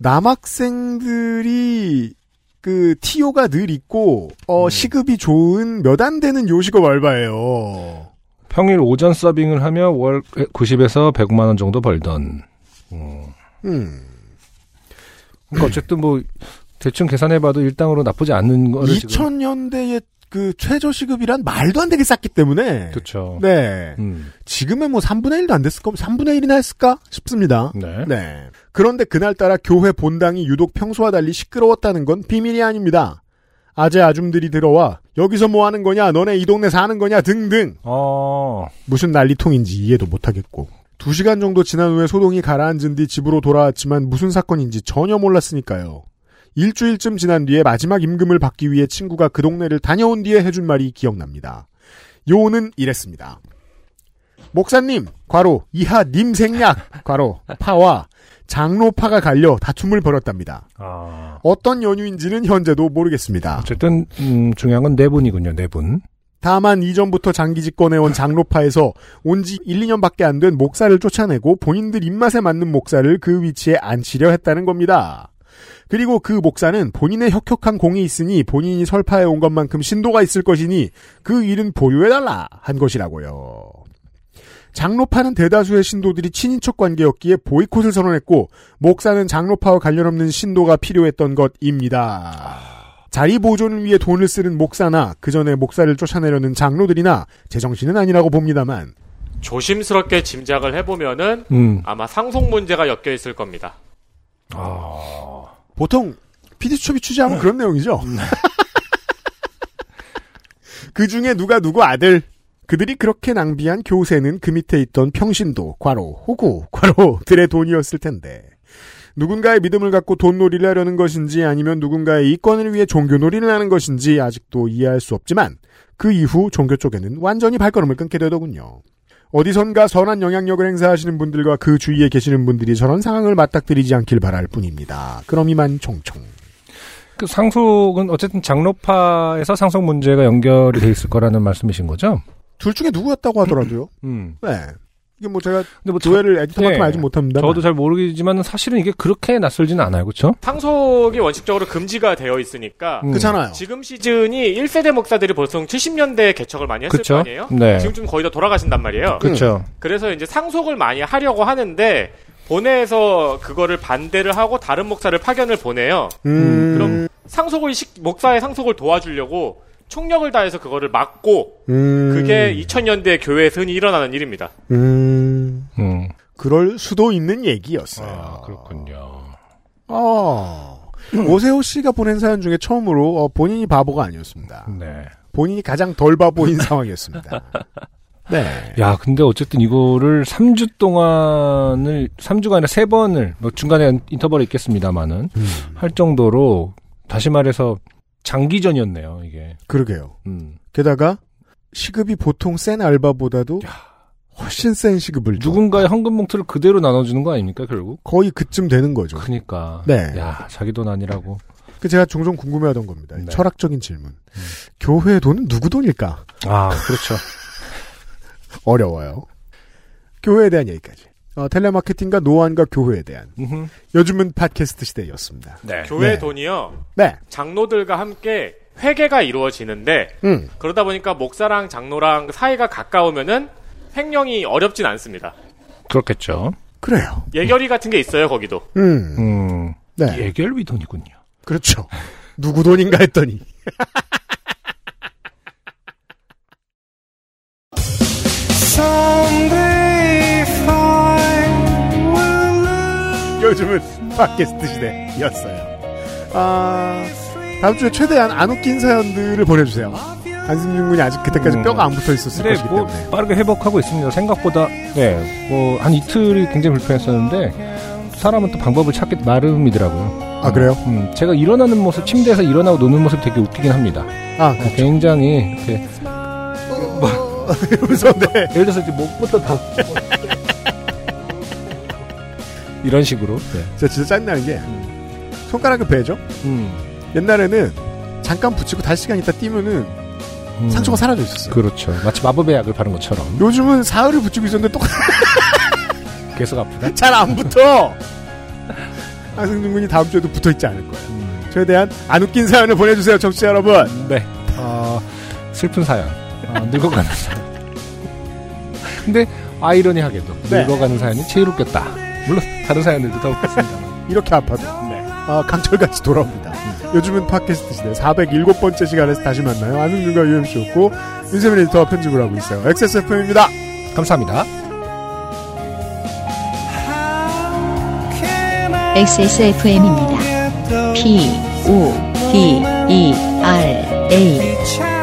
Speaker 1: 남학생들이 그 티오가 늘 있고 어,
Speaker 2: 네.
Speaker 1: 시급이 좋은 몇 안 되는 요식업 알바예요.
Speaker 2: 평일 오전 서빙을 하며 월 90에서 100만 원 정도 벌던.
Speaker 1: 음.
Speaker 2: 그러니까 어쨌든 뭐 대충 계산해봐도 일당으로 나쁘지 않는 거를 지금.
Speaker 1: 2000년대의 그 최저 시급이란 말도 안 되게 쌌기 때문에
Speaker 2: 그렇죠.
Speaker 1: 네.
Speaker 2: 음,
Speaker 1: 지금은 뭐 3분의 1도 안 됐을 거면 3분의 1이나 했을까 싶습니다.
Speaker 2: 네.
Speaker 1: 네. 그런데 그날따라 교회 본당이 유독 평소와 달리 시끄러웠다는 건 비밀이 아닙니다. 아재 아줌들이 들어와 여기서 뭐 하는 거냐 너네 이 동네 사는 거냐 등등
Speaker 2: 어,
Speaker 1: 무슨 난리통인지 이해도 못하겠고 2시간 정도 지난 후에 소동이 가라앉은 뒤 집으로 돌아왔지만 무슨 사건인지 전혀 몰랐으니까요. 일주일쯤 지난 뒤에 마지막 임금을 받기 위해 친구가 그 동네를 다녀온 뒤에 해준 말이 기억납니다. 요는 이랬습니다. 목사님, 과로, 이하 님 생략, 과로, 파와 장로파가 갈려 다툼을 벌였답니다.
Speaker 2: 아.
Speaker 1: 어떤 연유인지는 현재도 모르겠습니다.
Speaker 2: 어쨌든 음, 중요한 건 네 분이군요. 네 분.
Speaker 1: 다만 이전부터 장기 집권해온 장로파에서 온 지 1, 2년밖에 안 된 목사를 쫓아내고 본인들 입맛에 맞는 목사를 그 위치에 앉히려 했다는 겁니다. 그리고 그 목사는 본인의 혁혁한 공이 있으니 본인이 설파해 온 것만큼 신도가 있을 것이니 그 일은 보류해달라 한 것이라고요. 장로파는 대다수의 신도들이 친인척 관계였기에 보이콧을 선언했고 목사는 장로파와 관련 없는 신도가 필요했던 것입니다. 자리 보존을 위해 돈을 쓰는 목사나 그 전에 목사를 쫓아내려는 장로들이나 제정신은 아니라고 봅니다만
Speaker 7: 조심스럽게 짐작을 해보면은
Speaker 2: 음.
Speaker 7: 아마 상속 문제가 엮여 있을 겁니다.
Speaker 1: 보통 피디수첩이 취재하면 그런 내용이죠. [laughs] 그 중에 누가 누구 아들 그들이 그렇게 낭비한 교세는 그 밑에 있던 평신도 과로 호구 과로들의 돈이었을 텐데 누군가의 믿음을 갖고 돈놀이를 하려는 것인지 아니면 누군가의 이권을 위해 종교놀이를 하는 것인지 아직도 이해할 수 없지만 그 이후 종교 쪽에는 완전히 발걸음을 끊게 되더군요. 어디선가 선한 영향력을 행사하시는 분들과 그 주위에 계시는 분들이 저런 상황을 맞닥뜨리지 않길 바랄 뿐입니다. 그럼 이만 총총.
Speaker 2: 그 상속은 어쨌든 장로파에서 상속 문제가 연결이 돼 있을 거라는 말씀이신 거죠?
Speaker 1: 둘 중에 누구였다고 하더라도요.
Speaker 2: 음.
Speaker 1: [laughs] 네. 이게 뭐 제가
Speaker 2: 근데 뭐
Speaker 1: 조회를 에디터만큼
Speaker 2: 예.
Speaker 1: 알지 못합니다.
Speaker 2: 저도 잘 모르겠지만 사실은 이게 그렇게 낯설지는 않아요, 그렇죠?
Speaker 7: 상속이 원칙적으로 금지가 되어 있으니까
Speaker 2: 음.
Speaker 1: 네. 그렇잖아요.
Speaker 7: 지금 시즌이 1세대 목사들이 보통 70년대에 개척을 많이 했을
Speaker 2: 그쵸?
Speaker 7: 거 아니에요?
Speaker 2: 네.
Speaker 7: 지금쯤 거의 다 돌아가신단 말이에요.
Speaker 2: 그렇죠.
Speaker 7: 그래서 이제 상속을 많이 하려고 하는데 본회에서 그거를 반대를 하고 다른 목사를 파견을 보내요.
Speaker 1: 음,
Speaker 7: 그럼 상속을 시- 목사의 상속을 도와주려고 총력을 다해서 그거를 막고
Speaker 1: 음.
Speaker 7: 그게 2000년대 교회에서 흔히 일어나는 일입니다.
Speaker 1: 음.
Speaker 2: 음.
Speaker 1: 그럴 수도 있는 얘기였어요.
Speaker 2: 아, 그렇군요.
Speaker 1: 어. 오세호 씨가 보낸 사연 중에 처음으로 어, 본인이 바보가 아니었습니다.
Speaker 2: 네.
Speaker 1: 본인이 가장 덜 바보인 [laughs] 상황이었습니다. 네.
Speaker 2: 야, 근데 어쨌든 이거를 3주 동안을, 3주간에 3번을, 뭐 중간에 인터벌이 있겠습니다만은,
Speaker 1: 음.
Speaker 2: 할 정도로, 다시 말해서, 장기전이었네요, 이게.
Speaker 1: 그러게요.
Speaker 2: 음.
Speaker 1: 게다가 시급이 보통 센 알바보다도 훨씬 센 시급을 줘.
Speaker 2: 누군가의 헌금 봉투를 그대로 나눠주는 거 아닙니까, 결국?
Speaker 1: 거의 그쯤 되는 거죠.
Speaker 2: 그니까.
Speaker 1: 네.
Speaker 2: 야, 자기 돈 아니라고.
Speaker 1: 그 제가 종종 궁금해하던 겁니다. 이
Speaker 2: 네.
Speaker 1: 철학적인 질문. 교회 돈은 누구 돈일까?
Speaker 2: 아, 그렇죠.
Speaker 1: 어려워요. 교회에 대한 얘기까지. 어, 텔레마케팅과 노안과 교회에 대한
Speaker 2: 음흠.
Speaker 1: 요즘은 팟캐스트 시대였습니다.
Speaker 2: 네.
Speaker 7: 교회
Speaker 1: 네.
Speaker 7: 돈이요.
Speaker 1: 네.
Speaker 7: 장로들과 함께 회계가 이루어지는데
Speaker 1: 음.
Speaker 7: 그러다 보니까 목사랑 장로랑 사이가 가까우면은 횡령이 어렵진 않습니다.
Speaker 2: 그렇겠죠.
Speaker 1: 그래요.
Speaker 7: 예결위 같은 게 있어요, 거기도.
Speaker 1: 음.
Speaker 2: 음.
Speaker 1: 네.
Speaker 2: 예결위 돈이군요.
Speaker 1: 그렇죠. 누구 돈인가 했더니. 요즘은 팟캐스트 시대였어요. 아, 다음 주에 최대한 안 웃긴 사연들을 보내주세요. 안승준 군이 아직 그때까지
Speaker 2: 음.
Speaker 1: 뼈가 안 붙어 있었을
Speaker 2: 네,
Speaker 1: 것이기
Speaker 2: 뭐
Speaker 1: 때문에.
Speaker 2: 빠르게 회복하고 있습니다. 생각보다 네, 뭐 한 이틀이 굉장히 불편했었는데 사람은 또 방법을 찾기 나름이더라고요.
Speaker 1: 아, 그래요?
Speaker 2: 음, 제가 일어나는 모습, 침대에서 일어나고 노는 모습 되게 웃기긴 합니다.
Speaker 1: 아,
Speaker 2: 어, 굉장히 이렇게
Speaker 1: [laughs] 그래서 네.
Speaker 2: 예를 들어서 이제 목부터 다 이런 식으로. 네.
Speaker 1: 제가 진짜 짜증나는 게 손가락을 베죠?
Speaker 2: 음,
Speaker 1: 옛날에는 잠깐 붙이고 다시 시간 있다 뛰면은
Speaker 2: 음.
Speaker 1: 상처가 사라져 있었어요.
Speaker 2: 그렇죠. 마치 마법의 약을 바른 것처럼
Speaker 1: 요즘은 사흘을 붙이고 있었는데 똑같이
Speaker 2: 계속 아프다.
Speaker 1: [laughs] 잘 안 붙어. 아, 안승준 군이 다음 주에도 붙어 있지 않을 거예요.
Speaker 2: 음,
Speaker 1: 최대한 안 웃긴 사연을 보내주세요, 청취자 여러분.
Speaker 2: 네, 어, 슬픈 사연,
Speaker 1: [laughs]
Speaker 2: 어, 늙어가는 사연. 근데 아이러니하게도
Speaker 1: 네.
Speaker 2: 늙어가는 사연이 제일 웃겼다. 물론 다른 사연들도 다 웃겼습니다만.
Speaker 1: 이렇게 아파도 아, 강철같이 돌아옵니다. 요즘은 팟캐스트 시대 407번째 시간에서 다시 만나요. 안승준과 유엠씨였고 윤세민 에디터가 편집을 하고 있어요. XSFM입니다.
Speaker 2: 감사합니다.
Speaker 3: XSFM입니다. P, O, D, E, R, A.